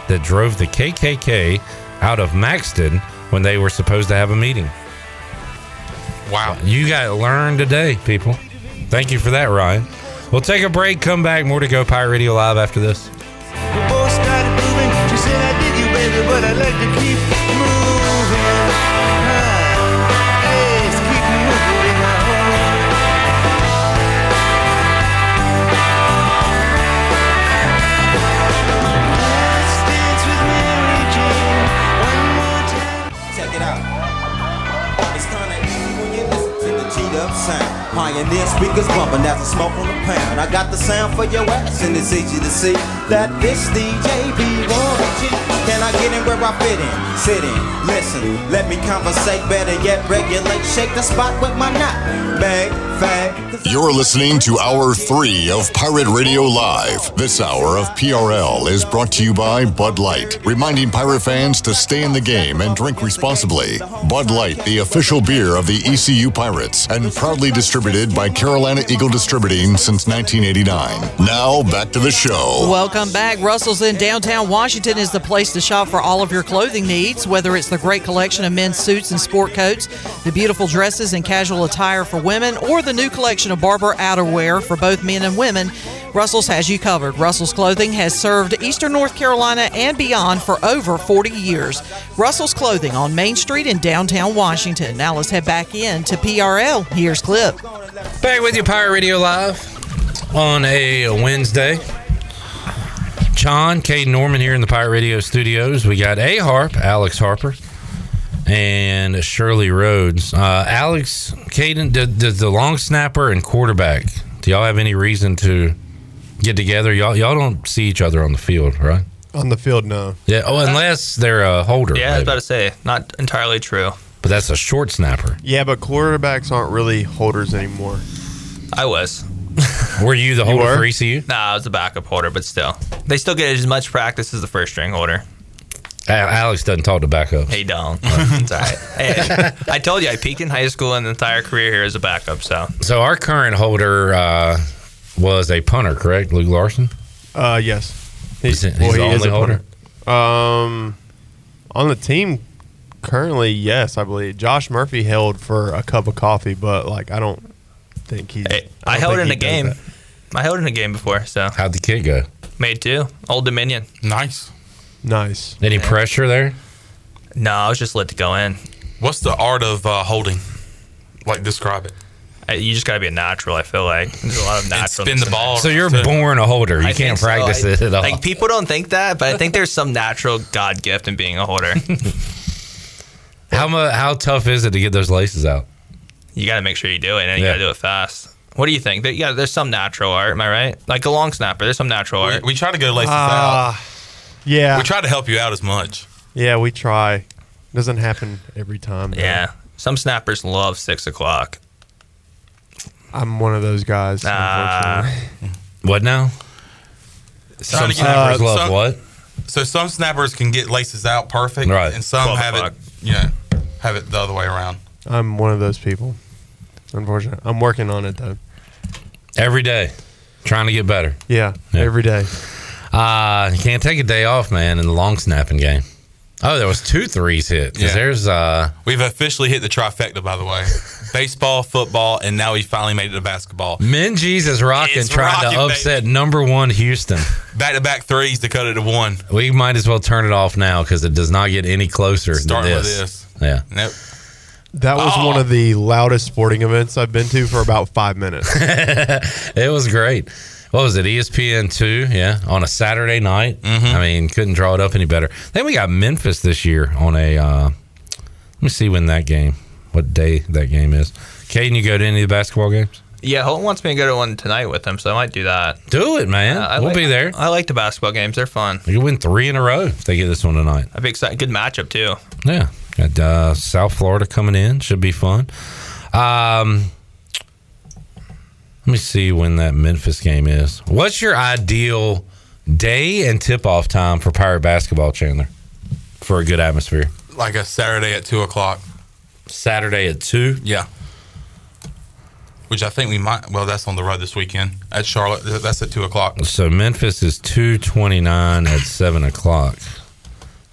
that drove the KKK out of Maxton when they were supposed to have a meeting. Wow. You got to learn today, people. Thank you for that, Ryan. We'll take a break, come back. More to go, Pirate Radio Live after this.
We both started moving. She said, I dig you, baby, but I like to keep moving. Ah, hey, it's keep moving. Let's dance with Mary Jane one more time. Check it out. It's kind of easy when you listen to the G-Dub sound. Pioneer speakers bumping as the smoke on the pound. I got the sound for your ass, and it's easy to see that this DJ be royalty. Can I get in where I fit in? Sit in, listen, let me conversate. Better yet, regulate, shake the spot with my knot. Bang, fag,
You're listening to Hour 3 of Pirate Radio Live. This hour of PRL is brought to you by Bud Light, reminding pirate fans to stay in the game and drink responsibly. Bud Light, the official beer of the ECU Pirates, and proudly distributed by Carolina Eagle Distributing since 1989. Now, back to the show.
Welcome back. Russell's in downtown Washington is the place to shop for all of your clothing needs, whether it's the great collection of men's suits and sport coats, the beautiful dresses and casual attire for women, or the new collection of barber outerwear for both men and women. Russell's has you covered. Russell's Clothing has served Eastern North Carolina and beyond for over 40 years. Russell's Clothing on Main Street in downtown Washington. Now let's head back in to PRL. Here's Clip.
Back with you, Pirate Radio Live on a Wednesday. John, Cade Norman here in the Pirate Radio studios. We got A Harp, Alex Harper, and Shirley Rhodes. Uh, Alex, Caden, did, did the long snapper and quarterback, do y'all have any reason to get together? Y'all, y'all don't see each other on the field, right?
On the field, no.
Yeah. Oh, unless they're a holder.
Yeah, I was
maybe.
about
to say not entirely true.
But that's a short snapper.
Yeah, but quarterbacks aren't really holders anymore.
I was.
Were you the E
holder were? for
ECU?
Nah, I was the backup holder, but still, they still get as much practice as the first string holder.
A- Alex doesn't talk to backups.
Hey, don't. it's all right. Hey, I told you I peaked in high school and the entire career here as a backup. So
So our current holder uh, was a punter, correct? Luke Larson.
Uh, yes.
He's- he's the only
a
holder?
punter. Um, on the team currently, yes, I believe Josh Murphy held for a cup of coffee, but like I don't think he.
I, held in a game. I held in a game before. So
how'd the kid go?
Made two. Old Dominion.
Nice. Nice.
Any pressure there?
No, I was just let to go in.
What's the art of uh, holding? Like describe it.
Uh, you just got to be a natural. I feel like there's a lot of natural.
spin the ball
So you're born a holder. You
I think
can't
so.
practice
I-
it at all.
Like people don't think that, but I think there's some natural God gift in being a holder.
how mu- how tough is it to get those laces out?
you got to make sure you do it, and you
Yeah.
got to do it fast. What do you think? There- yeah, there's some natural art. Am I right? Like a long snapper, there's some natural art.
We try to go laces
Ah,
out.
yeah.
We try to help you out as much.
Yeah, we try. Doesn't happen every time. though.
Yeah, some snappers love six o'clock.
I'm one of those guys.
Ah.
unfortunately.
What now?
Trying to get-
snappers love
some-
what?
So some snappers can get laces out perfect,
Right.
And some
Twelve
have
o'clock.
it, you know, have it the other way around.
I'm one of those people. Unfortunate. I'm working on it though.
Every day, trying to get better.
Yeah, every day.
Uh, you can't take a day off, man, in the long snapping game. Oh, there was two threes hit. 'cause There's uh,
We've officially hit the trifecta, by the way. Baseball, football, and now we finally made it to basketball.
Minji's is rocking,
It's
trying
rocking,
to
baby.
upset number one Houston.
Back to back threes to cut it to one.
We might as well turn it off now because it does not get any closer
Start
than
with
this.
this.
Yeah.
Nope.
That was one of the loudest sporting events I've been to for about five minutes.
it was great. What was it? E ESPN two, yeah, on a Saturday night. I mean, couldn't draw it up any better. Then we got Memphis this year on a. Uh, let me see when that game, what day that game is. Caden, you go to any of the basketball games?
Yeah, Holt wants me to go to one tonight with him, so I might do that.
Do it, man. We'll be there.
I like the basketball games; they're fun.
You win three in a row if they get this one tonight.
I'd be excited. Good matchup too.
Yeah, got uh, South Florida coming in. Should be fun. Um, let me see when that Memphis game is. What's your ideal day and tip-off time for Pirate basketball, Chandler? For a good atmosphere,
Like a Saturday at two o'clock.
Saturday at two.
Yeah. Which I think we might. Well, that's on the road this weekend at Charlotte. Th- That's at two o'clock.
so Memphis is two twenty-nine at seven o'clock.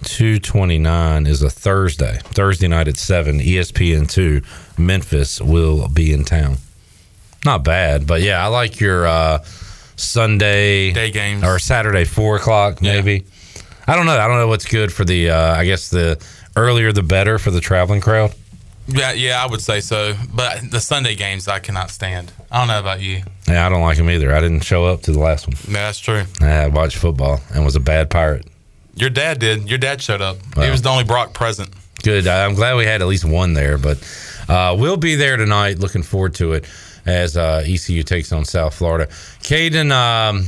Two twenty-nine is a Thursday. Thursday night at seven. E ESPN two. Memphis will be in town. Not bad, but yeah, I like your uh, Sunday day
games
or Saturday four o'clock maybe. I don't know. I don't know what's good for the. Uh, I guess the earlier the better for the traveling crowd.
Yeah, yeah, I would say so. But the Sunday games, I cannot stand. I don't know about you.
Yeah, I don't like them either. I didn't show up to the last one.
Yeah, that's true.
I watched football and was a bad pirate.
Your dad did. Your dad showed up. He
Wow.
was the only Brock present.
Good. I- I'm glad we had at least one there, but uh, we'll be there tonight. Looking forward to it as uh, ECU takes on South Florida. Caden, um,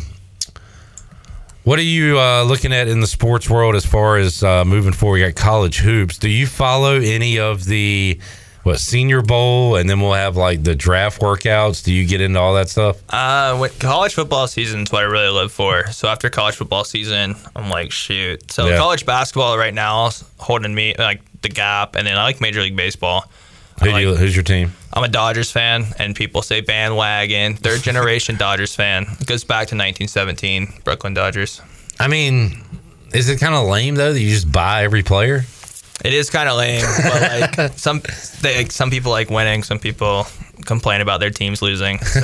what are you uh, looking at in the sports world as far as uh, moving forward? We got college hoops. Do you follow any of the what Senior Bowl, and then we'll have like the draft workouts? Do you get into all that stuff?
Uh, when, college football season is what I really live for. So after college football season, I'm like, shoot. So
Yeah.
college basketball right now is holding me like the gap, and then I like Major League Baseball.
Who do you, who's your team?
I'm a Dodgers fan, and people say bandwagon, third generation Dodgers fan. It goes back to 1917, Brooklyn Dodgers.
I mean, is it kind of lame though that you just buy every player?
It is kind of lame, but like some, they, like, some people like winning, some people complain about their teams losing. So.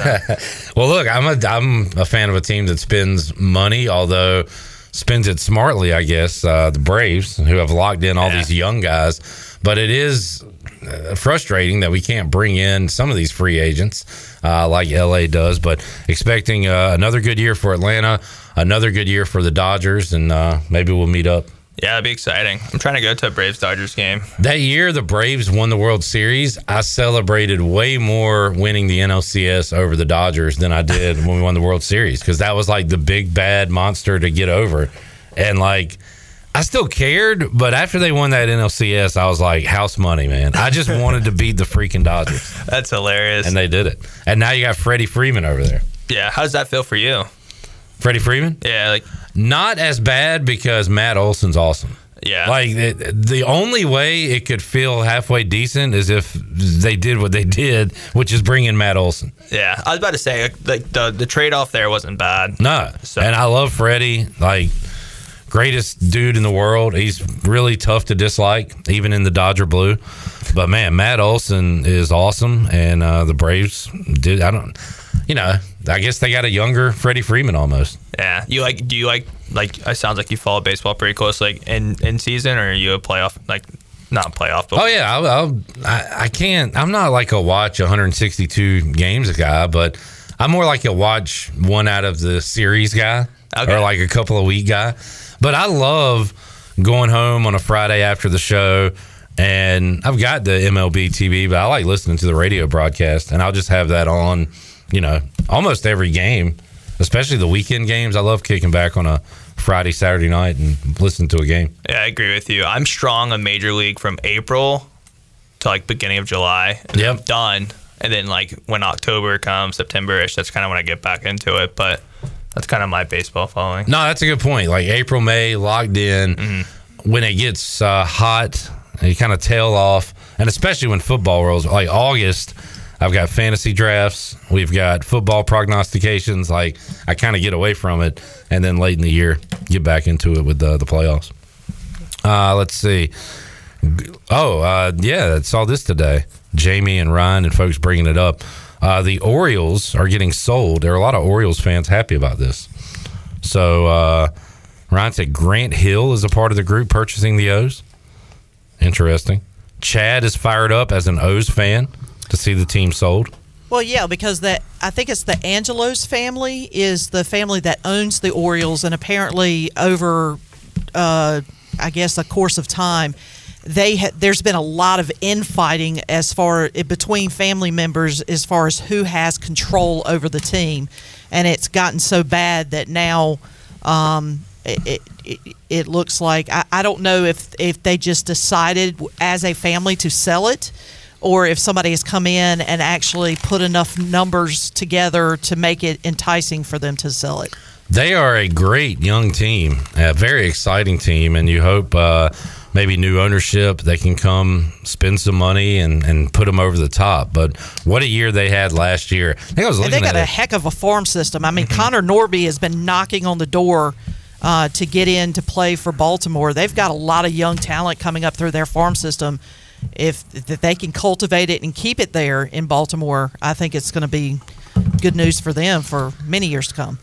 well, look, I'm a I'm a fan of a team that spends money, although spends it smartly, I guess. Uh, the Braves, who have locked in all these young guys, but it is uh, frustrating that we can't bring in some of these free agents uh, like LA does. But expecting uh, another good year for Atlanta, another good year for the Dodgers, and uh, maybe we'll meet up.
yeah, it'd be exciting. I'm trying to go to a Braves Dodgers game.
That year the Braves won the World Series, I celebrated way more winning the NLCS over the Dodgers than I did when we won the World Series because that was like the big bad monster to get over. And like, I still cared, but after they won that NLCS, I was like, house money, man. I just wanted to beat the freaking Dodgers.
That's hilarious.
And they did it. And now you got Freddie Freeman over there.
Yeah, how does that feel for you?
Freddie Freeman?
Yeah, like
not as bad because Matt Olson's awesome.
Yeah.
Like the, the only way it could feel halfway decent is if they did what they did, which is bring in Matt Olson.
Yeah, I was about to say like, like the the trade off there wasn't bad.
No. And I love Freddie, like greatest dude in the world. He's really tough to dislike, even in the Dodger blue. But man, Matt Olson is awesome, and uh, the Braves did. I don't, you know, I guess they got a younger Freddie Freeman almost.
Yeah, you like? Do you like? Like, it sounds like you follow baseball pretty close, like in in season, or are you a playoff? Like, not playoff, but
Oh yeah, I'll, I'll, I I can't. I'm not like a watch 162 games guy, but I'm more like a watch one out of the series guy, or like a couple of week guy. But I love going home on a Friday after the show, and I've got the MLB TV, but I like listening to the radio broadcast, and I'll just have that on, you know, almost every game, especially the weekend games. I love kicking back on a Friday, Saturday night, and listening to a game.
yeah, I agree with you. I'm strong on major league from April to like beginning of July. And then I'm done. And then like when October comes, September ish, that's kind of when I get back into it. But that's kind of my baseball following.
No, that's a good point. Like April, May, locked in. When it gets uh, hot, you kind of tail off, and especially when football rolls. Like August, I've got fantasy drafts. We've got football prognostications. Like I kind of get away from it, and then late in the year, get back into it with uh, the playoffs. Uh, let's see. Oh, uh, yeah, I saw this today. Jamie and Ryan and folks bringing it up. Uh, the Orioles are getting sold. There are a lot of Orioles fans happy about this. So uh, Ryan said Grant Hill is a part of the group purchasing the O's. Interesting. Chad is fired up as an O's fan to see the team sold.
Well, yeah, because that I think it's the Angelos family is the family that owns the Orioles, and apparently over, uh, I guess, a course of time, they ha- there's been a lot of infighting as far between family members as far as who has control over the team, and it's gotten so bad that now. Um, it, it, it- it looks like I, I don't know if if they just decided as a family to sell it, or if somebody has come in and actually put enough numbers together to make it enticing for them to sell it.
They are a great young team, a very exciting team, and you hope uh, maybe new ownership they can come spend some money and, and put them over the top. But what a year they had last year! I think I was Mm-hmm.
And
looking
they got
at
a
it.
heck of a farm system. I mean, Connor Norby has been knocking on the door uh, to get in to play for Baltimore. They've got a lot of young talent coming up through their farm system. If that they can cultivate it and keep it there in Baltimore, I think it's going to be good news for them for many years to come.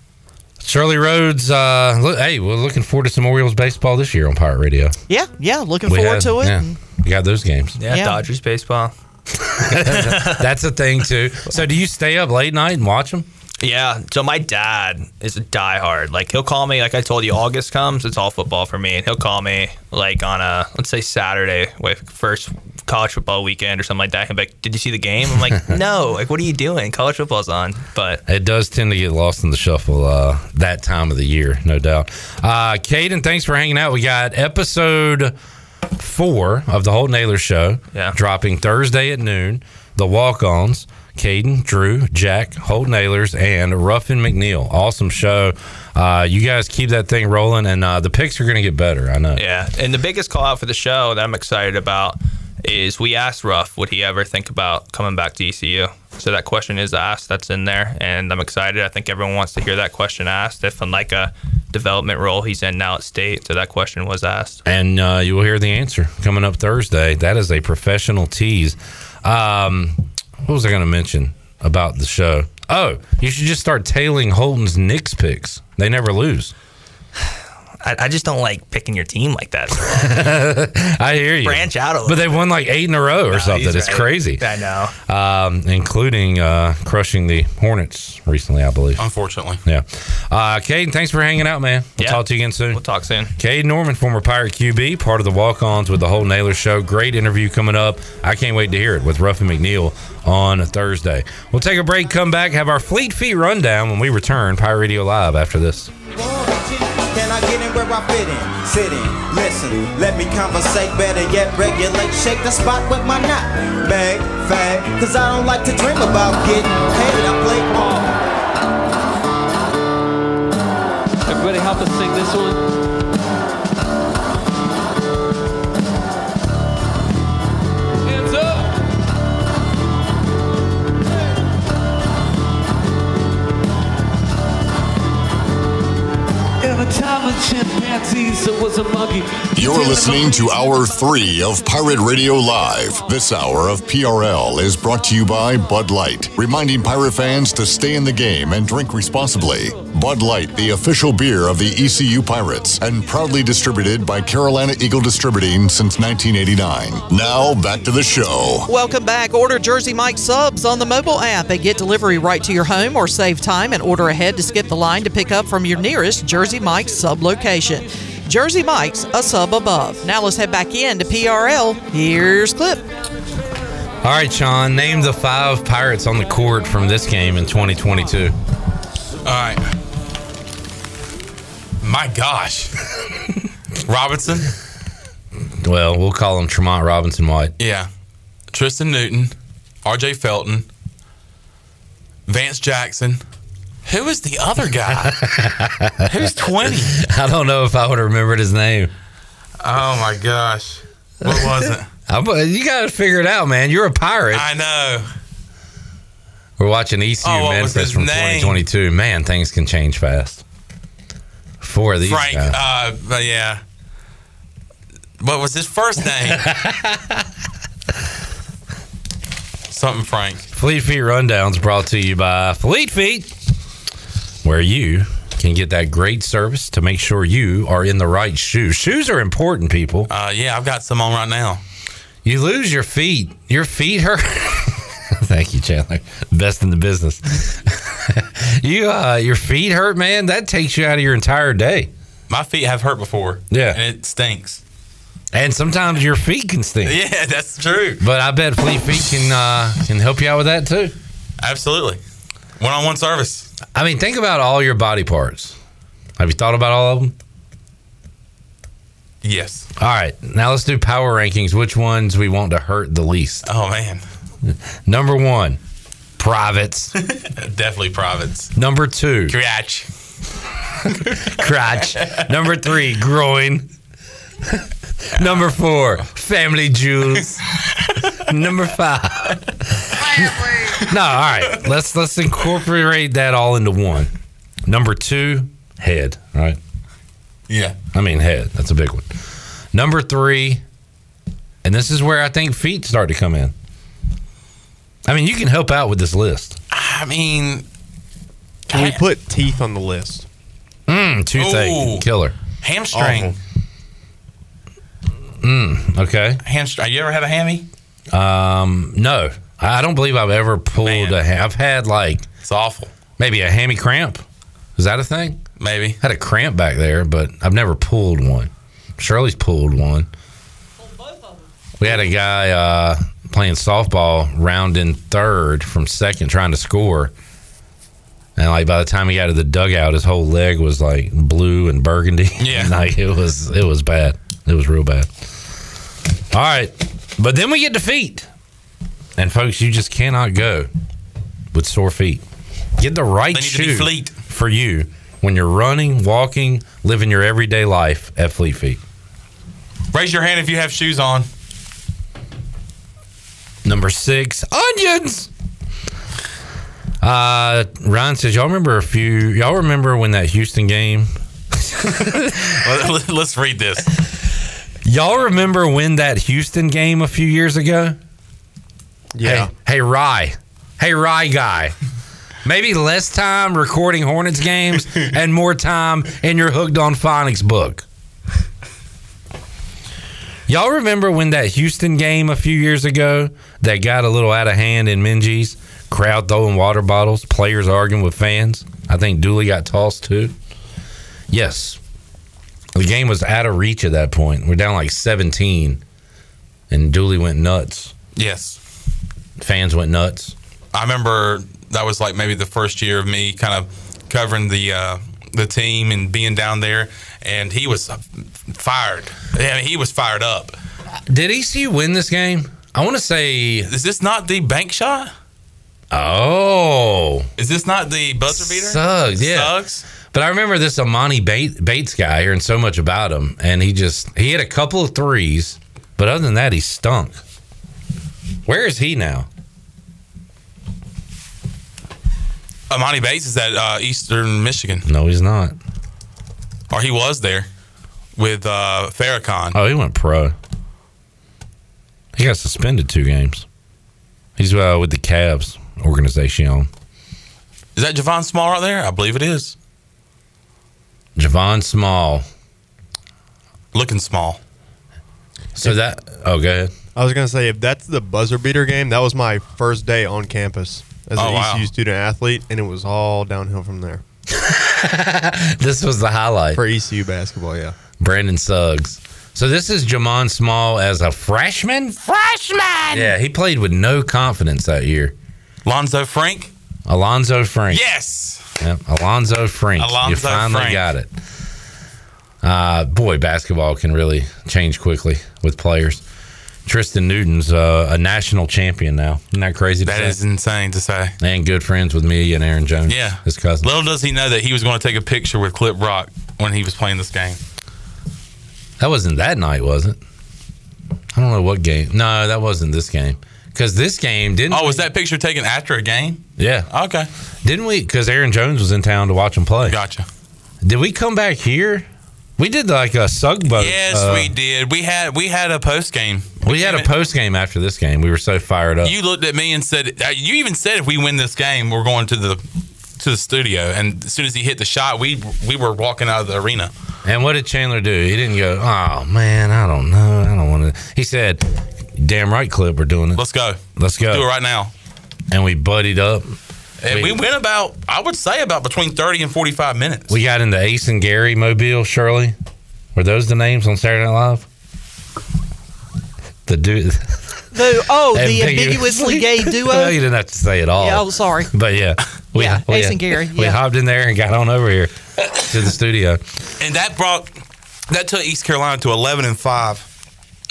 Shirley Rhodes. Uh, look, hey, we're looking forward to some Orioles baseball this year on Pirate Radio.
Yeah, yeah, looking
We
forward
had-
to it.
Yeah, we got those games.
Yeah, Yeah. Dodgers baseball.
That's a thing too. So, do you stay up late night and watch them?
Yeah. So my dad is a diehard. Like he'll call me. Like I told you, August comes. It's all football for me. And he'll call me like on a let's say Saturday, with first college football weekend or something like that. He'll be like, "Did you see the game?" I'm like, "No." Like, what are you doing? College football's on. But
It does tend to get lost in the shuffle uh, that time of the year, no doubt. Uh, Caden, thanks for hanging out. We got episode four of the whole Naylor Show dropping Thursday at noon. The walk ons, Caden, Drew, Jack, Holt Nailers, and Ruffin McNeil. Awesome show. Uh, you guys keep that thing rolling, and uh, the picks are going to get better. I know.
Yeah, and the biggest call out for the show that I'm excited about is we asked Ruff would he ever think about coming back to ECU. So that question is asked. That's in there, and I'm excited. I think everyone wants to hear that question asked. If unlike a development role he's in now at state, so that question was asked.
and uh, you will hear the answer coming up Thursday. That is a professional tease. Um, what was I going to mention about the show? Oh, you should just start tailing Holden's Knicks picks. They never lose.
I, I just don't like picking your team like that.
I hear you.
Branch out a little
But they won like eight in a row or something.
he's
It's
right.
crazy.
I know.
Um, including uh, crushing the Hornets recently, I believe.
Unfortunately.
Yeah. Uh, Caden, thanks for hanging out, man. We'll
Yeah.
talk to you again soon. We'll
talk soon.
Cade Norman, former Pirate QB, part of the walk ons with the whole Naylor Show. Great interview coming up. I can't wait to hear it with Ruffin McNeil on Thursday. We'll take a break, come back, have our Fleet Feet rundown when we return. Pirate Radio Live after this.
Can I get in where I fit in? Sit in, listen, let me conversate better yet regulate. Shake the spot with my knot, bang, fag, cause I don't like to dream about getting paid. I play ball.
Everybody help us sing this one. Hands up. Every time a chimpanzee so was a monkey.
You're listening to Hour 3 of Pirate Radio Live. This hour of PRL is brought to you by Bud Light, reminding pirate fans to stay in the game and drink responsibly. Bud Light, the official beer of the ECU Pirates, and proudly distributed by Carolina Eagle Distributing since 1989. Now, back to the show.
Welcome back. Order Jersey Mike subs on the mobile app and get delivery right to your home or save time and order ahead to skip the line to pick up from your nearest Jersey Mike's sub location. Jersey Mike's a sub above. Now let's head back in to PRL. Here's Clip.
All right, Sean, name the five Pirates on the court from this game in 2022.
All right. My gosh. Robinson.
Well, we'll call him Tremont Robinson White.
Yeah. Tristan Newton. RJ Felton. Vance Jackson. Who is the other guy? Who's 20?
I don't know if I would have remembered his name.
oh my gosh. What was it?
I'm, uh, you got to figure it out, man. You're a pirate.
I know.
We're watching ECU
Oh, what was
Memphis
his
from
name?
2022. Man, things can change fast. Four of these
Frank.
guys.
Uh, but yeah. What was his first name? Something Frank.
Fleet Feet Rundowns brought to you by Fleet Feet, where you can get that great service to make sure you are in the right shoes. Shoes are important, people.
Uh, yeah, I've got some on right now.
You lose your feet. Your feet hurt. Thank you, Chandler. Best in the business. you, uh, your feet hurt, man. That takes you out of your entire day.
My feet have hurt before.
Yeah,
and it stinks.
And sometimes your feet can stink.
Yeah, that's true.
But I bet Fleet Feet can uh, can help you out with that too.
Absolutely. One on one service.
I mean, think about all your body parts. Have you thought about all of them?
Yes.
All right, now let's do power rankings. Which ones we want to hurt the least?
Oh man.
Number one, privates.
Definitely privates.
Number two,
Crotch.
crotch. Number three, groin. Number four, family jewels. Number five. No, all right. Let's let's incorporate that all into one. Number two, head. All right.
Yeah.
I mean head. That's a big one. Number three, and this is where I think feet start to come in. I mean, you can help out with this list.
I mean,
Can we put teeth on the list?
Mm, toothache,
Ooh.
killer.
Hamstring.
Mm, okay.
Hamstring. You ever had a hammy?
Um, no, I don't believe I've ever pulled a. Ha- I've had like
it's awful.
Maybe a hammy cramp. Is that a thing?
Maybe
had a cramp back there, but I've never pulled one. Shirley's pulled one. We had a guy uh, playing softball, rounding third from second, trying to score. And like by the time he got to the dugout, his whole leg was like blue and burgundy. Yeah, like it was it was bad. It was real bad. All right, but then we get to feet, and folks, you just cannot go with sore feet. Get the right
They need to
shoe
be fleet.
for you when you're running, walking, living your everyday life at Fleet Feet.
Raise your hand if you have shoes on.
Number six, onions. Uh, Ryan says, y'all remember a few? Y'all remember when that Houston game?
Well, Let's read this.
Y'all remember when that Houston game a few years ago?
Yeah.
Hey, hey Rye. Hey, Rye guy. Maybe less time recording Hornets games and more time in your Hooked on Phonics book. Y'all remember when that Houston game a few years ago that got a little out of hand in Minji's? Crowd throwing water bottles, players arguing with fans. I think Dooley got tossed too. Yes. The game was out of reach at that point. We're down like 17, and Dooley went nuts.
Yes.
Fans went nuts.
I remember that was like maybe the first year of me kind of covering the uh, the team and being down there, and he was uh, fired. I mean, he was fired up.
Did ECU win this game? I want to say.
Is this not the bank shot?
Oh.
Is this not the buzzer beater?
Suggs, yeah.
Suggs?
But I remember this Amani Bates, Bates guy hearing so much about him, and he just he hit a couple of threes, but other than that, he stunk. Where is he now?
Amani Bates is at uh, Eastern Michigan,
No, he's not.
or he was there with uh, Farrakhan.
Oh, he went pro. He got suspended two games. He's uh, with the Cavs organization.
Is that Javon Small right there? I believe it is.
Javon Small.
Looking small.
So that oh, go ahead.
I was gonna say if that's the buzzer beater game, that was my first day on campus as
Oh,
an
wow.
ECU student athlete, and it was all downhill from there.
This was the highlight
for ECU basketball. Yeah,
Brandon Suggs. So this is Jamon Small as a freshman.
Freshman!
Yeah, he played with no confidence that year.
Lonzo Frank.
Alonzo Frank.
Yes.
Yep. Alonzo Frank. you
Alonzo
finally
Frank.
got it. Uh, boy, basketball can really change quickly with players. Tristan Newton's uh, a national champion now. Isn't that crazy? To
That
say?
is insane to say.
And good friends with me and Aaron Jones.
Yeah.
his cousin.
Little does he know that he was going to take a picture with Clip Rock when he was playing this game.
That wasn't that night, was it? I don't know what game. No, that wasn't this game. Because this game didn't.
Oh, was that picture taken after a game?
Yeah.
Okay.
Didn't we? Because Aaron Jones was in town to watch him play.
Gotcha.
Did we come back here? We did like a sugboat.
Yes,
uh,
we did. We had we had a post game.
We had a post game after this game. We were so fired up.
You looked at me and said, uh, "You even said if we win this game, we're going to the to the studio." And as soon as he hit the shot, we we were walking out of the arena.
And what did Chandler do? He didn't go, oh man, I don't know. I don't want to. He said, damn right, Clip, we're doing it.
Let's go.
Let's go.
Do it right now.
And we buddied up.
And we went about, I would say, about between thirty and forty-five minutes.
We got into Ace and Gary Mobile, Shirley. Were those the names on Saturday Night Live? The dude.
The, oh, the ambiguously gay duo.
Well, you didn't have to say it all.
uh, Yeah, I'm sorry.
But yeah. We,
Yeah,
we-
Ace and Gary,
We
yeah.
hopped in there and got on over here to the studio.
and that brought that took East Carolina to eleven and five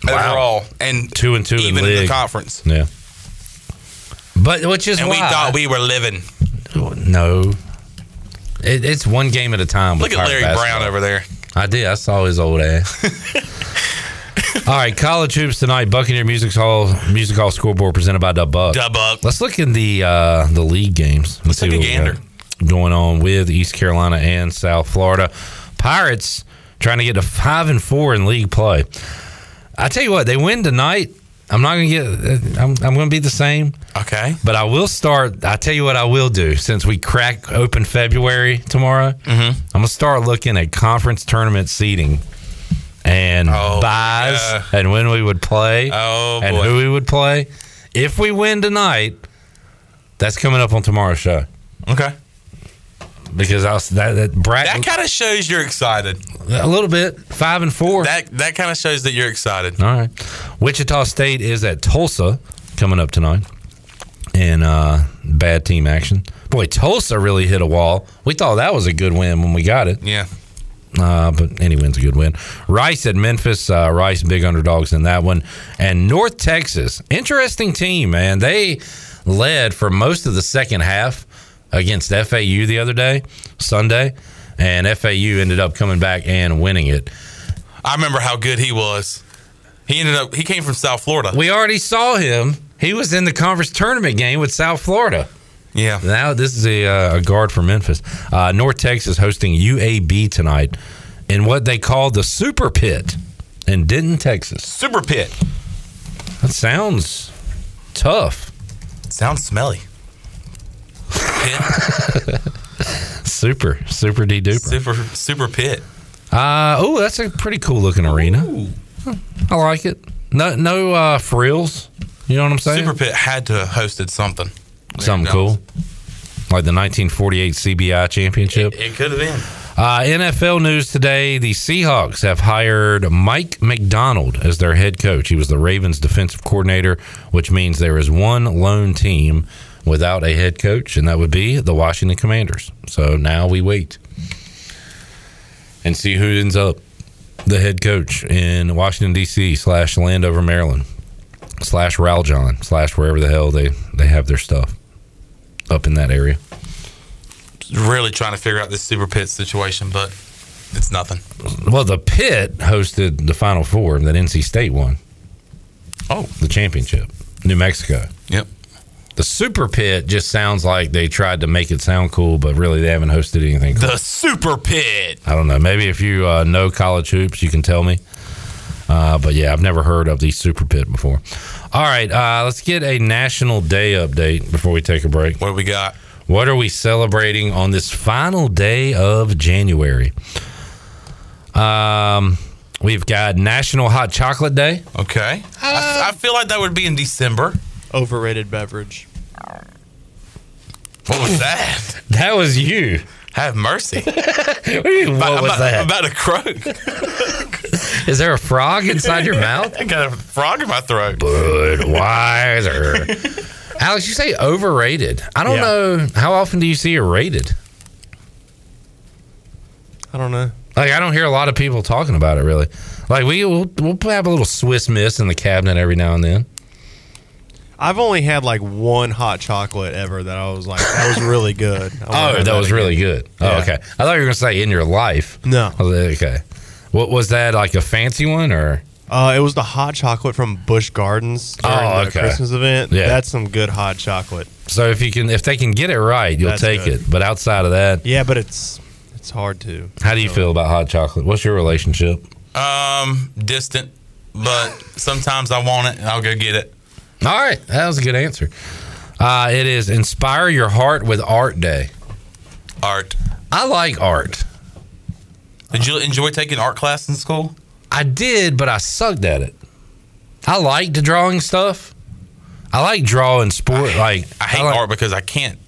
overall, and
two and two in
even in the
league.
conference.
Yeah. But which is
and we
why-
thought we were living.
No. It, it's one game at a time. with
Look at
Pirate
Larry
basketball.
Brown over there.
I did. I saw his old ass. All right, college hoops tonight. Buccaneer Music Hall Music Hall scoreboard presented by Dub Buck.
Dub Buck.
Let's look in the uh, the league games. Let's,
take a
what we got
gander.
going on with East Carolina and South Florida. Pirates trying to get to five and four in league play. I tell you what, they win tonight. I'm not going to get. uh, I'm, I'm going to be the same.
Okay.
But I will start. I tell you what, I will do since we crack open February tomorrow.
Mm-hmm.
I'm going to start looking at conference tournament seating and buys
Oh, yeah. Oh,
and when we would play and
boy.
who we would play. If we win tonight, that's coming up on tomorrow's show.
Okay.
Because I was that, that
That
bracket
kind of shows you're excited.
a little bit five and four.
That that kind of shows that you're excited.
All right. Wichita State is at Tulsa coming up tonight. And uh, bad team action. Boy, Tulsa really hit a wall. We thought that was a good win when we got it.
Yeah.
Uh, but any win's a good win. Rice at Memphis. Uh, Rice big underdogs in that one. And North Texas, interesting team, man. They led for most of the second half against FAU the other day, Sunday, and FAU ended up coming back and winning it.
I remember how good he was. He ended up. He came from South Florida.
We already saw him. He was in the conference tournament game with South Florida.
Yeah.
Now this is a, uh, a guard from Memphis. Uh, North Texas hosting UAB tonight in what they call the Super Pit in Denton, Texas.
Super Pit.
That sounds tough.
Sounds smelly.
super, super D duper.
Super Super Pit.
Uh, oh, that's a pretty cool looking arena. I like it. No, no uh, frills. You know what I'm saying?
Super Pit had to have hosted something.
Something cool, like the 1948 CBI championship.
It could have been.
Uh, NFL news today: The Seahawks have hired Mike McDonald as their head coach. He was the Ravens' defensive coordinator, which means there is one lone team without a head coach, and that would be the Washington Commanders. So now we wait and see who ends up the head coach in Washington D.C. slash Landover, Maryland slash Rowljohn slash wherever the hell they they have their stuff up in that area.
Really trying to figure out this Super Pit situation, but it's nothing.
Well, the Pit hosted the Final Four that NC State won.
Oh,
the championship, New Mexico.
Yep.
The Super Pit just sounds like they tried to make it sound cool, but really they haven't hosted anything. Cool.
The Super Pit.
I don't know. Maybe if you uh, know college hoops, you can tell me. Uh, but yeah, I've never heard of the Super Pit before. All right, uh, let's get a National Day update before we take a break.
What do we got?
What are we celebrating on this final day of January? Um, we've got National Hot Chocolate Day.
Okay. I, I feel like that would be in December.
Overrated beverage.
What was that?
That was you.
Have mercy. what
what was
about,
that?
About a croak.
Is there a frog inside your mouth?
I got a frog in my throat.
Budweiser. Alex, you say overrated. I don't
Yeah.
know. How often do you see a rated?
I don't know.
Like, I don't hear a lot of people talking about it, really. Like, we, we'll, we'll have a little Swiss miss in the cabinet every now and then.
I've only had like one hot chocolate ever that I was like, that was really good. I wanna
Oh,
have
that was
again.
really good.
Yeah.
Oh, okay. I thought you were going to say in your life.
No.
I was like, Okay. What was that like a fancy one or?
Uh, it was the hot chocolate from Busch Gardens during
Oh,
the
okay.
Christmas event.
Yeah.
That's some good hot chocolate.
So if you can, if they can get it right, you'll
That's
take
good.
it. But outside of that,
Yeah, but it's it's it's hard to.
How do you feel about hot chocolate? What's your relationship?
Um, distant, but sometimes I want it and I'll go get it.
All right, that was a good answer. Uh, it is inspire your heart with Art Day.
Art.
I like art.
Did you enjoy taking art class in school?
I did, but I sucked at it. I like the drawing stuff. I like drawing sport. like
I hate art because I can't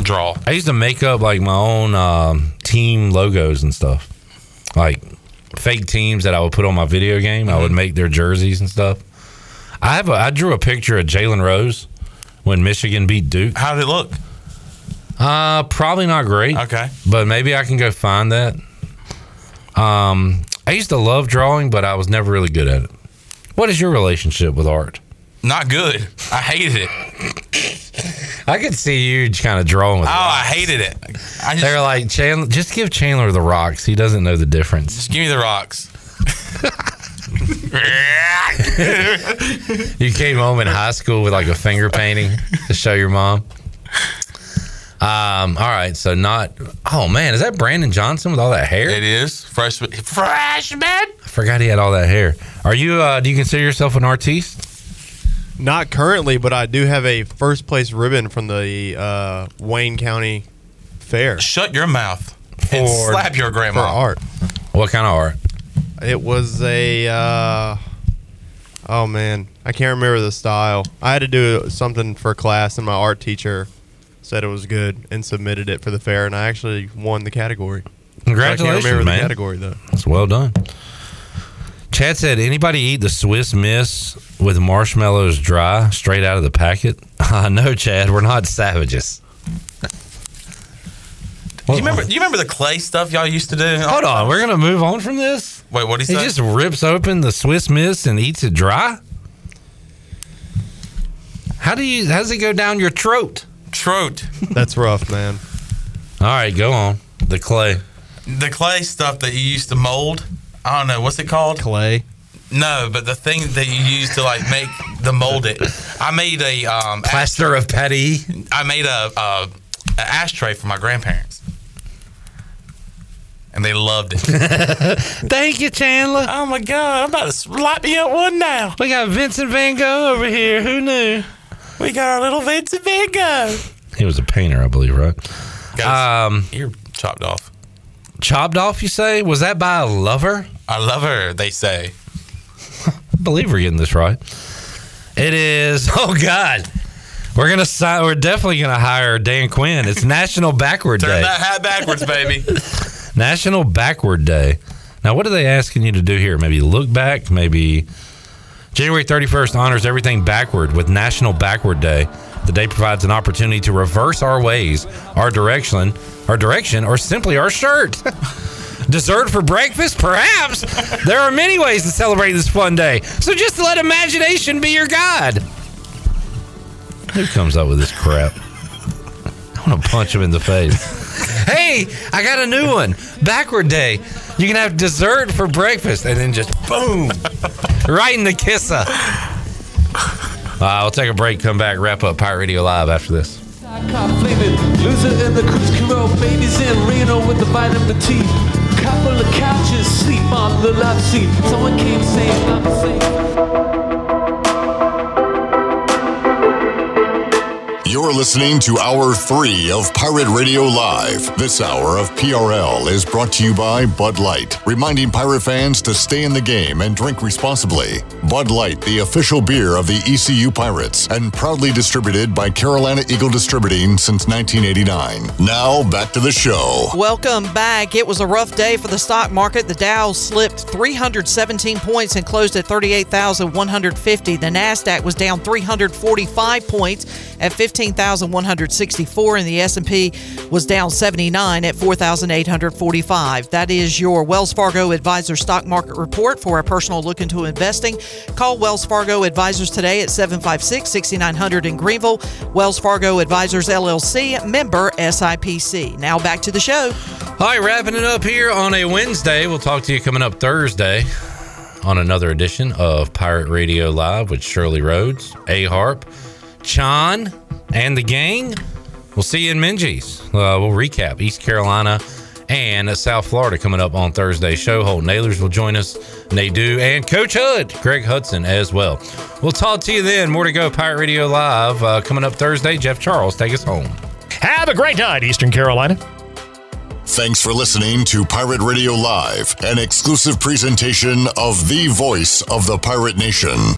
draw.
I used to make up like my own um, team logos and stuff, like fake teams that I would put on my video game. I would
Mm-hmm.
make their jerseys and stuff. I have a, I drew a picture of Jalen Rose when Michigan beat Duke.
How did it look?
Uh, probably not great.
Okay,
but maybe I can go find that. Um, I used to love drawing, but I was never really good at it. What is your relationship with art?
Not good. I hated it.
I could see you kind of drawing with.
Oh,
it.
I hated it. I
They're like Chandler. Just give Chandler the rocks. He doesn't know the difference.
Just give me the rocks.
You came home in high school with like a finger painting to show your mom. Um. All right. So not. Oh man, is that Brandon Johnson with all that hair? It
is freshman. Freshman.
I forgot he had all that hair. Are you? Uh, do you consider yourself an artiste?
Not currently, but I do have a first place ribbon from the uh, Wayne County Fair.
Shut your mouth and slap your grandma.
for art.
What kind of art?
It was a. Uh, oh man, I can't remember the style. I had to do something for class, and my art teacher said it was good and submitted it for the fair, and I actually won the category. I
Congratulations,
can't remember
man.
the category though.
That's well done. Chad said, "Anybody eat the Swiss Miss with marshmallows dry, straight out of the packet?" Uh, no, Chad, we're not savages.
Do you remember? Do you remember the clay stuff y'all used to do?
Hold on, we're gonna move on from this.
Wait, what he
He
say?
just rips open the Swiss Miss and eats it dry. How do you? How does it go down your throat?
Throat.
That's rough, man.
All right, go on. The clay.
the clay stuff that you used to mold. I don't know what's it called.
Clay.
No, but the thing that you used to like make the mold it. I made a um,
plaster of patty.
I made a, a, a ashtray for my grandparents, and they loved it.
Thank you, Chandler.
Oh my God, I'm about to light me up one now.
We got Vincent Van Gogh over here. Who knew?
We got our little Vincent Van Gogh.
He was a painter, I believe, right? um,
ear chopped off.
Chopped off, you say? Was that by a lover?
I love her. They say.
I believe we're getting this right. It is. Oh God, we're gonna sign. We're definitely gonna hire Dan Quinn. It's National Backward
Turn
Day.
that hat backwards, baby.
National Backward Day. Now, what are they asking you to do here? Maybe look back. Maybe January 31st honors everything backward with National Backward Day. The day provides an opportunity to reverse our ways, our direction, our direction, or simply our shirt. Dessert for breakfast, perhaps. there are many ways to celebrate this fun day. So just let imagination be your guide. Who comes up with this crap? I want to punch him in the face. hey, I got a new one. Backward day. You can have dessert for breakfast, and then just boom, right in the kisser. Uh, we'll take a break. Come back. Wrap up Pirate Radio Live after this.
Cop flaming, loser in the cruise control, babies in Reno with the vitamin T. Couple of couches, sleep on the love seat. Someone came saying I'm safe.
You're listening to Hour 3 of Pirate Radio Live. This hour of PRL is brought to you by Bud Light, reminding pirate fans to stay in the game and drink responsibly. Bud Light, the official beer of the ECU Pirates, and proudly distributed by Carolina Eagle Distributing since 1989. Now, back to the show.
Welcome back. It was a rough day for the stock market. The Dow slipped 317 points and closed at 38,150. The Nasdaq was down 345 points at 15,164 and the S&P was down 79 at 4,845. That is your Wells Fargo Advisor stock market report for a personal look into investing. Call Wells Fargo Advisors today at 756-6900 in Greenville. Wells Fargo Advisors LLC, member SIPC. Now back to the show.
All right, wrapping it up here on a Wednesday. We'll talk to you coming up Thursday on another edition of Pirate Radio Live with Shirley Rhodes, A Harp, Chan, and the gang. We'll see you in Minji's. Uh, we'll recap East Carolina and at South Florida coming up on Thursday. Show Holt Nailers will join us. Nadu and Coach Hood, Greg Hudson as well. We'll talk to you then. More to go. Pirate Radio Live uh, coming up Thursday. Jeff Charles, take us home.
Have a great night, Eastern Carolina.
Thanks for listening to Pirate Radio Live, an exclusive presentation of the voice of the pirate nation,